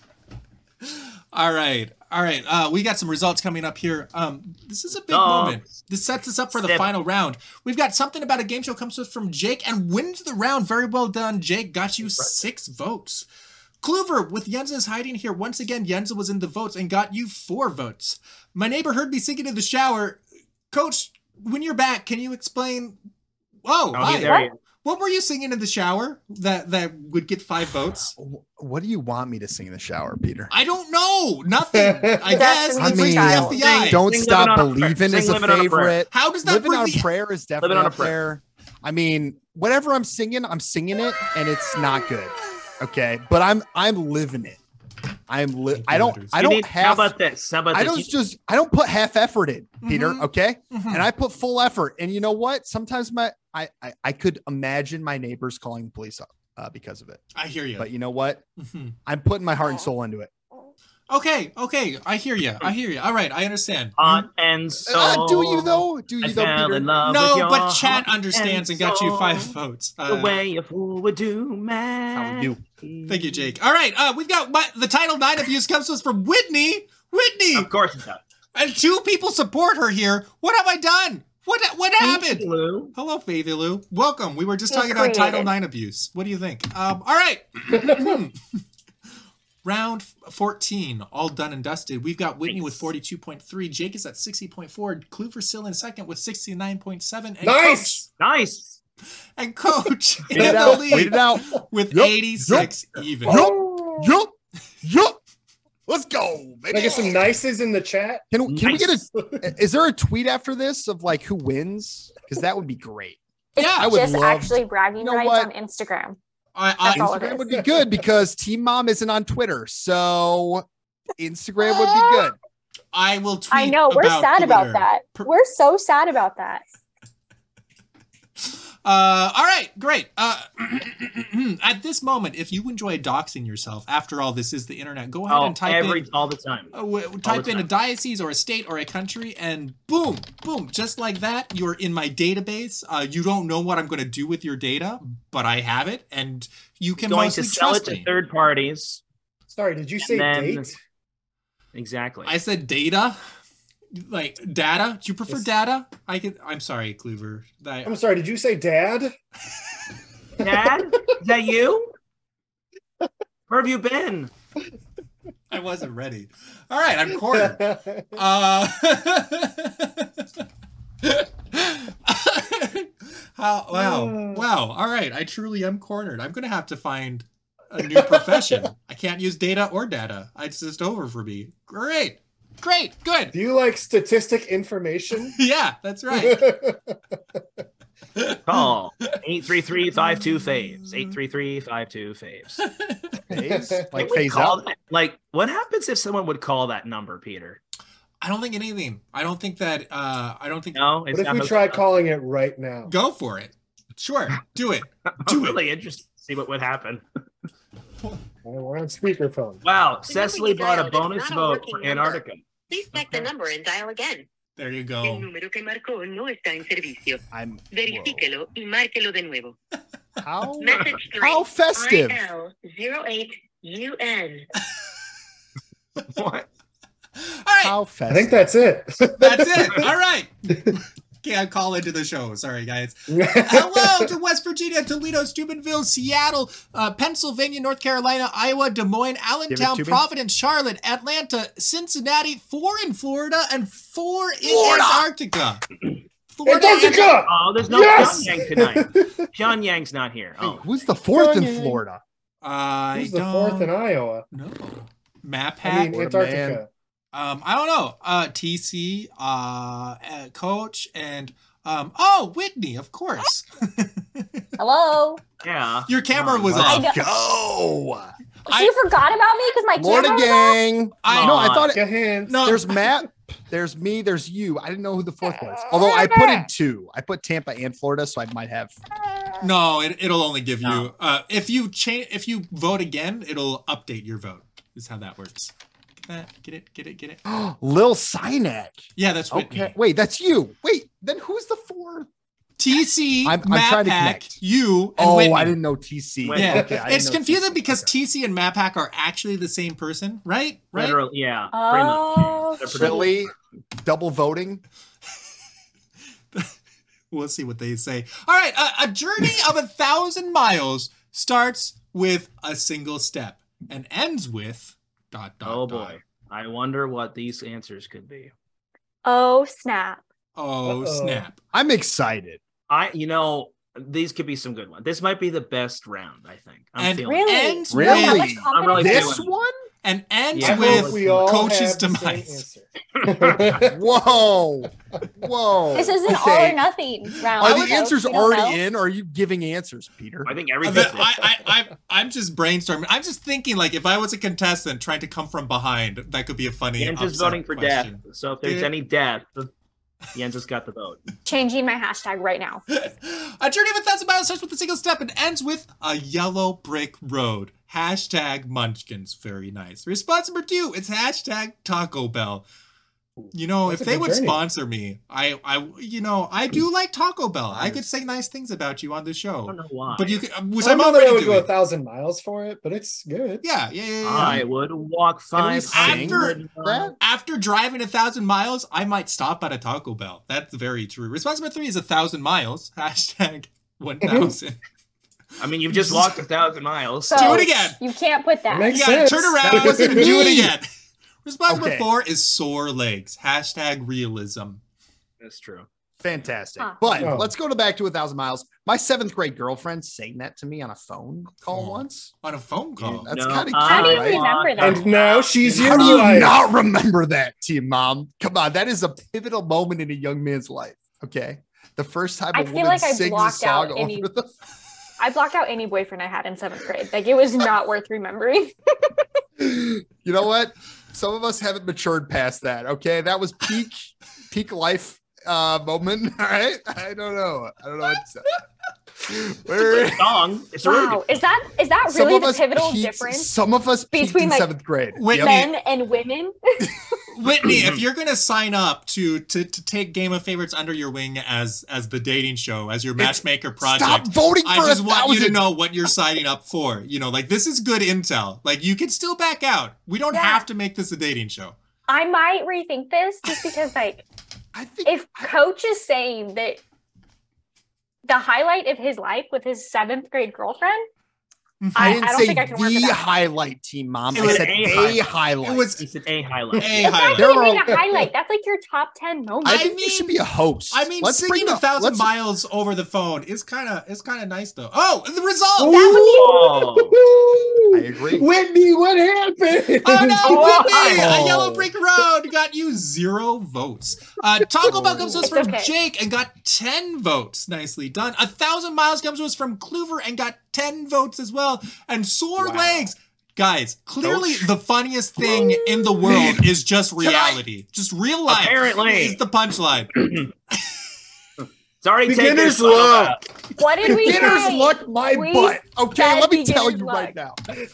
Speaker 1: All right. All right. Uh, we got some results coming up here. Um, this is a big
Speaker 5: Oh.
Speaker 1: moment. This sets us up for the
Speaker 5: Sip.
Speaker 1: final round. We've got something about a game show comes to us from Jake and wins the round. Very well done, Jake. Got you six votes. Kluver with Yenza's hiding here. Once again, Yenza was in the votes and got you four votes. My neighbor heard me singing in the shower. Coach, when you're back, can you explain? Oh,
Speaker 5: Oh,
Speaker 1: hi.
Speaker 5: he, there he is.
Speaker 1: what were you singing in the shower that that would get five votes?
Speaker 6: What do you want me to sing in the shower, Peter?
Speaker 1: I don't know. Nothing. I guess.
Speaker 6: I
Speaker 1: It brings
Speaker 6: mean,
Speaker 1: the FBI.
Speaker 6: Don't
Speaker 5: Sing
Speaker 6: stop
Speaker 5: Living on a Prayer.
Speaker 6: believing is
Speaker 5: Sing
Speaker 6: a
Speaker 5: Living on a Prayer.
Speaker 6: favorite.
Speaker 1: How does that
Speaker 6: Living
Speaker 1: bring
Speaker 6: on
Speaker 1: the?
Speaker 6: prayer is definitely
Speaker 5: on
Speaker 6: a
Speaker 5: a prayer.
Speaker 6: prayer. I mean, whatever I'm singing, I'm singing it, and it's not good. Okay, but I'm I'm living it. I'm li- I don't I
Speaker 5: You
Speaker 6: don't
Speaker 5: need- How
Speaker 6: have
Speaker 5: about this? How about
Speaker 6: I
Speaker 5: this? Mm-hmm.
Speaker 6: don't
Speaker 5: You-
Speaker 6: just I don't put half effort in, Peter.
Speaker 1: Mhm.
Speaker 6: Okay,
Speaker 1: Mhm.
Speaker 6: and I put full effort. And you know what? Sometimes my I I, I could imagine my neighbors calling the police up uh, because of it.
Speaker 1: I hear you.
Speaker 6: But you know what?
Speaker 1: Mhm.
Speaker 6: I'm putting my heart and soul into it.
Speaker 1: Okay, okay, I hear you. I hear you. All right, I understand.
Speaker 5: Heart and Oh. soul.
Speaker 6: Uh, do you though? Do
Speaker 5: I
Speaker 6: you though,
Speaker 5: fell in
Speaker 6: Peter?
Speaker 5: love uh, with
Speaker 1: no,
Speaker 5: your
Speaker 1: but Chad
Speaker 5: heart
Speaker 1: understands and got you
Speaker 5: soul.
Speaker 1: five votes.
Speaker 5: The
Speaker 1: Uh,
Speaker 5: way a fool would do,
Speaker 6: How
Speaker 5: man.
Speaker 6: we do.
Speaker 1: thank you, Jake. All right, uh, we've got my, the Title Nine abuse comes to us from Whitney. Whitney,
Speaker 5: Of course it does.
Speaker 1: and two people support her here. What have I done? What what happened?
Speaker 5: Lou.
Speaker 1: Hello, Faithy Lou. Welcome. We were just
Speaker 4: You're
Speaker 1: talking about Title
Speaker 4: created.
Speaker 1: IX abuse. What do you think? Um, all right. Round 14, all done and dusted. We've got Whitney with
Speaker 5: Nice.
Speaker 1: 42.3. Jake is at 60.4. Kluver still in second with 69.7. And
Speaker 3: Nice!
Speaker 5: Nice.
Speaker 1: and coach in
Speaker 6: Wait it
Speaker 1: the
Speaker 6: out. Wait
Speaker 1: lead
Speaker 6: it out.
Speaker 1: with
Speaker 6: Yup.
Speaker 1: 86 even.
Speaker 6: Yup. Yup. Yup. Let's go.
Speaker 3: Can I
Speaker 6: Baby.
Speaker 3: get some nices in the chat?
Speaker 6: Can, can we
Speaker 5: Nice.
Speaker 6: get a? Is there a tweet after this of like who wins? Because that would be great.
Speaker 1: Yeah,
Speaker 6: I would
Speaker 4: Just
Speaker 6: love.
Speaker 4: actually bragging
Speaker 6: You know
Speaker 4: rights
Speaker 6: what?
Speaker 4: on Instagram.
Speaker 1: I, I,
Speaker 4: That's all it
Speaker 6: Instagram
Speaker 4: is.
Speaker 6: would be good because Team Mom isn't on Twitter, so Instagram would be good.
Speaker 1: I will tweet.
Speaker 4: I know. We're sad about
Speaker 1: Twitter.
Speaker 4: that.
Speaker 1: Per-
Speaker 4: We're so sad about that.
Speaker 1: Uh, all right, great. Uh, at this moment, if you enjoy doxing yourself, after all, this is the internet. Go ahead
Speaker 5: Oh,
Speaker 1: and type
Speaker 5: every
Speaker 1: in.
Speaker 5: all the time.
Speaker 1: Uh, w- type
Speaker 5: the
Speaker 1: in a
Speaker 5: time.
Speaker 1: diocese or a state or a country, and boom, boom, just like that, you're in my database. Uh, you don't know what I'm going to do with your data, but I have it, and you can
Speaker 5: Going
Speaker 1: mostly
Speaker 5: to sell it
Speaker 1: trust
Speaker 5: to
Speaker 1: me.
Speaker 5: third parties.
Speaker 3: Sorry, did you say
Speaker 5: then-
Speaker 3: date?
Speaker 5: Exactly.
Speaker 1: I said data, like data. Do you prefer
Speaker 3: Yes.
Speaker 1: data? I could. I'm sorry, Kluver. I-
Speaker 3: I'm sorry, did you say dad?
Speaker 5: Dad, is that you? Where have you been?
Speaker 1: I wasn't ready. All right, I'm cornered. Uh, how, wow.
Speaker 3: Mm.
Speaker 1: Wow. All right. I truly am cornered. I'm going to have to find a new profession. I can't use data or data. It's just over for me. Great. Great. Good.
Speaker 3: Do you like statistic information?
Speaker 1: Yeah, that's right.
Speaker 5: Call 833-52-FAVES. 833-52-FAVES.
Speaker 6: Phase? Like
Speaker 5: Can we
Speaker 6: phase
Speaker 5: call
Speaker 6: out.
Speaker 5: that- Like, what happens if someone would call that number, Peter?
Speaker 1: I don't think anything. I don't think that, uh, I don't think,
Speaker 5: No,
Speaker 3: what if
Speaker 5: not
Speaker 3: we
Speaker 5: hooked
Speaker 3: try
Speaker 5: up.
Speaker 3: calling it right now?
Speaker 1: go for it. Sure. Do it.
Speaker 5: I'm
Speaker 1: Do it.
Speaker 5: really interested to see what would happen.
Speaker 3: We're on speakerphone.
Speaker 5: Wow,
Speaker 7: The number
Speaker 5: Cecily
Speaker 7: you
Speaker 5: brought a
Speaker 7: dialed is
Speaker 5: bonus
Speaker 7: not a
Speaker 5: vote
Speaker 7: working
Speaker 5: for
Speaker 7: number.
Speaker 5: Antarctica.
Speaker 7: Please check the
Speaker 1: Okay.
Speaker 7: number and dial again.
Speaker 1: There you
Speaker 6: Oh.
Speaker 1: go.
Speaker 7: El número que marcó no está en servicio.
Speaker 6: I'm. whoa.
Speaker 7: Verifíquelo y márquelo de nuevo.
Speaker 6: How
Speaker 7: Message 3.
Speaker 6: how festive.
Speaker 7: IL08UN.
Speaker 5: What?
Speaker 1: All right.
Speaker 6: How
Speaker 3: I
Speaker 6: festive.
Speaker 3: think that's it.
Speaker 1: That's it. All right. Can't call into the show. Sorry, guys. Hello to West Virginia, Toledo, Steubenville, Seattle, uh, Pennsylvania, North Carolina, Iowa, Des Moines, Allentown,
Speaker 6: to me.
Speaker 1: Providence, Charlotte, Atlanta, Cincinnati, four in Florida, and four in
Speaker 6: Florida!
Speaker 1: Antarctica. Florida and-
Speaker 3: Antarctica!
Speaker 5: Oh, there's no
Speaker 3: Yes!
Speaker 5: Pyongyang tonight. Pyongyang's not here. Oh,
Speaker 6: Who's the fourth in
Speaker 3: Oh, yeah.
Speaker 6: Florida?
Speaker 1: I
Speaker 3: Who's the
Speaker 1: don't
Speaker 3: fourth in Iowa?
Speaker 1: know. Map hack.
Speaker 3: I mean,
Speaker 6: What a
Speaker 3: Antarctica.
Speaker 1: um, I don't know. Uh, TC, uh, uh, coach, and um, oh, Whitney, of course.
Speaker 4: Hello.
Speaker 5: yeah.
Speaker 1: Your camera
Speaker 5: Oh,
Speaker 1: was
Speaker 5: wow.
Speaker 1: off.
Speaker 4: I know.
Speaker 6: Go,
Speaker 1: I-
Speaker 4: you forgot about me because my
Speaker 6: Florida
Speaker 4: camera. was off?
Speaker 6: gang.
Speaker 1: I-
Speaker 6: no, I thought it,
Speaker 3: Get hands.
Speaker 1: No,
Speaker 6: there's Matt, there's me, there's you. I didn't know who the fourth was. Although I put in two. I put Tampa and Florida, so I might have. Uh,
Speaker 1: No, it, it'll only give you
Speaker 5: No.
Speaker 1: uh, if you change if you vote again, it'll update your vote. Is how that works. Get that? Get it? Get it? Get it?
Speaker 6: Lil Sinek.
Speaker 1: Yeah, that's Whitney.
Speaker 6: Okay. Wait, that's you. Wait, then who's the fourth?
Speaker 1: TC,
Speaker 6: I'm- I'm
Speaker 1: Map
Speaker 6: trying to
Speaker 1: Hack,
Speaker 6: connect.
Speaker 1: you, and
Speaker 6: oh,
Speaker 1: Whitney.
Speaker 6: I didn't know TC.
Speaker 5: Wait,
Speaker 1: Yeah,
Speaker 6: Okay, I didn't
Speaker 1: it's
Speaker 6: know
Speaker 1: confusing
Speaker 6: TC.
Speaker 1: because
Speaker 6: Okay.
Speaker 1: TC and Map Hack are actually the same person, right? Right.
Speaker 5: Literal, yeah. pretty much.
Speaker 4: Oh,
Speaker 5: They're pretty-
Speaker 6: really double voting.
Speaker 1: We'll see what they say. All right, a, a journey of a thousand miles starts with a single step and ends with dot dot.
Speaker 5: Oh
Speaker 1: dot.
Speaker 5: boy. I wonder what these answers could be.
Speaker 4: oh snap!
Speaker 1: Oh
Speaker 3: Uh-oh.
Speaker 1: snap!
Speaker 6: I'm excited.
Speaker 5: I, you know, these could be some good ones. This might be the best round, I think. I'm
Speaker 1: And
Speaker 5: feeling.
Speaker 4: Really?
Speaker 1: Ends
Speaker 4: You have that
Speaker 6: Really?
Speaker 1: with
Speaker 4: much confidence?
Speaker 5: I'm really
Speaker 6: This
Speaker 5: feeling-
Speaker 6: one?
Speaker 1: and ends
Speaker 5: Yeah.
Speaker 3: I
Speaker 5: Well,
Speaker 1: with
Speaker 3: hope we all
Speaker 1: coach's
Speaker 3: have the same
Speaker 1: demise.
Speaker 3: answer.
Speaker 6: Whoa, whoa.
Speaker 4: This is an all
Speaker 6: Okay.
Speaker 4: or nothing round.
Speaker 6: Are
Speaker 4: I don't
Speaker 6: the
Speaker 4: know.
Speaker 6: answers
Speaker 4: We don't
Speaker 6: already
Speaker 4: know.
Speaker 6: in? Or are you giving answers, Peter?
Speaker 5: I think
Speaker 1: I,
Speaker 5: everything.
Speaker 1: I, I, I'm just brainstorming. I'm just thinking, like, if I was a contestant trying to come from behind, that could be a funny.
Speaker 5: Jens is
Speaker 1: upset
Speaker 5: voting for
Speaker 1: question.
Speaker 5: death. So if there's
Speaker 1: Yeah.
Speaker 5: any death, Jens has got the vote.
Speaker 4: Changing my hashtag right now.
Speaker 1: a journey of a thousand miles starts with a single step and ends with a yellow brick road. Hashtag Munchkins. Very nice. Response number two. It's hashtag Taco Bell. You know,
Speaker 3: That's
Speaker 1: if
Speaker 3: a
Speaker 1: they
Speaker 3: good
Speaker 1: would
Speaker 3: journey. Hmm.
Speaker 1: sponsor me, I, I, you know, I do like Taco Bell. I could say nice things about you on the
Speaker 5: I don't
Speaker 1: show,
Speaker 5: know why.
Speaker 1: but you, could, uh, which
Speaker 3: I
Speaker 1: I'm
Speaker 3: know that I
Speaker 1: already
Speaker 3: would go a
Speaker 1: doing.
Speaker 3: thousand miles for it, but it's good.
Speaker 1: Yeah, yeah, yeah, yeah.
Speaker 5: I would walk five.
Speaker 1: sing
Speaker 5: hundred miles.
Speaker 6: that?
Speaker 1: after driving a thousand miles, I might stop at a Taco Bell. That's very true. Response number three is a thousand miles. Hashtag one thousand.
Speaker 5: I mean, you've just walked a thousand miles.
Speaker 4: So
Speaker 1: Do it again.
Speaker 4: You can't put
Speaker 3: It
Speaker 4: that.
Speaker 1: You
Speaker 3: makes
Speaker 1: gotta
Speaker 3: sense.
Speaker 1: turn around
Speaker 6: That wasn't
Speaker 1: and do it
Speaker 6: me.
Speaker 1: again. Response number
Speaker 6: Okay.
Speaker 1: four is sore legs. Hashtag realism.
Speaker 5: That's true.
Speaker 6: Fantastic.
Speaker 4: Huh.
Speaker 6: But
Speaker 3: Oh.
Speaker 6: let's go to back to a thousand miles. My seventh grade girlfriend sang that to me on a phone call
Speaker 1: Oh.
Speaker 6: once.
Speaker 1: on a phone call.
Speaker 6: That's
Speaker 5: No,
Speaker 6: kind of
Speaker 5: I
Speaker 4: How do you
Speaker 5: want
Speaker 4: remember that?
Speaker 3: And now she's
Speaker 6: How
Speaker 3: your
Speaker 6: do you
Speaker 3: wife.
Speaker 6: not remember that, team mom? Come on, that is a pivotal moment in a young man's life. Okay, the first time a
Speaker 4: I feel
Speaker 6: woman
Speaker 4: like I
Speaker 6: sings a
Speaker 4: blocked
Speaker 6: song
Speaker 4: out
Speaker 6: over
Speaker 4: any-
Speaker 6: the
Speaker 4: I blocked out any boyfriend I had in seventh grade. Like it was not worth remembering.
Speaker 6: you know what? Some of us haven't matured past that. Okay, that was peak peak life uh moment. All right, I don't know. I don't know. What's Where
Speaker 5: It's a song. It's a really
Speaker 4: Wow, is that is that
Speaker 6: some
Speaker 4: really
Speaker 6: of
Speaker 4: the
Speaker 6: us
Speaker 4: pivotal
Speaker 6: peaked-
Speaker 4: difference
Speaker 6: Some of us peaked
Speaker 4: between,
Speaker 6: in
Speaker 4: like,
Speaker 6: seventh grade.
Speaker 1: Whitney-
Speaker 6: Yep.
Speaker 4: men and women?
Speaker 1: Whitney, if you're gonna sign up to, to to take Game of Favorites under your wing as as the dating show, as your
Speaker 6: It's-
Speaker 1: matchmaker
Speaker 6: Stop
Speaker 1: project,
Speaker 6: voting for
Speaker 1: I just
Speaker 6: a
Speaker 1: want you to
Speaker 6: thousand.
Speaker 1: know what you're signing up for. You know, like this is good intel. Like you can still back out. We don't
Speaker 4: Yeah.
Speaker 1: have to make this a dating show.
Speaker 4: I might rethink this just because like
Speaker 6: I think
Speaker 4: if coach is saying that the highlight of his life with his seventh grade girlfriend, I,
Speaker 6: Mm-hmm. I
Speaker 4: I,
Speaker 6: didn't
Speaker 4: don't
Speaker 6: say
Speaker 4: think I can work with
Speaker 6: the
Speaker 4: that.
Speaker 6: highlight team, mom.
Speaker 1: It
Speaker 6: I
Speaker 1: was
Speaker 6: said
Speaker 5: a
Speaker 6: a
Speaker 5: highlight.
Speaker 6: highlight.
Speaker 1: It was
Speaker 5: it's an A highlight.
Speaker 1: a
Speaker 4: It's not
Speaker 1: highlight.
Speaker 6: There
Speaker 4: even
Speaker 6: are-
Speaker 4: a highlight. That's like your top ten moment.
Speaker 6: I
Speaker 1: I
Speaker 6: think you should
Speaker 1: mean-
Speaker 6: be a host.
Speaker 1: I mean,
Speaker 6: Let's bring
Speaker 1: singing a
Speaker 6: the-
Speaker 1: 1000
Speaker 6: let's-
Speaker 1: miles over the phone is kind of it's kind of nice though. Oh, the result.
Speaker 5: Oh,
Speaker 6: I agree.
Speaker 3: Whitney, what happened?
Speaker 1: Oh no,
Speaker 5: Oh.
Speaker 1: Whitney! A yellow brick road got you zero votes. Uh, Taco Bell comes to us
Speaker 4: It's
Speaker 1: from
Speaker 4: okay.
Speaker 1: Jake and got ten votes. Nicely done. A thousand miles comes to us from Clover and got ten votes as well. And sore
Speaker 6: Wow.
Speaker 1: legs, guys. Clearly, the funniest thing in the world is just reality, just real life.
Speaker 5: Apparently.
Speaker 1: is the punchline.
Speaker 5: it's already taken.
Speaker 3: Beginner's
Speaker 5: its final
Speaker 3: luck.
Speaker 5: lap.
Speaker 4: what did we
Speaker 6: Beginner's
Speaker 4: say?
Speaker 6: luck, my
Speaker 4: We
Speaker 6: butt. Okay,
Speaker 4: said
Speaker 6: let me tell you
Speaker 4: beginner's
Speaker 6: right now.
Speaker 5: Hey,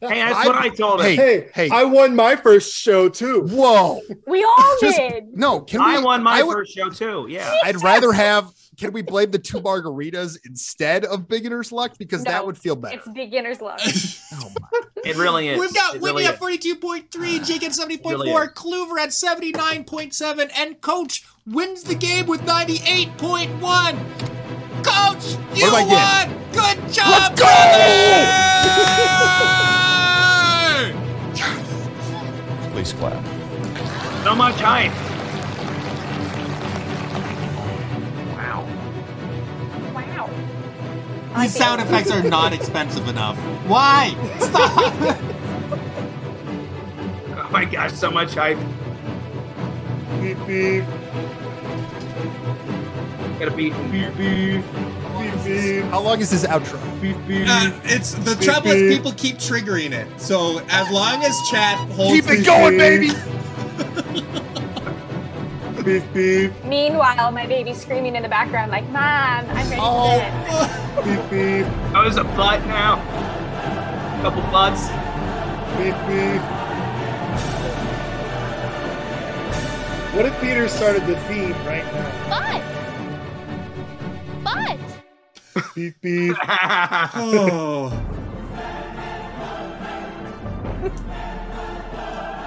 Speaker 5: that's what I told her.
Speaker 3: Hey,
Speaker 6: Hey.
Speaker 3: hey, I won my first show too.
Speaker 6: Whoa.
Speaker 4: We all
Speaker 6: Just-
Speaker 4: did.
Speaker 6: No, can we?
Speaker 5: I won my
Speaker 6: I would-
Speaker 5: first show too. Yeah.
Speaker 6: I'd rather have. Can we blame the two margaritas instead of beginner's luck because that
Speaker 4: No.
Speaker 6: would feel better?
Speaker 4: It's beginner's luck.
Speaker 6: Oh my.
Speaker 5: It really is.
Speaker 1: We've got
Speaker 5: it
Speaker 1: Whitney
Speaker 5: really
Speaker 1: at 42.3, Jake at 70.4,
Speaker 5: Really is.
Speaker 1: Kluver at 79.7, and Coach wins the game with 98.1. Coach, you
Speaker 6: do I
Speaker 1: won!
Speaker 6: get?
Speaker 1: Good job!
Speaker 6: Let's go!
Speaker 8: Please clap.
Speaker 1: brother!
Speaker 5: is. So much hype.
Speaker 4: Wow.
Speaker 1: These sound effects are not expensive enough. Why? Stop!
Speaker 5: Oh my gosh, so much hype.
Speaker 3: Beep, beep,
Speaker 5: Gotta be.
Speaker 3: beep, beep.
Speaker 6: How long is this outro?
Speaker 1: Uh, it's the trouble is people keep triggering it. So as long as chat holds
Speaker 6: Keep it
Speaker 1: these-
Speaker 6: going, baby.
Speaker 3: Beep, beep,
Speaker 4: Meanwhile, my baby's screaming in the background, like, Mom, I'm ready
Speaker 6: Oh.
Speaker 4: for bed.
Speaker 3: beep, beep,
Speaker 5: Oh, there's a butt now. Couple butts.
Speaker 3: beep, beep. What if Peter started the theme right now?
Speaker 9: But, but,
Speaker 3: Beep, beep.
Speaker 1: Oh.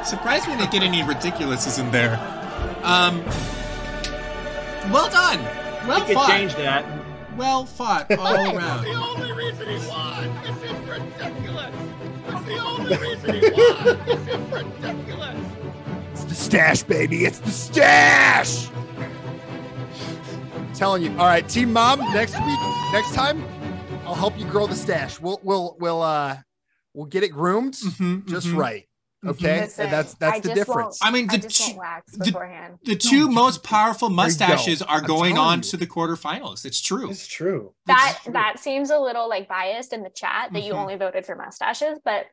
Speaker 1: Surprised we didn't get any ridiculouses in there. Um, well done. Well
Speaker 5: You could
Speaker 1: fought.
Speaker 5: change that.
Speaker 1: Well fought all around.
Speaker 2: only reason he won. This is ridiculous. That's the only reason he won. This is ridiculous.
Speaker 6: It's the stash, baby. It's the stash. telling you. All right, team mom. Next week, next time, I'll help you grow the stash. We'll we'll we'll uh we'll get it groomed
Speaker 1: Mhm,
Speaker 6: just
Speaker 3: Mm-hmm.
Speaker 1: mhm.
Speaker 6: right. Okay,
Speaker 4: Listen,
Speaker 6: and Eh, that's
Speaker 4: I
Speaker 6: that's the
Speaker 4: just
Speaker 6: difference.
Speaker 1: I mean,
Speaker 4: I
Speaker 1: the,
Speaker 4: just
Speaker 1: two
Speaker 4: won't wax
Speaker 1: the-
Speaker 4: beforehand.
Speaker 1: the two
Speaker 6: you-
Speaker 1: most powerful mustaches
Speaker 6: go.
Speaker 1: are
Speaker 6: I'm
Speaker 1: going
Speaker 6: telling
Speaker 1: on
Speaker 6: you.
Speaker 1: to the quarterfinals. It's true.
Speaker 3: It's true.
Speaker 4: That that seems a little like biased in the chat that you
Speaker 6: Mm-hmm.
Speaker 1: Mhm.
Speaker 4: only voted for mustaches, but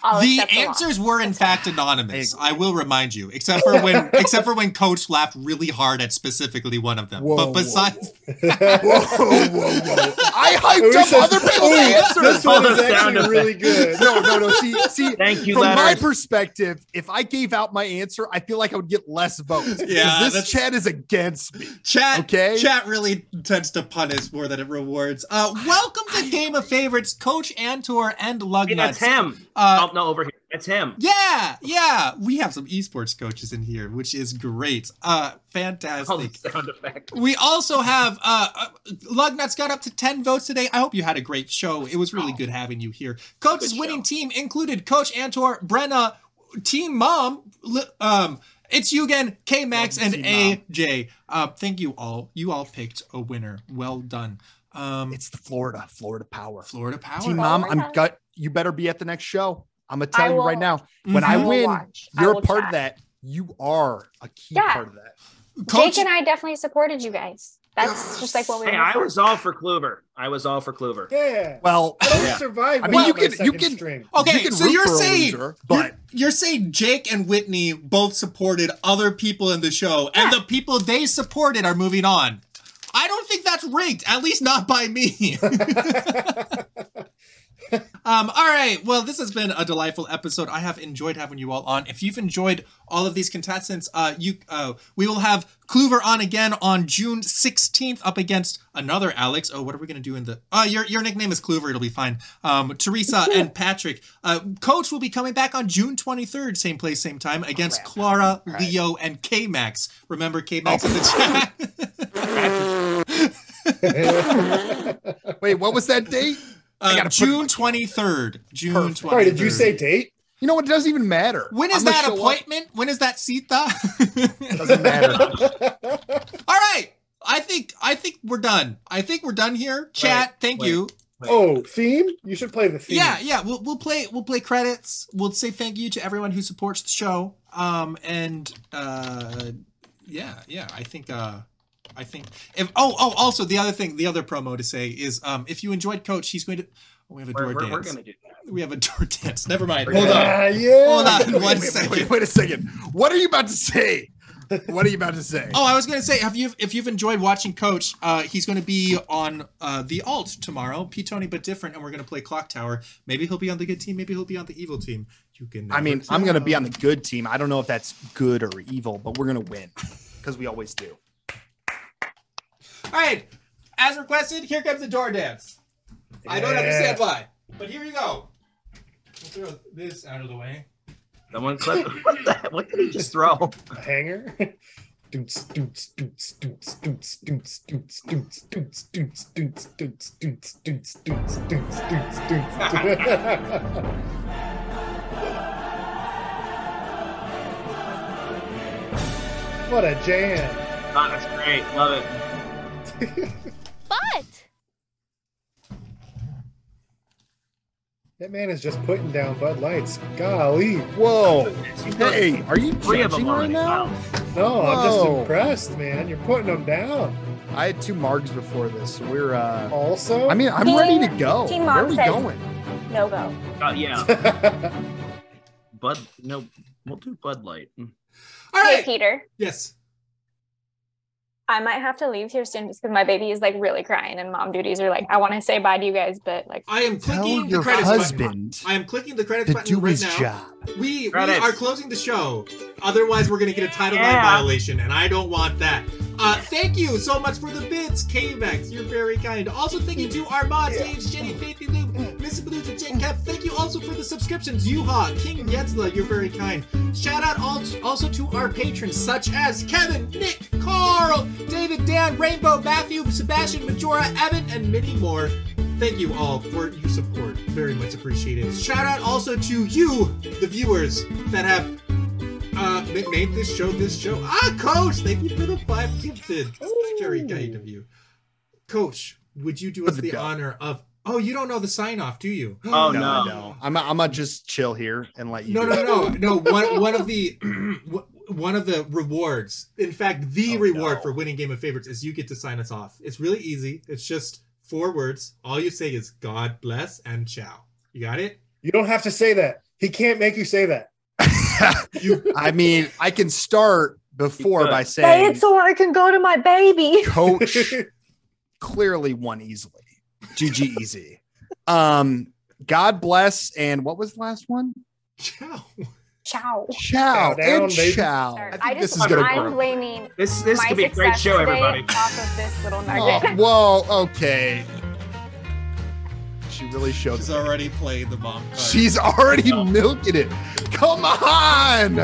Speaker 4: I'll
Speaker 1: the
Speaker 4: accept the
Speaker 1: answers were in fact anonymous.
Speaker 6: Hey.
Speaker 1: I will remind you, except for when except for when Coach laughed really hard at specifically one of them.
Speaker 6: Whoa,
Speaker 1: but
Speaker 6: whoa,
Speaker 1: besides,
Speaker 6: whoa, whoa, whoa! I
Speaker 3: We
Speaker 6: hyped up
Speaker 3: said-
Speaker 6: other people's
Speaker 3: Ooh, This
Speaker 6: answers.
Speaker 3: one
Speaker 5: All
Speaker 3: is
Speaker 5: the sound
Speaker 3: actually really good.
Speaker 6: No, no, no. See, see.
Speaker 5: Thank you,
Speaker 6: From my
Speaker 5: letters.
Speaker 6: perspective, if I gave out my answer, I feel like I would get less votes. because
Speaker 1: Yeah,
Speaker 6: this
Speaker 1: that's-
Speaker 6: chat is against me.
Speaker 1: Chat,
Speaker 6: Okay.
Speaker 1: chat really tends to punish more than it rewards. Uh, welcome to Game of Favorites, Coach Antor and
Speaker 5: Hey, that's
Speaker 1: Lugnuts.
Speaker 5: him.
Speaker 1: Uh,
Speaker 5: oh no, over here. That's him.
Speaker 1: yeah, yeah, we have some esports coaches in here, which is great. Uh,
Speaker 5: All the
Speaker 1: fantastic.
Speaker 5: sound effect.
Speaker 1: We also have uh, uh, Lugnuts got up to ten votes today. I hope you had a great show. It was
Speaker 6: Oh.
Speaker 1: really good having you here. Coach's
Speaker 5: Good
Speaker 1: winning
Speaker 5: show.
Speaker 1: team included Coach Antor, Brenna, Team Mom, Li- um, It's Yugen, K Max,
Speaker 6: Love
Speaker 1: and
Speaker 6: to see
Speaker 1: AJ. Uh, thank you all. You all picked a winner. Well done. Um,
Speaker 6: It's the Florida, Florida Power.
Speaker 1: Florida Power.
Speaker 6: Team
Speaker 4: Oh
Speaker 6: Mom,
Speaker 4: my
Speaker 6: I'm
Speaker 4: God.
Speaker 6: gut. You better be at the next show. I'm gonna
Speaker 4: I
Speaker 6: tell you right
Speaker 4: will-
Speaker 6: now. When I
Speaker 1: Mhm.
Speaker 4: will
Speaker 6: win,
Speaker 4: watch. I
Speaker 6: You're
Speaker 4: will
Speaker 6: a part
Speaker 4: chat.
Speaker 6: of that. You are a key
Speaker 4: Yeah.
Speaker 6: part of that.
Speaker 1: Coach,
Speaker 4: Jake and I definitely supported you guys. That's just like what we.
Speaker 5: Hey,
Speaker 4: were
Speaker 5: I
Speaker 4: for.
Speaker 5: was all for Kluber. I I was all for Kluber.
Speaker 3: Yeah.
Speaker 6: Well,
Speaker 3: I don't
Speaker 5: Yeah.
Speaker 3: survive.
Speaker 6: I mean,
Speaker 3: without
Speaker 6: you
Speaker 3: my
Speaker 6: can- you
Speaker 3: second
Speaker 6: can-
Speaker 3: string.
Speaker 1: okay,
Speaker 6: you can
Speaker 1: so
Speaker 6: root
Speaker 1: you're
Speaker 6: for a
Speaker 1: saying
Speaker 6: loser,
Speaker 1: you're,
Speaker 6: but
Speaker 1: you're saying Jake and Whitney both supported other people in the show, and
Speaker 4: Yeah.
Speaker 1: the people they supported are moving on. I don't think that's rigged, at least not by me. Um, all right. Well, this has been a delightful episode. I have enjoyed having you all on. If you've enjoyed all of these contestants, uh, you uh, we will have Kluver on again on June 16th up against another Alex. Oh, what are we going to do in the Oh, your your nickname is Kluver. It'll be fine. Um, Teresa and Patrick. Uh, Coach will be coming back on June 23rd, same place, same time against
Speaker 6: Crap.
Speaker 1: Clara,
Speaker 6: All right. Oh.
Speaker 1: Leo and K-Max. Remember K-Max in the chat?
Speaker 6: wait, what was that date? I
Speaker 1: Uh,
Speaker 6: gotta put
Speaker 1: June
Speaker 6: my-
Speaker 1: 23rd. June
Speaker 6: Perfect.
Speaker 1: 23rd.
Speaker 3: Sorry, did you say date?
Speaker 6: You know what? It doesn't even matter.
Speaker 1: When is
Speaker 6: I'm gonna
Speaker 1: that
Speaker 6: show up.
Speaker 1: appointment? When is that cita?
Speaker 6: Doesn't matter.
Speaker 1: All right. I think I think we're done. I think we're done here. Chat, thank
Speaker 5: wait.
Speaker 1: you.
Speaker 3: oh, theme? You should play the theme.
Speaker 1: Yeah, yeah. We'll we'll play we'll play credits. We'll say thank you to everyone who supports the show. Um and uh yeah, yeah. I think uh I think if oh oh also the other thing the other promo to say is um if you enjoyed Coach, he's going to oh, we have a
Speaker 5: We're,
Speaker 1: door
Speaker 5: we're,
Speaker 1: dance.
Speaker 5: we're gonna do that.
Speaker 1: We have a door dance. Never mind.
Speaker 5: We're
Speaker 1: Hold
Speaker 5: gonna-
Speaker 1: on.
Speaker 3: Ah, yeah.
Speaker 1: Hold on.
Speaker 6: Wait,
Speaker 1: One
Speaker 6: wait, wait,
Speaker 1: second.
Speaker 6: wait, wait a second. What are you about to say? What are you about to say?
Speaker 1: Oh, I was gonna say, have you if you've enjoyed watching Coach, uh, he's gonna be on uh, the alt tomorrow, P Tony but different, and we're gonna play Clock Tower. Maybe he'll be on the good team, maybe he'll be on the evil team. You can.
Speaker 6: I mean,
Speaker 1: never
Speaker 6: I'm gonna be
Speaker 1: tell.
Speaker 6: on the good team. I don't know if that's good or evil, but we're gonna win because we always do.
Speaker 1: All right, as requested, here comes the door dance. I don't
Speaker 3: Yeah.
Speaker 1: understand why, but here you go. We'll throw this out of the way.
Speaker 5: Someone clip. Oh, what, the- what did he just throw?
Speaker 3: A hanger. Doots, doots, doots, doots, doots, doots, doots, doots, doots, doots, doots, doots, doots, doots, doots, doots, doots, doots. What a jam.
Speaker 5: Oh, that's great. Love it.
Speaker 9: But
Speaker 3: That man is just putting down Bud Lights. Golly.
Speaker 6: Whoa!
Speaker 5: You've got
Speaker 6: Hey, are you
Speaker 5: three of them
Speaker 6: judging right
Speaker 5: already.
Speaker 6: now?
Speaker 5: Wow.
Speaker 3: No, I'm just
Speaker 6: Whoa.
Speaker 3: impressed, man. You're putting them down.
Speaker 6: I had two margs before this. So we're. uh
Speaker 3: Also,
Speaker 6: I mean, I'm
Speaker 4: Team-
Speaker 6: ready to go.
Speaker 4: Team
Speaker 6: Where
Speaker 4: Mom
Speaker 6: are we
Speaker 4: says-
Speaker 6: going?
Speaker 4: no go.
Speaker 5: Oh, yeah,
Speaker 3: mean,
Speaker 5: Bud. No, we'll do Bud Light.
Speaker 1: All
Speaker 4: Hey
Speaker 1: right.
Speaker 4: Peter,
Speaker 1: Yes.
Speaker 4: I might have to leave here soon just because my baby is like really crying and mom duties are like I want to say bye to you guys, but like
Speaker 1: I am
Speaker 6: Tell
Speaker 1: clicking the
Speaker 6: your
Speaker 1: credits button.
Speaker 6: husband
Speaker 1: I am clicking the credits
Speaker 6: to
Speaker 1: button
Speaker 6: do
Speaker 1: right
Speaker 6: his
Speaker 1: now.
Speaker 6: job.
Speaker 1: We, we
Speaker 5: Credits.
Speaker 1: are closing the show. Otherwise, we're going to get a title line
Speaker 5: Yeah.
Speaker 1: violation, and I don't want that. Uh, thank you so much for the bits, K-Max. You're very kind. Also, thank you to Armand, Sage, Jenny, Faithy Loop, Mrs. Blues, and Jake Cap. Thank you also for the subscriptions, Yuha, King Yetzla. You're very kind. Shout out al- also to our patrons, such as Kevin, Nick, Carl, David, Dan, Rainbow, Matthew, Sebastian, Majora, Evan, and many more. Thank you all for your support. Very much appreciated. Shout out also to you, the viewers, that have uh, ma- made this show this show. Ah, Coach, thank you for the five gifted. That's very kind of you. Coach, would you do
Speaker 6: For
Speaker 1: us
Speaker 6: the
Speaker 1: the
Speaker 6: dub.
Speaker 1: honor of. Oh, you don't know the sign off, do you?
Speaker 5: Oh,
Speaker 6: No,
Speaker 5: no.
Speaker 6: no, I'm. I'm gonna just chill here and let you.
Speaker 1: No,
Speaker 6: do
Speaker 1: no,
Speaker 6: it.
Speaker 1: no, no. One, one of the one of the rewards. In fact, the
Speaker 6: Oh,
Speaker 1: reward
Speaker 6: no.
Speaker 1: for winning Game of Favorites is you get to sign us off. It's really easy. It's just four words. All you say is "God bless" and "Ciao." You got it?
Speaker 3: you don't have to say that. He can't make you say that.
Speaker 6: I mean, I can start before
Speaker 5: You could.
Speaker 6: by
Speaker 4: say
Speaker 6: saying
Speaker 4: it so I can go to my baby.
Speaker 6: coach clearly won easily. GG easy. Um, God bless. And what was the last one?
Speaker 1: Ciao.
Speaker 4: Ciao.
Speaker 6: Chow
Speaker 3: Chow down,
Speaker 6: and
Speaker 3: baby.
Speaker 6: chow.
Speaker 4: Sorry,
Speaker 6: I Oh, think
Speaker 4: I
Speaker 6: this
Speaker 4: just
Speaker 6: is gonna
Speaker 4: I'm
Speaker 6: grow.
Speaker 4: blaming
Speaker 5: This this
Speaker 4: my
Speaker 5: could be a great
Speaker 4: success
Speaker 5: show,
Speaker 4: today
Speaker 5: everybody.
Speaker 4: off of this little
Speaker 6: Oh,
Speaker 4: nugget.
Speaker 6: whoa, okay. She really showed.
Speaker 1: She's already played the bomb card.
Speaker 6: She's already milking it. Come on.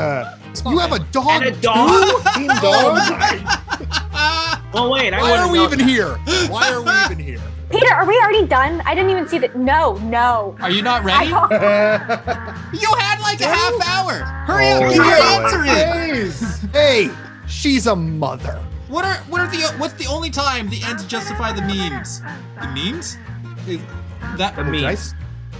Speaker 6: You have a dog.
Speaker 5: And a dog.
Speaker 6: too?
Speaker 3: Team dog.
Speaker 1: Ah!
Speaker 5: Oh wait, I
Speaker 6: Why
Speaker 5: wanna
Speaker 6: are we
Speaker 5: know
Speaker 6: even
Speaker 5: that.
Speaker 6: here? Why are we even here?
Speaker 4: Peter, are we already done? I didn't even see that. No, no.
Speaker 1: Are you not
Speaker 4: I
Speaker 1: ready?
Speaker 4: don't-
Speaker 1: You had like a half hour. Hurry up,
Speaker 6: Oh,
Speaker 1: get your
Speaker 6: yeah.
Speaker 1: answer in.
Speaker 3: Please.
Speaker 6: Hey, she's a mother.
Speaker 1: What are what are the what's the only time the ends justify the memes? The memes? Is
Speaker 5: The
Speaker 1: that
Speaker 5: meme.
Speaker 6: Did I s-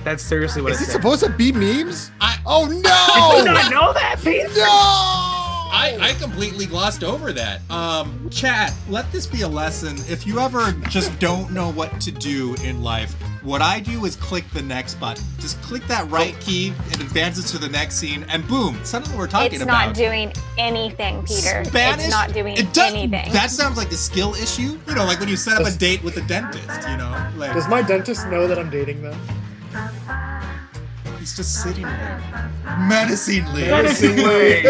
Speaker 5: That's seriously what
Speaker 6: Is
Speaker 5: I
Speaker 6: it
Speaker 5: said.
Speaker 6: supposed to be memes?
Speaker 1: I-
Speaker 6: oh
Speaker 5: Did you
Speaker 6: no!
Speaker 5: not know that, Pete?
Speaker 6: no!
Speaker 1: I, I completely glossed over that. Um, chat, let this be a lesson. If you ever just don't know what to do in life, what I do is click the next button. Just click that right
Speaker 4: Oh.
Speaker 1: key, it advances to the next scene, and boom, suddenly we're talking
Speaker 4: it's
Speaker 1: about
Speaker 4: not doing anything, Peter.
Speaker 1: Spanish.
Speaker 4: It's not doing
Speaker 1: it does,
Speaker 4: anything.
Speaker 1: That sounds like a skill issue. You know, like when you set up a date with a dentist. You know, like
Speaker 3: Does my dentist know that I'm dating them?
Speaker 1: he's just sitting there, menacingly.
Speaker 3: Menacingly.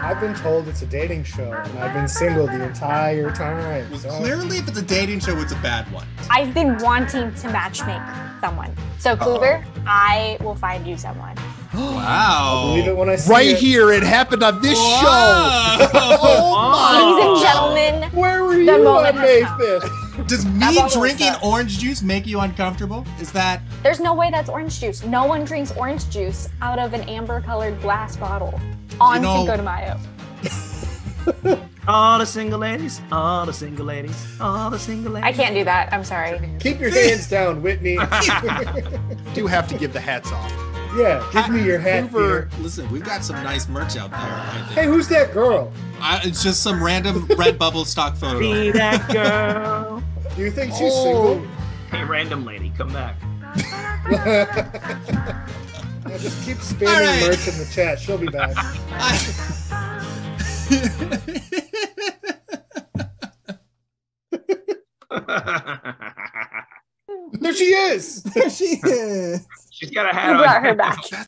Speaker 3: I've been told it's a dating show, and I've been single the entire time.
Speaker 1: Well,
Speaker 3: so-
Speaker 1: clearly, if it's a dating show, it's a bad one.
Speaker 4: I've been wanting to matchmake someone. So, Cougar, I will find you someone.
Speaker 3: Believe it
Speaker 1: Wow.
Speaker 3: when I see
Speaker 6: Right
Speaker 3: it.
Speaker 6: here, it happened on this
Speaker 1: Wow.
Speaker 6: show. oh
Speaker 4: Ladies and
Speaker 5: Oh.
Speaker 4: gentlemen,
Speaker 3: Where were
Speaker 4: The
Speaker 3: you
Speaker 4: moment
Speaker 3: on May
Speaker 4: has come.
Speaker 3: 5th?
Speaker 1: Does me
Speaker 4: I've always
Speaker 1: drinking
Speaker 4: said-
Speaker 1: orange juice make you uncomfortable? Is that
Speaker 4: there's no way that's orange juice. No one drinks orange juice out of an amber colored glass bottle on
Speaker 1: You know-
Speaker 4: Cinco de Mayo.
Speaker 5: All the single ladies, all the single ladies, all the single ladies.
Speaker 4: I can't do that. I'm sorry.
Speaker 3: Keep your hands down, Whitney.
Speaker 6: my! Do have to give the hats off.
Speaker 3: yeah, give me your hat.
Speaker 6: Hoover.
Speaker 3: Peter.
Speaker 1: listen? We've got some nice merch out there. I
Speaker 3: Hey,
Speaker 1: think
Speaker 3: who's that girl?
Speaker 1: I, it's just some random red bubble stock photo.
Speaker 5: Be that girl.
Speaker 3: Do you think she's
Speaker 6: Oh.
Speaker 5: hey, random lady, come back.
Speaker 3: single? Now just keep spamming
Speaker 1: All right.
Speaker 3: merch in the chat. She'll be back.
Speaker 1: I-
Speaker 3: There she is.
Speaker 1: There she is.
Speaker 5: She's got
Speaker 4: You
Speaker 5: a hat
Speaker 4: brought
Speaker 5: on.
Speaker 4: her back.